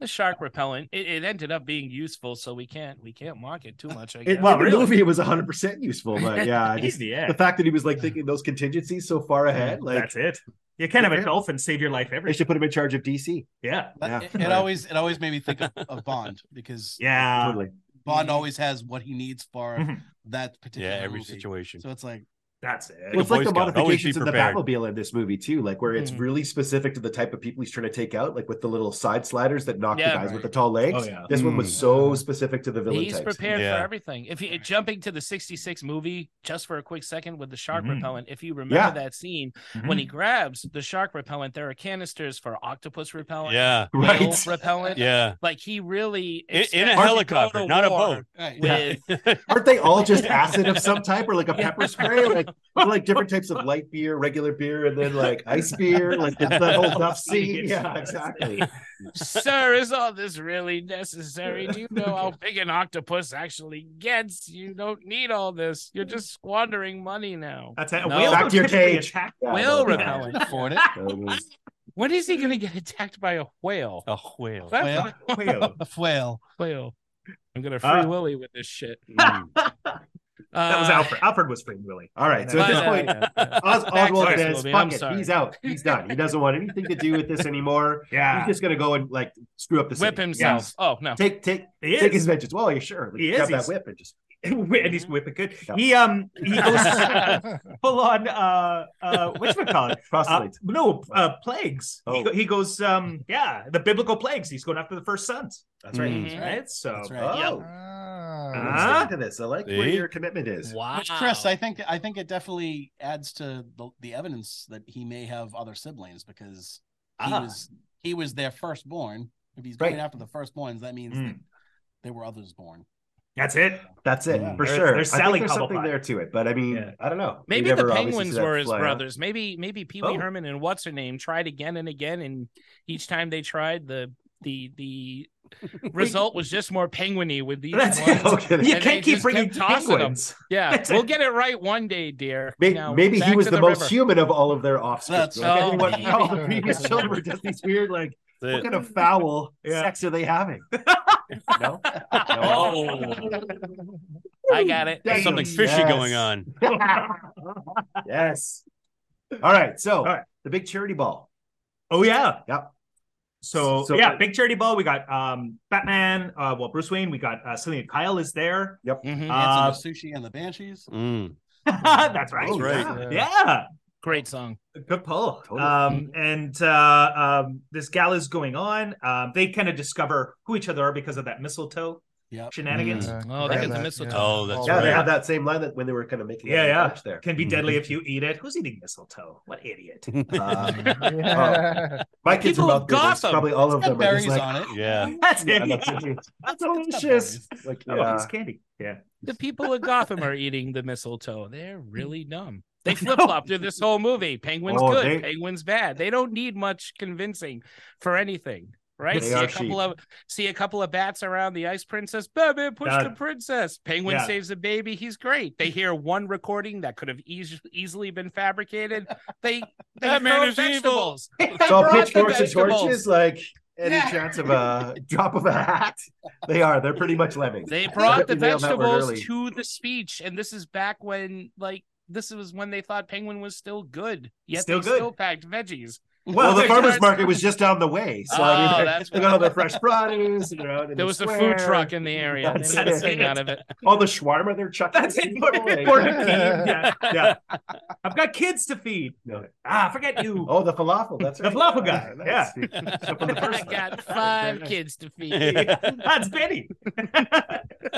The shark repellent. It, it ended up being useful, so we can't we can't mock it too much. I guess.
It,
Well,
in the
really?
movie, it was 100% useful, but yeah, I
He's
just,
the
the
end.
fact that he was like thinking those contingencies so far ahead, like
That's it. You can't have a
Yeah.
dolphin save your life
they
every
should put him in charge of DC.
Yeah.
Yeah.
That- It, it always it always made me think of, of Bond because
Yeah.
totally.
Bond
Mhm.
always has what he needs for
Mhm.
that
Yeah,
particular
every
movie.
situation.
So it's like
That's
Well,
it.
it's
Boy
like the
Scout, always be
modifications of the
prepared.
Batmobile in this movie too, like where it's
Mhm.
really specific to the type of people he's trying to take out, like with the little side sliders that knock
Yeah.
the guys with the tall legs.
Oh, yeah.
This one was
Mm.
so specific to the villain
He's
types.
prepared
Yeah.
for everything. If you jumping to the 66 movie just for a quick second with the shark
Mhm.
repellent, if you remember
Yeah.
that scene
Mm-hmm.
when he grabs the shark repellent, there are canisters for octopus repellent,
Yeah,
whale
right?
repellent.
yeah.
Like he really
In, in a
expected to go
helicopter,
to
not a
war
boat.
right,
With
Aren't they all just acid of some type or like a
Yeah.
pepper spray? Like, they're like different types of light beer, regular beer, and then like ice beer, like that's that whole Duff scene. Yeah, exactly.
Sir, is all this really necessary? Do you know how big an octopus actually gets? You don't need all this. You're just squandering money now.
That's it. A
No.
whale
Back
will
to your
typically
cage.
attack-
Yeah,
Whale
no,
repellent.
I can afford it.
no.
When is he going to get attacked by a whale?
a whale.
That's
Whale.
not
Whale.
The whale.
a whale. I'm going to free
Ah.
Willy with this shit.
Mm.
That was
Uh,
Alfred. Alfred was framed really.
All right. So at
but,
this
uh,
point,
yeah.
Os-
Back to
Oswald
this
says,
movie, I'm
"Fuck it,
sorry.
he's out. He's done. He doesn't want anything to do with this anymore.
Yeah.
He's just gonna go and like screw up the
whip
city.
himself. Oh no.
Yeah. Take take
He
take his
is.
vengeance. Well, you sure?
He
grab that
is. He's-
whip and just
and he's whipping good.
Yeah.
He um he goes
yeah.
full on uh uh whatchamacallit? Uh,
proselyte.
no, uh, plagues. He,
Oh.
go- he goes, um, yeah, the biblical plagues. He's going after the first sons. That's right.
Mhm.
Mm-hmm.
Right. So,
That's right.
oh,
Yep.
Ah.
I'm
Uh-huh.
sticking to this. I like where
See?
your commitment is.
Wow.
Which Chris, I think I think it definitely adds to the, the evidence that he may have other siblings because he
Ah.
was he was their firstborn. If he's
Right.
going after the firstborns, that means
Mm.
that there were others born.
That's it.
That's it
Yeah.
for
There's-
sure.
there's
I think
Sally
there's something
Cobblepot.
there to it, but I mean,
Yeah.
I don't know. We
Maybe
never
the
obviously
penguins
see that
were his
fly out.
brothers. Maybe maybe Pee Wee
Oh.
Herman and what's her name tried again and again, and each time they tried, the the the result was just more penguiny with these.
That's it.
ones.
Okay.
You
And they
can't keep
just
bringing
kept tossing 'em.
penguins.
Yeah,
That's
we'll
it.
get it right one day, dear.
May-
Now,
maybe he
back
was
to
the, most
river.
human of all of their offspring.
That's-
Like,
Oh,
everyone-
maybe.
all the previous children were just these weird, like, what
That's it.
kind of foul
Yeah.
sex are they having? no?
Oh.
I got it.
Damn.
Something fishy
Yes.
going on.
yes. All right. So
All right.
the big charity ball.
Oh yeah.
Yep.
So,
So-
yeah, big charity ball. We got um Batman, uh well Bruce Wayne, we got uh Selena Kyle is there.
Mhm.
Uh,
Dancing with sushi and the banshees.
Mm.
that's right.
Oh,
right.
yeah.
Yeah.
Great song.
Good pull.
Totally.
Um, and uh, um, this gala is going on. Um, they kind of discover who each other are because of that mistletoe
Yep.
shenanigans.
Uh,
Oh,
they
grab
did the
that,
mistletoe.
Oh, that's
Yeah, they
right.
had that same line that when they were kind of making
Yeah,
that
yeah.
touch there.
Can be deadly if you eat it. Who's eating mistletoe? What idiot?
Um,
Yeah.
my kids
People
were
of
out there. There's
Gotham.
Probably all of
Got
them. Are
berries
just like,
on it.
Yeah.
That's
yeah,
it.
that's,
Yeah.
that's delicious. Like,
Oh,
yeah.
it's candy. Yeah.
The people of Gotham are eating the mistletoe. They're really dumb. They flip flop through this whole movie. Penguins
Oh,
good,
they-
penguins bad. They don't need much convincing for anything, right?
They
see
are
a couple
sheep.
of see a couple of bats around the ice princess. Batman push the
Done.
princess. Penguin
Yeah.
saves a baby. He's great. They hear one recording that could have eas- easily been fabricated. They they
Batman
throw
is evil.
vegetables.
It's all pitchforks and torches. Like, any
Yeah.
chance of a drop of a hat? They are. They're pretty much lemming.
They brought the
You nailed that word
vegetables
early.
to the speech, and this is back when like this was when they thought penguin was still good. Yet
Still
they
good.
still packed veggies.
Well, the
there's-
farmers market was just down the way, so I
Oh,
mean,
that's
they
why.
got all their fresh produce. You know, in
There was a food
square.
truck in the area. They
That's
made a
it.
thing out of it.
All the shawarma they're chucking.
That's
at
it.
people, like-
Gordon Keene, Yeah, yeah. I've got kids to feed.
No.
Ah, forget you.
Oh, the falafel. That's
The
right.
falafel guy,
nice. So from the
I
first one.
got five kids to feed.
That's Benny.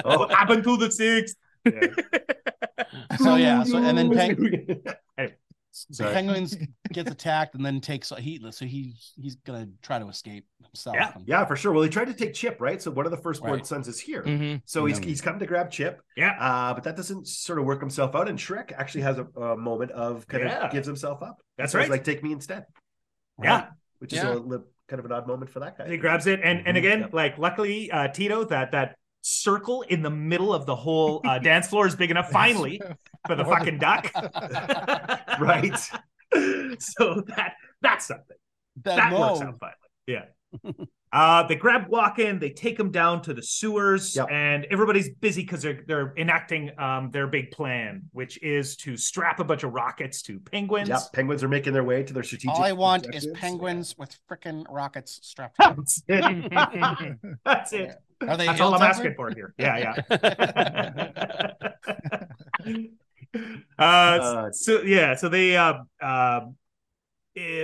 Oh,
What happened to the six?
So yeah, so and then Peng-
Anyway,
so
sorry.
penguins gets attacked and then takes he so he he's gonna try to escape himself.
Yeah,
And-
yeah, for sure. Well, he tried to take Chip, right? So one of the firstborn
Right.
sons is here.
Uh,
Mhm.
So he's
Mhm.
he's come to grab Chip,
yeah.
uh, but that doesn't sort of work himself out. And Shrek actually has a, a moment of kind
Yeah.
of gives himself up.
That's
So he's
right.
Like take me instead.
Yeah.
which is
Yeah.
a li- kind of an odd moment for that guy.
He grabs it, and and
Mhm.
again,
Yep.
like luckily, uh, Tito, that that circle in the middle of the whole uh, dance floor is big enough finally for the fucking duck.
right.
so that that's something.
That,
that works
mole,
out finally. Yeah. Uh, they grab Walken, they take him down to the sewers,
Yep.
and everybody's busy because they're they're enacting um, their big plan, which is to strap a bunch of rockets to penguins.
Yep. Penguins are making their way to their strategic.
all I want is
objectives.
penguins with freaking rockets strapped. to them.
That's it. That's it.
Are they
That's all I'm
hill-toppers?
asking for here. Yeah, yeah. uh, s- so yeah, so they uh, uh,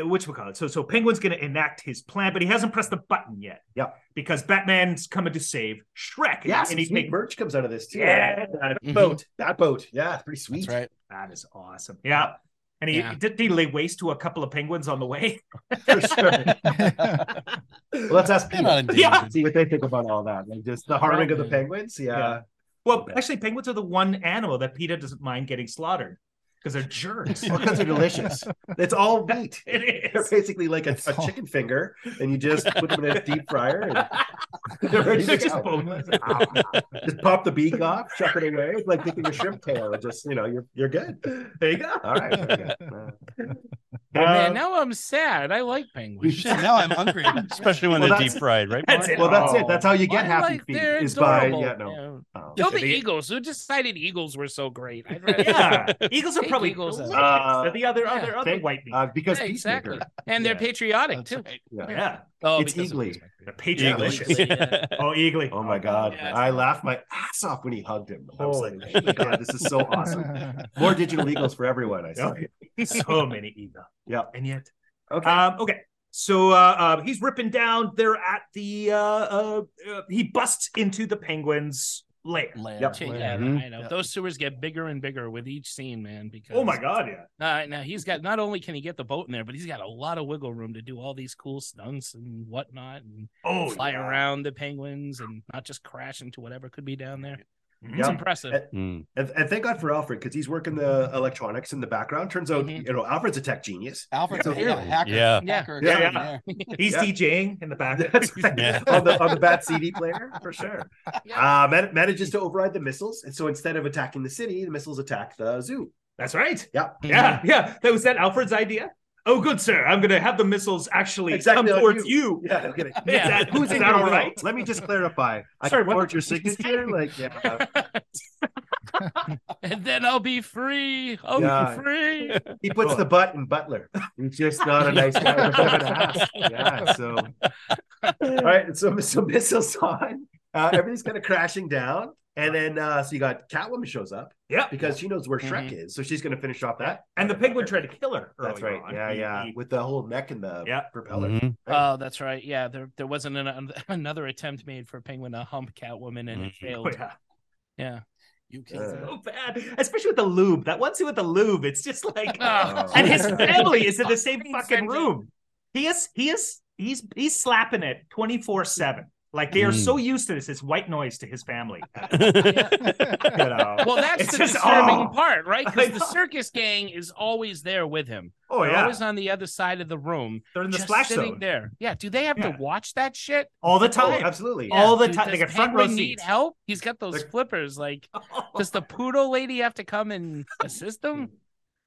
which we call it. So so Penguin's going to enact his plan, but he hasn't pressed the button yet.
Yep.
Because Batman's coming to save Shrek.
Yeah,
and
and
he's
sweet
making
merch comes out of this too.
yeah Mm-hmm.
Mhm.
boat.
That boat. Yeah, it's pretty sweet.
That's right.
That is awesome. Yeah. And he
Yeah.
did he lay waste to a couple of penguins on the way?
For sure. Well, let's ask
They're
people.
not endangered.
Yeah.
See what they think about all that. Like just the harming of the
Yeah.
penguins. Yeah.
Yeah. Well,
Yeah.
actually, penguins are the one animal that PETA doesn't mind getting slaughtered because they're jerks.
All kinds are delicious. It's all meat.
It
They're
is.
basically like a,
It's
a
all-
chicken finger, and you just put them in a deep fryer and they're ready to
They're just
go.
boneless.
Just pop the beak off, chuck it away, It's like picking a shrimp tail. and Just you know, you're you're good.
There you go.
All right. very good. Uh,
Man,
Um,
now I'm sad. I like penguins.
Shit, now I'm hungry.
especially when
Well,
they're
that's-
deep fried, right?
That's it.
well, that's it.
Oh.
That's how you get
I
happy
like-
feet
they're
is by
adorable.
yeah no. Oh.
Kill the
They-
eagles. Who decided eagles were so great? I'd rather-
yeah, eagles are
Take
probably
eagles
Uh,
out.
delicious. They're the other
Yeah.
other other
Thank-
white meat.
Uh, because
Yeah,
peacemaker.
exactly. And they're
Yeah.
patriotic
That's
too.
right.
Yeah.
yeah,
Oh,
It's
because of
eagly.
Peacemaker.
they're
Eagles.
patriotic.
Yeah.
Oh, eagly.
Oh my god!
Yeah.
I laughed my ass off when he hugged him. I was
Holy
like, "Oh my
shit.
god, this is so
Oh.
awesome! More digital eagles for everyone." I
Yeah.
said.
so many eagles.
Yeah.
and yet,
Okay.
um, okay. So uh, uh, he's ripping down. They're at the. Uh, uh, uh, he busts into the penguins' lair.
Layer.
Yep.
Yeah,
Yeah.
I know.
Yeah.
Those sewers get bigger and bigger with each scene, man. Because
Oh my god! Yeah.
Uh, now he's got not only can he get the boat in there, but he's got a lot of wiggle room to do all these cool stunts and whatnot, and
Oh,
fly
yeah.
around the penguins and not just crash into whatever could be down there.
Mhm.
Yeah.
It's impressive.
And-
Mm.
And, and thank God for Alfred because he's working the electronics in the background. Turns out,
Mhm.
Mm-hmm.
you know, Alfred's a tech genius.
Alfred's a
Yeah.
yeah, hacker.
Yeah.
Yeah.
Hacker
Yeah,
down
yeah.
there.
He's
Yeah.
DJing in the back.
Yeah.
on the on the bat CD player for sure. Uh, man- manages to override the missiles, and so instead of attacking the city, the missiles attack the zoo.
That's right.
Yeah,
Yeah, yeah. That was that Alfred's idea. Oh, good sir. I'm gonna have the missiles actually
Exactly
come
on
towards
you.
you.
yeah. Okay.
Is
Yeah.
that-
Who's
is
in
that
your
all
will?
right?
Let me just clarify. I
Sorry,
can
what
forge
the-
your signature, like yeah.
and then I'll be free. I'll
Yeah.
be free.
He puts the butt in Butler. He's just not a nice guy. with a bit of an ass. Yeah. So, all right. So, so missiles on. Uh, everything's kind of crashing down, and then uh, so you got Catwoman shows up.
Yeah.
Because she knows where Shrek is, so she's going to finish off that.
And the penguin tried to kill her.
That's
earlier
right.
on.
Yeah,
He-
yeah.
he-
With the whole neck and the
Yeah.
propeller.
Mhm.
Oh, that's right. Yeah, there there wasn't an, another attempt made for Penguin to hump Catwoman, and it
Oh,
failed.
yeah.
Yeah.
You killed
Uh, Yeah.
him.
So bad, especially with the lube. That one scene with the lube, it's just like,
Oh.
and his family is in the same
Fucking
fucking
sentient.
room. He is, he is, he's he's slapping it twenty four seven. Like they are
Mm.
so used to this, it's white noise to his family. You
yeah.
know?
Well, that's
It's
the
just-
disturbing
oh.
part, right?
I
Because the
know.
circus gang is always there with him.
oh
They're
yeah,
always on the other side of the room.
they're in the
just
splash
sitting
zone
there. Yeah. Do they have
Yeah.
to watch that shit?
all the
Oh,
time.
absolutely.
All the
Dude,
time. They
does
get front row
Penguin need
seats.
help? He's got those
They're-
flippers. Like, does the poodle lady have to come and assist him?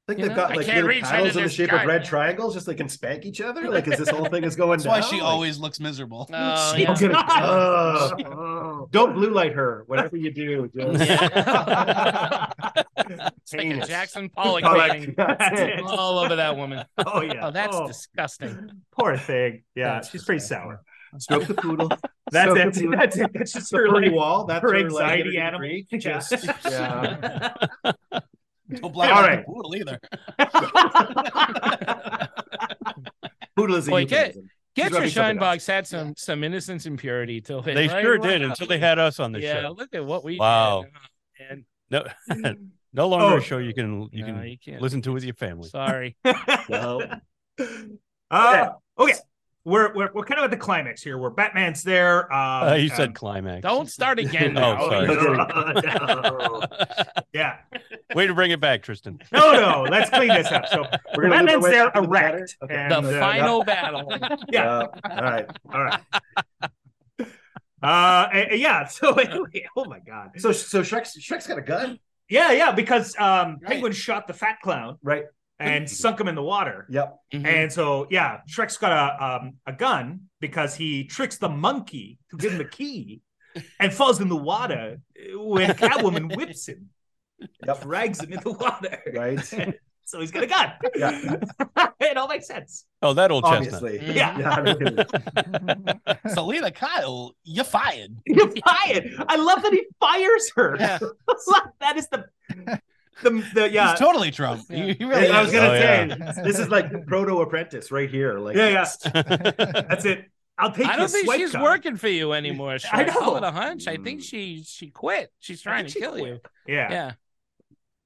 think
You
they've
know,
got
I
like
can't
little
reach
paddles
under
in the
this
shape of
giant-
red triangles, just so they can spank each other. Like, is this whole thing is going
That's why
down?
she
Like,
always looks miserable.
Oh,
I'm
yeah.
gonna- Ugh. don't blue light her. Whatever you do, just
Yeah. It's like a
Heinous.
Jackson
Oh,
Pollock
Pollock,
painting
that's it.
all over that woman.
Oh yeah.
Oh, that's disgusting.
Poor thing. Yeah,
That's
she's pretty
disgusting.
sour.
stroke the poodle.
That's
Stroke
it.
the poodle.
That's it. That's just
The
her
pretty
like,
wall. That's
her
her, like,
anxiety
getting
animal.
freaked.
Yeah.
Just- yeah.
Don't black
All
out
right.
the poodle either.
Poodle is a
Boy, get-
euphemism.
Getcher
rubbing something
Scheinbox had some some innocence and purity till
They
like,
sure
wow.
did until they had us on the
yeah,
show.
look at what we
Wow.
had. And
No, no longer
Oh.
a show you can you
no,
can
you can't.
listen to with your family.
Sorry.
No.
Uh, okay. We're, we're we're kind of at the climax here. Where Batman's there. Um,
Uh, you
um,
said climax.
Don't start again.
Oh,
now.
sorry.
Oh, No.
yeah.
Way to bring it back, Tristan.
No, no. Let's clean this up. So
We're gonna leave it
Batman's
with-
there
with the batter?
erect.
Okay.
and,
The
uh,
final battle.
Yeah.
Uh, all right.
All right. Uh, and- and yeah. So anyway, oh my god.
So so Shrek's Shrek's got a gun.
Yeah, yeah. Because um,
Right.
Penguin shot the fat clown
Right.
Mm-hmm.
Mm-hmm.
and sunk him in the water.
Yep.
Mhm.
And so, yeah, Shrek's got a um, a gun because he tricks the monkey to give him the key, and falls in the water when Catwoman whips him,
Yep.
drags him in the water.
Right.
So he's got a gun.
Yeah.
it all makes sense.
Oh, that old chestnut.
Obviously.
Mm.
Mhm.
Yeah. I mean,
Selena Kyle, you're fired.
You fired. I love that he fires her.
Yeah.
that is the the, the yeah.
He's totally Trump.
Yeah.
He- he really
I was
is.
gonna
Oh,
say
yeah.
this is like proto apprentice right here. Like
yeah, yeah.
That's
That's it. I'll take.
I
your
don't think
swipe
she's
card.
working for you anymore. Should
I
I, call it
know.
a hunch? I think
Mm.
she she quit. She's
I
trying
think
to
she
kill
quit.
you.
Yeah.
Yeah.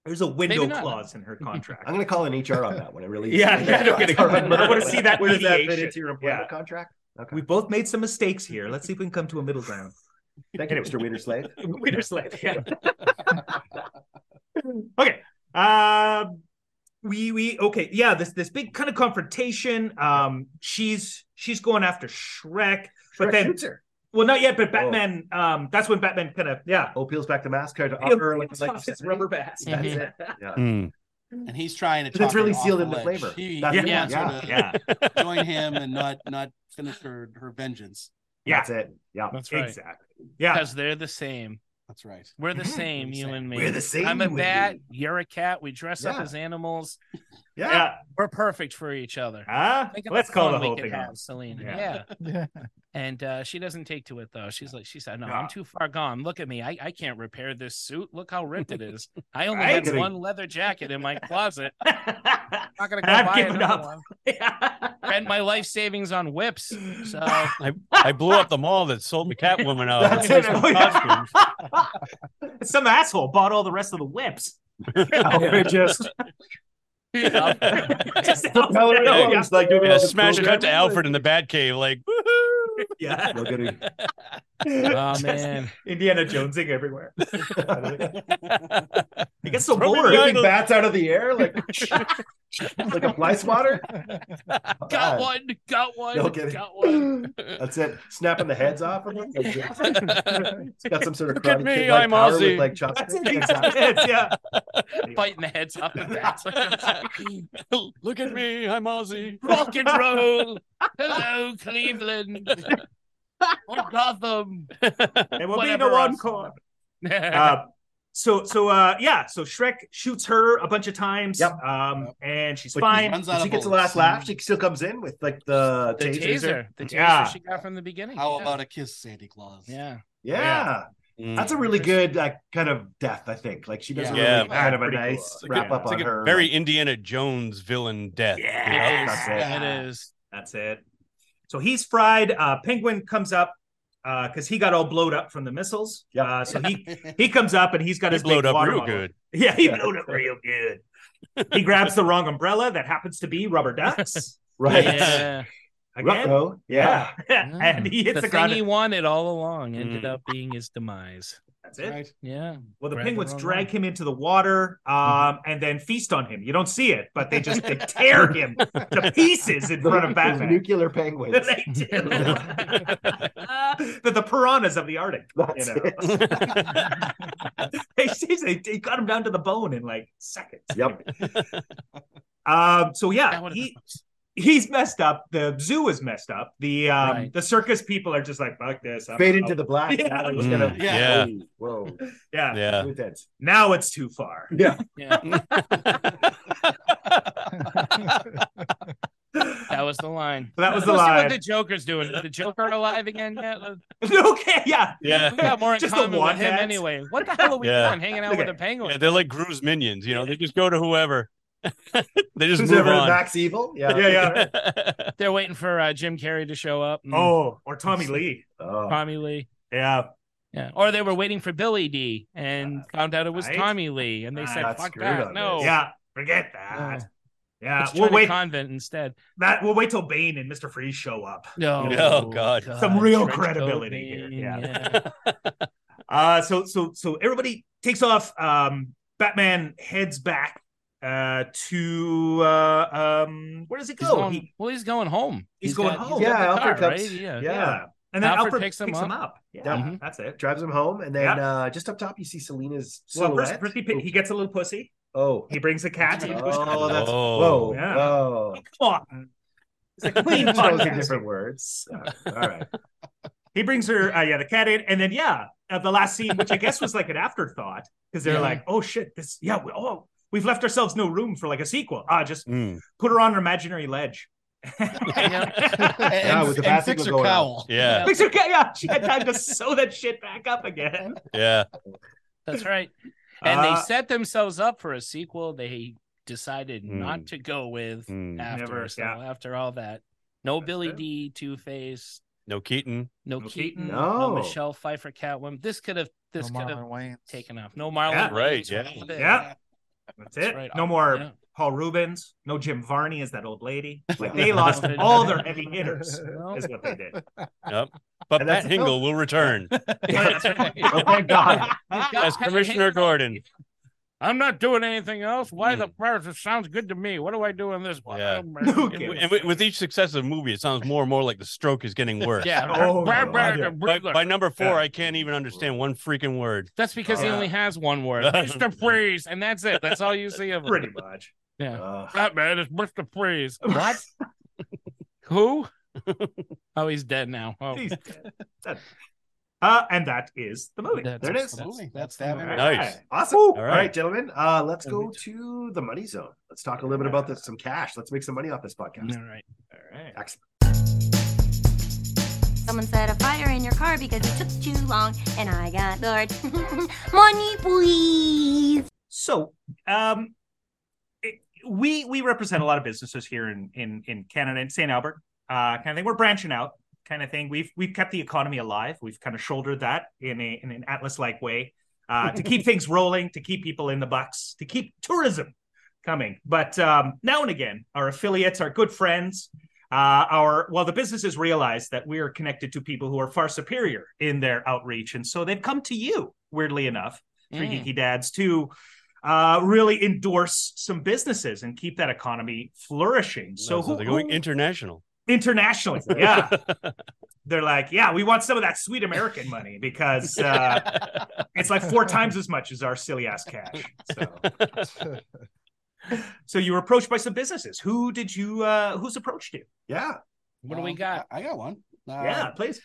There's a window
Maybe not.
clause in her contract.
I'm gonna call an HR on that one. I really.
Yeah, yeah, I don't get it. I wanna see that
Where does that fit
mediation.
into your employment
Yeah.
contract? Okay.
We both made some mistakes here. Let's see if we can come to a middle ground.
Thank you, Mr. Wiener Slave.
Winner's life. Yeah. okay. Um, we we okay. Yeah. This this big kind of confrontation. Um, she's she's going after Shrek. But
Shrek
then-
shoots her.
Well, not yet, but Batman. Um, that's when Batman kind of yeah.
Oh, peels back the mask, tried to
Peels-
offer her like,
peels
like
off his rubber bands.
That's
Mhm.
it. Yeah.
Hmm.
and he's trying to.
But
talk
it's really
her off
sealed in the
ledge.
flavor.
He, he
That's-
wants
yeah.
her to
Yeah.
join him and not not finish her her vengeance.
Yeah.
That's it. Yeah.
That's right.
Exactly. Yeah.
Because they're the same.
That's right.
We're the
Mhm.
same,
We're the
you
same.
and me.
We're the same.
I'm a
you and
bat.
me.
You're a cat. We dress up
Yeah.
as animals.
Yeah.
Yeah.
We're perfect for each other.
Huh?
Think of
Let's call
fun
the
we
whole
could
thing
have,
off.
Selena.
Yeah.
Yeah.
yeah.
And uh, she doesn't take to it though. She's like, she said, "No,
Yeah.
I'm too far gone. Look at me. I, I can't repair this suit. Look how ripped it is. I only
Right?
had
Kidding.
one leather jacket in my closet. I'm not gonna go
I've
buy
given
another
up.
one.
yeah.
Spent my life savings on whips. So
I, I blew up the mall that sold the Catwoman out.
That's it.
Uh, Some
Oh, yeah.
costumes.
Some asshole bought all the rest of the whips.
Alfred just
yeah.
Just-
telling
Yeah.
her he's like doing
Yeah,
all this
smash
cool
cut to
shit.
Alfred in the Batcave, like woohoo!
Yeah.
No kidding.
oh
Just
man,
Indiana Jonesing everywhere. It gets so
Throw me the
bored.
Ripping bats out of the air like like a fly swatter.
got one, got one,
No kidding.
got one.
That's it. Snapping the heads off of them. That's it. It's got some sort of
Look at
karate
me,
kid, like,
I'm
power
Aussie.
with, like
That's
chopsticks.
it.
Exactly.
It's- yeah.
Biting the heads off the bats.
Look at me, I'm Aussie.
Rock and roll. Hello, Cleveland. Or Gotham.
There will be
Whatever
no
else.
encore. Uh, so so uh yeah, so Shrek shoots her a bunch of times.
Yep.
Um
Yep.
and she's
But
fine.
runs out
If
of
she gets the
bullets.
last laugh, she still comes in with like the,
the
taser.
taser. The taser
Yeah.
she got from the beginning.
How
yeah.
about a kiss, Santa Claus?
Yeah.
Yeah.
Yeah.
Mm-hmm.
That's a really good like kind of death, I think. Like she does a
Yeah.
really
Yeah.
kind of a
Pretty cool.
nice
It's like a-
wrap up
It's like
on
a
her.
very Indiana Jones villain death.
Yeah.
It is.
that's it.
It is.
That's it. So he's fried. Uh, Penguin comes up because he got all blowed up from the missiles.
Yep.
Uh, so he he comes up and he's got
He
his big
blowed up
water
real
bottle.
good.
Yeah, he
Yeah.
blowed up real good. He grabs the wrong umbrella that happens to be rubber ducks
right.
Yeah.
again.
Ruh-roh. Yeah.
and he hits
the
the
thing
ground.
he wanted all along ended
Mm.
up being his demise.
That's it.
Right.
Yeah.
Well, the
Right,
penguins
the wrong
drag
way.
him into the water um,
Mm-hmm.
and then feast on him. You don't see it, but they just they tear him to pieces in front of
Those
Batman.
nuclear penguins.
they do. They're the piranhas of the Arctic.
That's
you know,
it.
they, they, they got him down to the bone in like seconds.
Yep.
Um, so yeah,
That would've
he,
been awesome.
he's messed up. The zoo is messed up. The um,
Right.
the circus people are just like fuck this. I'm-
Fade
I'm-
into the black.
Yeah.
Now it's gonna-
Mm, yeah.
Ooh, Whoa.
yeah.
Yeah.
With that.
Now it's too far.
Yeah.
Yeah. That was the line.
That was the
Let's see
line.
What the Joker's doing? Is the Joker alive again yet?
okay. Yeah.
yeah.
We got more in
Just the
common
one
with him
hat.
anyway. What the hell are we
Yeah.
doing hanging out with a
Yeah,
penguin?
they're like Gru's minions, you know. They just go to whoever. they just
Who's
move
ever
on.
Max Evil? Yeah.
Yeah. Yeah.
They're waiting for uh, Jim Carrey to show up. and
Oh, or Tommy Lee.
Oh,
Tommy Lee.
Yeah.
Yeah. Or they were waiting for Billy D and found out it was
Uh, right?
Tommy Lee. And they
Ah,
said,
got
fuck
screwed
that.
on
No.
this.
Yeah. Forget that. Yeah.
Let's
We'll
join a
wait.
convent instead.
that we'll wait till Bane and Mister Freeze show up.
No.
Oh, God.
Some real
Trench coat
credibility here.
Bane,
Yeah. Uh, so so so everybody takes off. Um, Batman heads back uh to uh um where does he
He's
go?
going-
He-
well, he's going home.
He's going home.
got
Yeah,
the
Alfred
car,
comes-
right? Yeah.
yeah.
And then Alfred,
Alfred picks him
him
up.
up. Yeah,
Yeah.
that's it.
Drives him home, and then
Yep.
uh, just up top you see Selena's
So
silhouette.
first, first he, pi- he gets a little pussy.
oh,
He brings a cat. He-
oh, that's
Oh.
whoa, Oh.
Yeah.
whoa.
Come on. It's a clean
Those are
podcast.
different words. All right.
He brings her, uh, yeah, the cat in, and then yeah, uh, the last scene, which I guess was like an afterthought, because they're
Yeah.
like, oh shit, this, yeah, we, oh, we've left ourselves no room for like a sequel. Ah, just
Mm,
put her on an imaginary ledge.
And,
Fix
Yeah,
and-
with the
and
bathroom
fix her
going on.
cowl.
yeah,
her cat. Yeah, she had time to sew that shit back up again.
yeah.
That's right. And they
Uh,
set themselves up for a sequel they decided
Hmm.
not to go with
Mm.
after.
Never,
so
yeah.
after all that, no
That's
Billy
it.
D, Two Face,
No Keaton.
no,
No
Keaton,
Keaton.
no.
No.
Michelle Pfeiffer Catwoman. This could have this
no
could have
Marlon Wayans.
taken off. No Marlon.
Yeah,
Wayans
right,
was
yeah.
all there.
Yeah, that's
That's
it.
right.
No more
Yeah.
Paul Rubens. No Jim Varney as that old lady. Like they lost all their heavy hitters.
No.
Is what they did.
But
And that's
Pat
a film.
Hingle will return
That's
Oh
right.
my God.
as
Pat
Commissioner
Hingle.
Gordon.
I'm not doing anything else. Why the pirates? It sounds good to me. What do I do in this one?
Hmm. Yeah.
Um,
Who
it-
cares?
And wi- with each successive movie, it sounds more and more like the stroke is getting worse.
Yeah.
Oh,
Brr,
my
brr,
God.
brr,
By,
brr.
by number four,
Yeah.
I can't even understand one freaking word.
That's because he
Oh, Yeah.
only has one word, Mr. Freeze, and that's it. That's all you see of him.
Pretty much.
Yeah.
Uh,
That man is Mr. Freeze.
What?
Who? oh, he's dead now. Oh,
He's dead. Dead. Uh, and that is the movie.
That's-
there it is.
That's the movie. That's
All
that.
right.
Nice.
Awesome.
Woo.
All right. gentlemen. Uh, let's go
Mhm.
to the money zone. Let's talk a little bit about this, some cash. Let's make some money off this podcast.
all right.
All right.
Excellent.
Someone set a fire in your car because it took too long and I got bored. Money, please.
So, um, it- we we represent a lot of businesses here in in in Canada and St. Albert. Uh, kind of thing. We're branching out, kind of thing. We've we've kept the economy alive. We've kind of shouldered that in a in an atlas like way uh, to keep things rolling, to keep people in the bucks, to keep tourism coming. But um, now and again, our affiliates, our good friends. Uh, our well, the businesses realize that we are connected to people who are far superior in their outreach, and so they've come to you. Weirdly enough, three
Mm.
geeky dads to uh, really endorse some businesses and keep that economy flourishing. So, who,
they're going
who-
Oh, international.
internationally, yeah, they're like, yeah, we want some of that sweet American money because uh, it's like four times as much as our silly ass cash. So, so you were approached by some businesses. Who did you? Uh, who's approached you?
Yeah.
What do
Oh,
we got?
Um, I I got one. Uh,
yeah, please.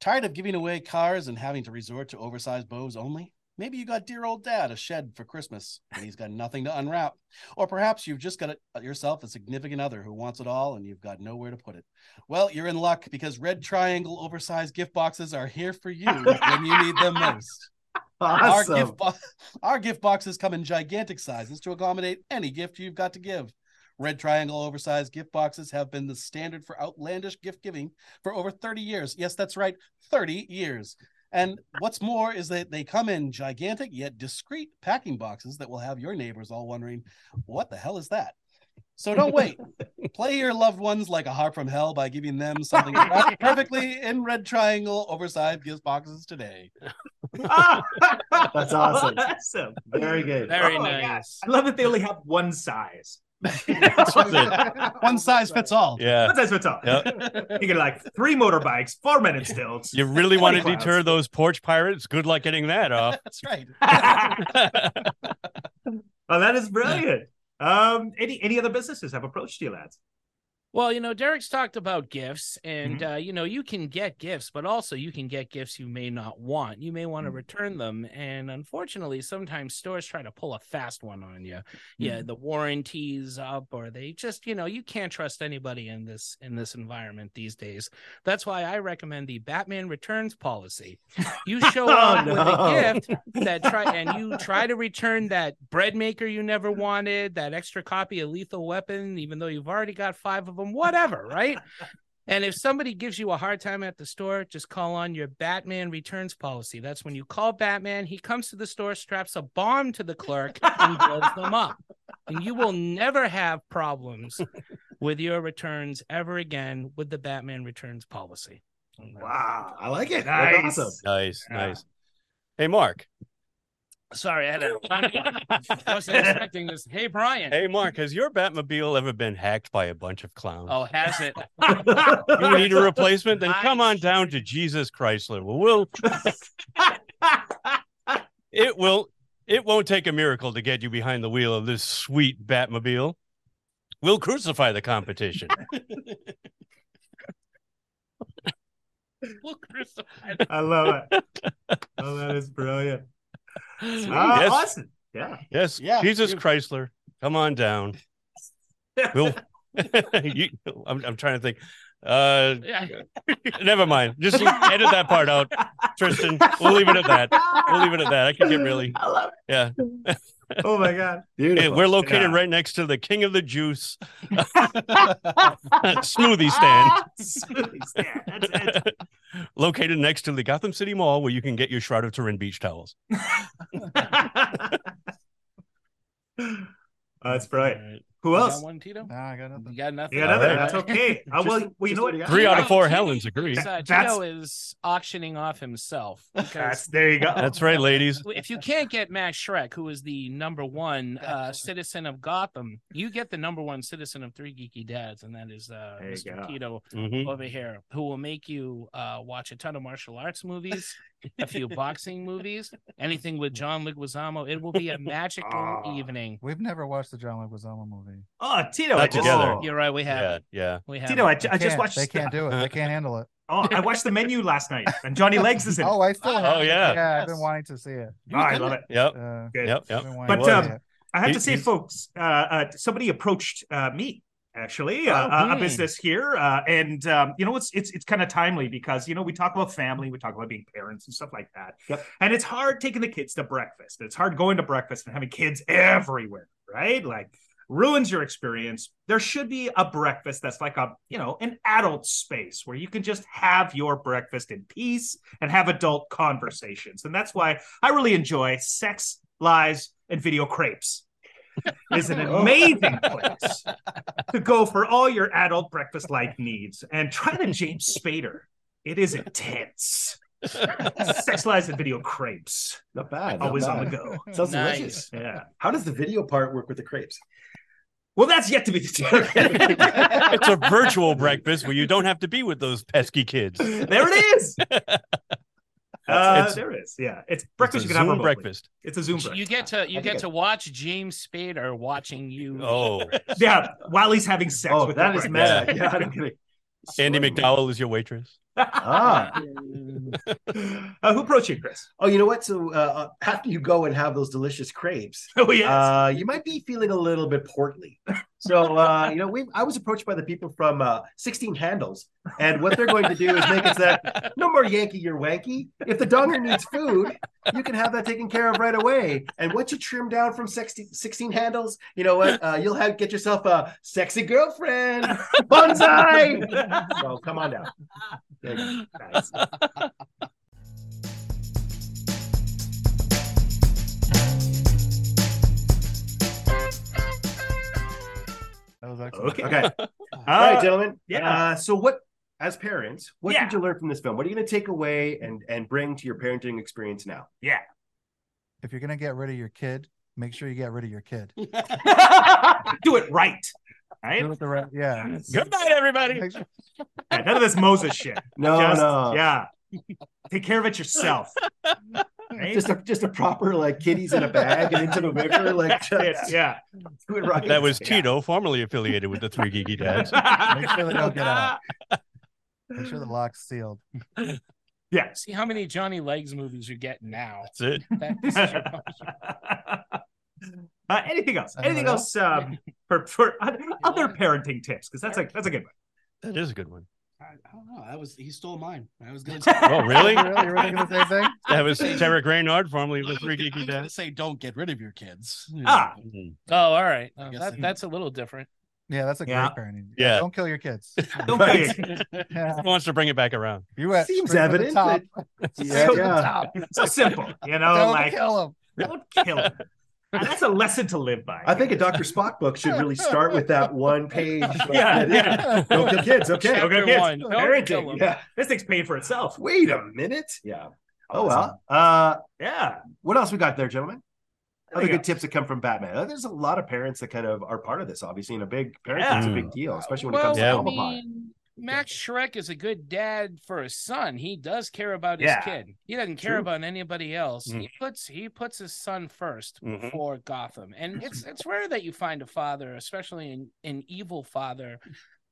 Tired of giving away cars and having to resort to oversized bows only? Maybe you got dear old dad a shed for Christmas and he's got nothing to unwrap. Or perhaps you've just got a, yourself a significant other who wants it all and you've got nowhere to put it. Well, you're in luck because red triangle oversized gift boxes are here for you when you need them most.
Awesome.
Our, gift bo- our gift boxes come in gigantic sizes to accommodate any gift you've got to give. Red Triangle oversized gift boxes have been the standard for outlandish gift giving for over 30 years. Yes, that's right, 30 years. And what's more is that they come in gigantic yet discreet packing boxes that will have your neighbors all wondering, what the hell is that? So don't wait. Play your loved ones like a harp from hell by giving them something wrapped perfectly in red triangle oversized gift boxes today.
That's awesome.
Awesome.
Very good.
Very
Oh my
nice.
I love that they only have one size.
One size fits all.
Yeah.
One size fits all. You get like three motorbikes, four minute stilts.
You really want to
20
deter
clouds.
those porch pirates? Good luck getting that off.
That's right.
oh, that is brilliant. Um, any any other businesses have approached you, lads?
Well, you know, Derek's talked about gifts, and
Mm-hmm.
uh, you know, you can get gifts, but also you can get gifts you may not want. You may
Mm-hmm.
want to return them, and unfortunately, sometimes stores try to pull a fast one on you. Yeah,
Mm-hmm.
the warranties up, or they just, you know, you can't trust anybody in this in this environment these days. That's why I recommend the Batman Returns policy. You show
Oh,
up
no.
with a gift that try and you try to return that bread maker you never wanted, that extra copy of Lethal Weapon, even though you've already got five of them, whatever, right? And if somebody gives you a hard time at the store, just call on your Batman returns policy. That's when you call Batman. He comes to the store, straps a bomb to the clerk, and blows them up. And you will never have problems with your returns ever again with the Batman returns policy.
Wow, I like it.
Nice.
That's awesome.
Nice,
Yeah.
nice. Hey, Mark.
Sorry, I had a wasn't expecting this. Hey, Brian.
Hey, Mark. Has your Batmobile ever been hacked by a bunch of clowns?
Oh, has it?
You need a replacement? Then come on
Nice.
down to Jesus Chrysler. Well, we'll it will it won't take a miracle to get you behind the wheel of this sweet Batmobile. We'll crucify the competition.
Look, Crystal.
I love it. Oh, that is brilliant. Uh,
Yes.
Awesome. Yeah.
Yes,
Yeah,
Jesus
you-
Chrysler, come on down. We'll. you, I'm, I'm trying to think. Uh,
Yeah.
never mind. Just edit that part out, Tristan. We'll leave it at that. We'll leave it at that. I can get really.
I love it.
Yeah.
Oh my God.
Hey,
Beautiful.
we're located
Yeah.
right next to the King of the Juice smoothie stand.
Smoothie stand. That's it.
located next to the Gotham City Mall, where you can get your Shroud of Turin beach towels.
oh, that's brilliant. Who
You
else?
got one, Tito?
Nah, I got nothing.
You got nothing.
You got another.
All right.
That's okay. Uh, well, well, you
Just
know
what you
what?
got.
Three out of
Oh,
four
Tito-
Helens agree.
So,
That's-
uh, Tito is auctioning off himself.
That's
Because
there you go.
That's right, ladies.
if you can't get Max Shrek, who is the number one uh, citizen of Gotham, you get the number one citizen of Three Geeky Dads, and that is uh,
There you
Mr.
go.
Tito
Mhm.
over here, who will make you uh, watch a ton of martial arts movies, a few boxing movies, anything with John Leguizamo. It will be a magical
Ah.
evening.
We've never watched the John Leguizamo movie.
Oh, Tito. I
Not
just-
together.
You're right. We have.
Yeah,
it.
yeah.
We have.
Tito,
it.
I, ju- I just
Can't-
watched.
They can't do it. They can't handle it.
Oh, I watched the menu last night, and Johnny Legs is in. it.
Oh, I still.
Oh,
have it.
yeah.
Yeah, I've
Yes.
been wanting to see it.
Oh, I love it.
Yep.
Uh,
Good.
Yep.
I've
Yep.
been
But,
wanting to see
um,
it.
I have
He-
to say,
he's-
folks, uh, uh, somebody approached uh, me actually,
Oh,
uh, uh, a
hmm.
business here, uh, and um, you know, it's it's it's kind of timely because you know we talk about family, we talk about being parents and stuff like that,
Yep.
and it's hard taking the kids to breakfast. It's hard going to breakfast and having kids everywhere, right? Like ruins your experience. There should be a breakfast that's like a you know an adult space where you can just have your breakfast in peace and have adult conversations, and that's why I really enjoy sex, lies, and video crepes is an
Oh.
amazing place to go for all your adult breakfast like needs. And try the James Spader. It is intense. Sex lies and video crepes.
Not bad. not
Always on
bad.
the go.
Sounds
Nice.
delicious.
Yeah.
How does the video part work with the crepes?
Well, that's yet to be determined.
It's a virtual breakfast where you don't have to be with those pesky kids.
there it is. Uh,
It's-
there it is. Yeah. It's
Breakfast,
breakfast you can have
Zoom
remotely.
breakfast.
It's a Zoom breakfast.
You get to you
I
get
think
to watch James Spader watching you.
Oh,
Yeah. While he's having sex
oh,
with
that
the
is
breakfast.
meta. Yeah, I'm kidding.
Andy
Sorry.
McDowell is your waitress.
Ah.
Uh, who approached you, Chris?
Oh, you know what? So uh, after you go and have those delicious crepes,
Oh, yes.
uh, you might be feeling a little bit portly. So uh, you know, we I was approached by the people from uh, 16 Handles, and what they're going to do is make it that no more Yankee, you're wanky. If the donger needs food, you can have that taken care of right away. And once you trim down from 16, 16 Handles, you know what? Uh, you'll have get yourself a sexy girlfriend, bonsai. so come on down. There you go.
Nice.
That was excellent.
Okay.
Okay.
Uh,
All right, gentlemen.
yeah.
Uh, so what? as parents, what
Yeah.
did you learn from this film? What are you going to take away and and bring to your parenting experience now?
If you're gonna get rid of your kid, make sure you get rid of your kid.
Do it right. Right?
Do it the right, yeah.
Good night, everybody.
Make sure-
Yeah, none of this Moses shit.
No,
Just-
no,
Yeah. Take care of it yourself. Right?
just a just a proper like kitties in a bag and into the river, like
That's it,
just
Yeah.
do it right.
That was Tito, formerly affiliated with the Three Geeky Dads.
Make sure they don't get out. Make sure the lock's sealed.
Yes.
See how many Johnny Legs movies you get now.
That's it.
That, this is your-
Uh, anything else?
Anyone
Anything else
else?
um, for, for other other parenting tips? Because that's a that's a good
That is a good one.
I, I don't know. That was he stole mine. I was gonna.
one.
Oh, really?
You're really, you're really gonna say thing?
That was Sarah Graynard, formerly of
I
the
was
Three
gonna- I
Geeky
was gonna
Dads.
say don't get rid of your kids.
Ah.
oh, all right. Oh,
I guess
that,
I-
that's a little different.
Yeah, that's a
Yeah.
great parenting.
Yeah.
Don't kill your kids.
Don't
Right.
pay it.
Yeah.
Who wants to bring it back around?
You went
Seems
straight to the
evident
top.
Yeah,
So-
yeah.
So simple, you know,
Don't
like
kill him.
don't kill him. And that's a lesson to live by.
I think a Dr. Spock book should really start with that one page. like,
Yeah,
that
yeah.
is- Don't kill kids. Okay.
Check.
okay.
Chapter
kids.
one. Don't kill
Parenting.
'em.
Yeah.
this thing's paying for itself.
Wait a minute. Yeah. Oh well. Uh,
Yeah.
what else we got there, gentlemen?
There
Other
you
good tips that come from Batman. Uh, There's a lot of parents that kind of are part of this, obviously, and a big parenting's
Yeah.
a big deal, especially when it
well,
comes
Yeah.
to
I
Alma Pie.
mean, Max Shrek is a good dad for his son. He does care about his
Yeah.
kid. He doesn't care
True.
about anybody else.
Mm.
He puts he puts his son 1st
Mhm.
before Gotham. And it's it's rare that you find a father, especially an, an evil father,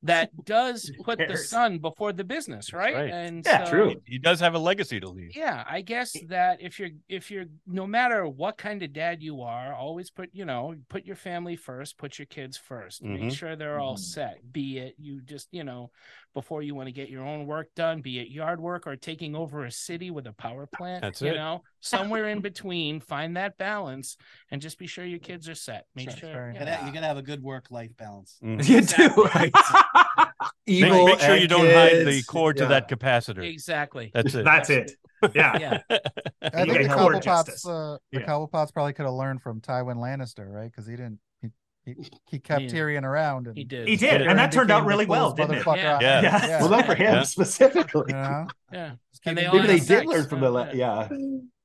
that does put the
cares?
son before the business, right?
right.
And
Yeah,
so-
true.
He, he does have a legacy to leave.
yeah i guess that if you're if you're no matter what kind of dad you are always put you know put your family first put your kids 1st make
Mhm.
sure they're all
Mhm.
set be it you just you know before you want to get your own work done be it yard work or taking over a city with a power plant
That's
you
it.
know somewhere in between find that balance and just be sure your kids are set make
Sure,
sure,
sure.
you
You
know.
gotta, you gotta have a good work life balance.
Mhm.
You
Exactly.
Make,
Evil
make sure you
and
don't hide the
kids.
cord to
Yeah.
that capacitor.
exactly
That's it.
That's it. Yeah.
yeah
I
You
think
get
the
court
Cobblepots,
justice.
uh, the
Yeah.
Cobblepots probably could have learned from Tywin Lannister, right? Because he didn't. He, he, he kept
Yeah.
Tyrion around, and
he did
He did, and that turned out
became the
really well,
coolest
didn't it?
motherfucker
Yeah.
out
Yeah.
there.
Yeah.
Well, not for him
Yeah.
specifically.
You know?
yeah
Just keep
And they
it
Maybe
all have
they
moving.
did
sex,
learn from
huh?
the le- yeah.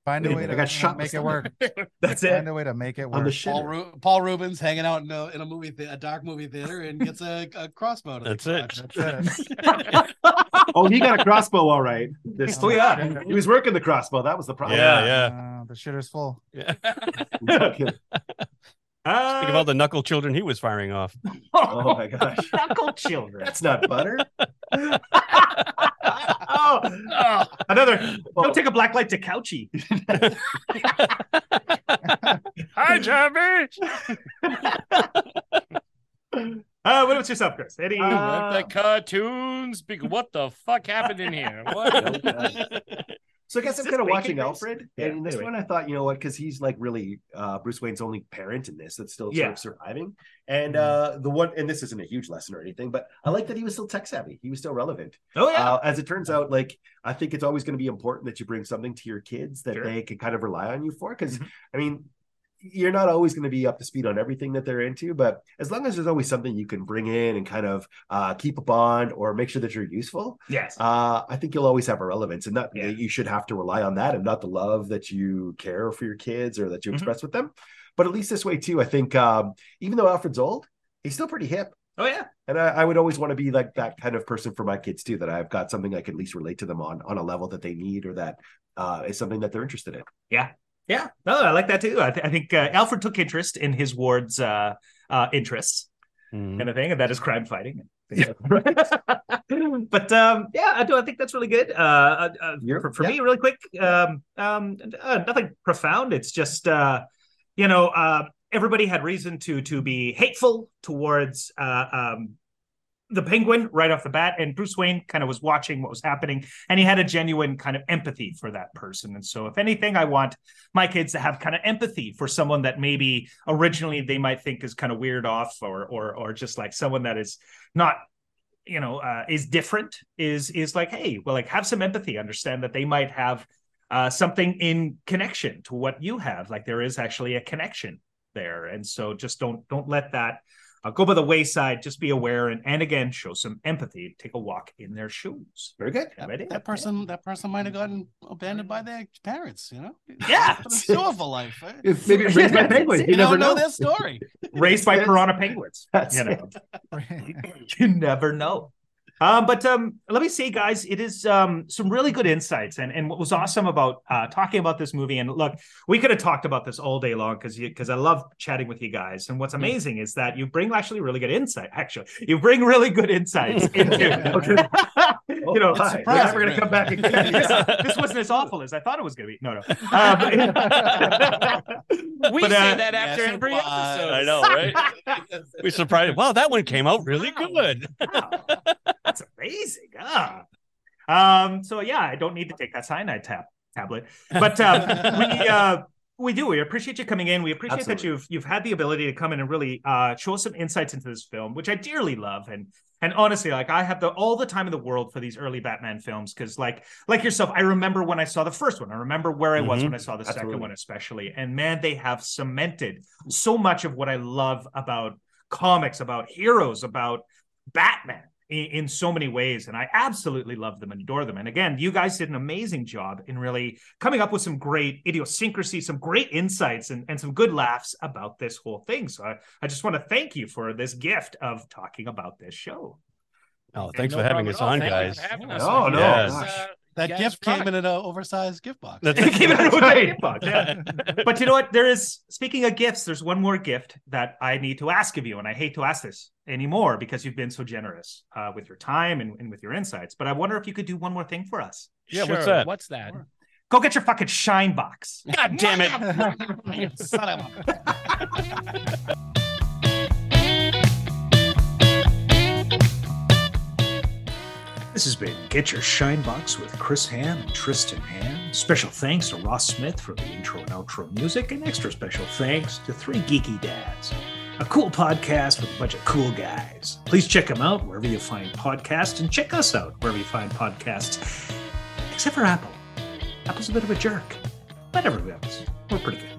find a
Wait a
way
minute,
to
I got shot in the
make it
stomach.
work.
That's it.
Find a way to make it
On the
work.
shit.
Paul, Ru- Paul Rubens hanging out in a, in a movie thea- a dark movie theater and gets a, a crossbow. To the
That's it.
crotch.
That's it.
Oh, he got a crossbow, all right. This,
Oh, yeah.
He was working the crossbow. That was the problem.
Yeah, yeah.
Uh, the shitter's full.
Yeah.
Uh,
Think of all the knuckle children he was firing off.
oh my gosh.
knuckle children.
That's not butter.
oh, another.
oh.
Don't take a black light to Couchy.
hi john Birch.
Uh, what about yourself, Chris? Any?
Uh,
the cartoons. Big, what the fuck happened in here? What?
So I guess
Is
I'm
this
kind of
bacon
watching
grease?
Alfred,
Yeah,
and in this
anyway.
one I thought, you know what, because he's like really uh, Bruce Wayne's only parent in this that's still
Yeah.
sort of surviving. And uh, the one, and this isn't a huge lesson or anything, but I like that he was still tech savvy. He was still relevant.
oh yeah.
Uh, as it turns out, like I think it's always going to be important that you bring something to your kids that
Sure.
they can kind of rely on you for. Because
Mhm.
I mean, you're not always going to be up to speed on everything that they're into, but as long as there's always something you can bring in and kind of uh, keep a bond or make sure that you're useful,
yes.
uh, I think you'll always have a relevance, and that
Yeah.
you should have to rely on that, and not the love that you care for your kids or that you
Mm-hmm.
Mhm.
express with them. But at least this way too, I think um, even though Alfred's old, he's still pretty hip,
oh yeah.
and I, I would always want to be like that kind of person for my kids too. That I've got something I can at least relate to them on on a level that they need or that uh, is something that they're interested in.
Yeah, no, I like that too. I, th- I think uh, Alfred took interest in his ward's uh, uh, interests,
Mhm.
kind of thing, and that is crime fighting. but um, yeah, I do. I think that's really good. Uh, uh,
You're-
for for
yeah.
me, really quick, um, um, uh, nothing profound. It's just uh, you know, uh, everybody had reason to to be hateful towards uh, um, the Penguin right off the bat, and Bruce Wayne kind of was watching what was happening, and he had a genuine kind of empathy for that person. And so, if anything, I want my kids to have kind of empathy for someone that maybe originally they might think is kind of weird off, or or or just like someone that is not you know uh, is different is is like hey well like have some empathy understand that they might have uh, something in connection to what you have like there is actually a connection there and so just don't don't let that uh, go by the wayside, just be aware, and, and again, show some empathy. Take a walk in their shoes. Very good.
That,
Right in.
that person, that person might have gotten abandoned by their parents. You know,
Yeah.
It's a show of a life. eh?
It's maybe raised by penguins. You,
You
never
don't know
know.
their story.
raised by
That's-
piranha penguins.
that's
you know.
it.
you never know. Um, but um, let me say, guys, it is um, some really good insights, and and what was awesome about uh, talking about this movie. And look, we could have talked about this all day long because because I love chatting with you guys. And what's amazing is that you bring actually really good insight. Actually, you bring really good insights into. you know,
It's
hi, we're
surprising,
never going to
right?
come back. And this, this wasn't as awful as I thought it was going to be. No, no. Uh, but-
We
but,
say
uh,
that after
yes, it
every
was.
episode.
I know, right? we surprised. Wow, that one came out really
Wow.
good.
Wow, that's amazing. Ah. Um, so yeah, I don't need to take that cyanide tab tablet. But um, we uh, we do. We appreciate you coming in. We appreciate that
Absolutely.
you've you've had the ability to come in and really uh, show us some insights into this film, which I dearly love. And and honestly, like I have the all the time in the world for these early Batman films because like like yourself, I remember when I saw the first one. I remember where I was
Mhm.
when I saw the second
Absolutely.
one, especially. And man, they have cemented so much of what I love about comics, about heroes, about Batman in, in so many ways. And I absolutely love them and adore them. And again, you guys did an amazing job in really coming up with some great idiosyncrasies, some great insights, and, and some good laughs about this whole thing. So I, I just want to thank you for this gift of talking about this show.
Oh, thanks
No
for having
problem at
us
all.
on,
Thank you
guys.
for having us.
No,
You
no,
guys,
gosh.
uh,
That
Yes,
gift
rock.
came in an uh, oversized gift box.
That's-
It came out of a
right.
gift box, yeah. But you know what? There is speaking of gifts, there's one more gift that I need to ask of you, and I hate to ask this anymore because you've been so generous uh, with your time and, and with your insights. But I wonder if you could do one more thing for us.
Yeah, what's
Uh, sure,
that?
What's that?
Go get your fucking shine box.
God damn it.
Son of a-
This has been Get Your Shine Box with Chris Ham and Tristan Ham. Special thanks to Ross Smith for the intro and outro music, and extra special thanks to Three Geeky Dads, a cool podcast with a bunch of cool guys. Please check them out wherever you find podcasts, and check us out wherever you find podcasts, except for Apple. Apple's a bit of a jerk, but everybody else, we're pretty good.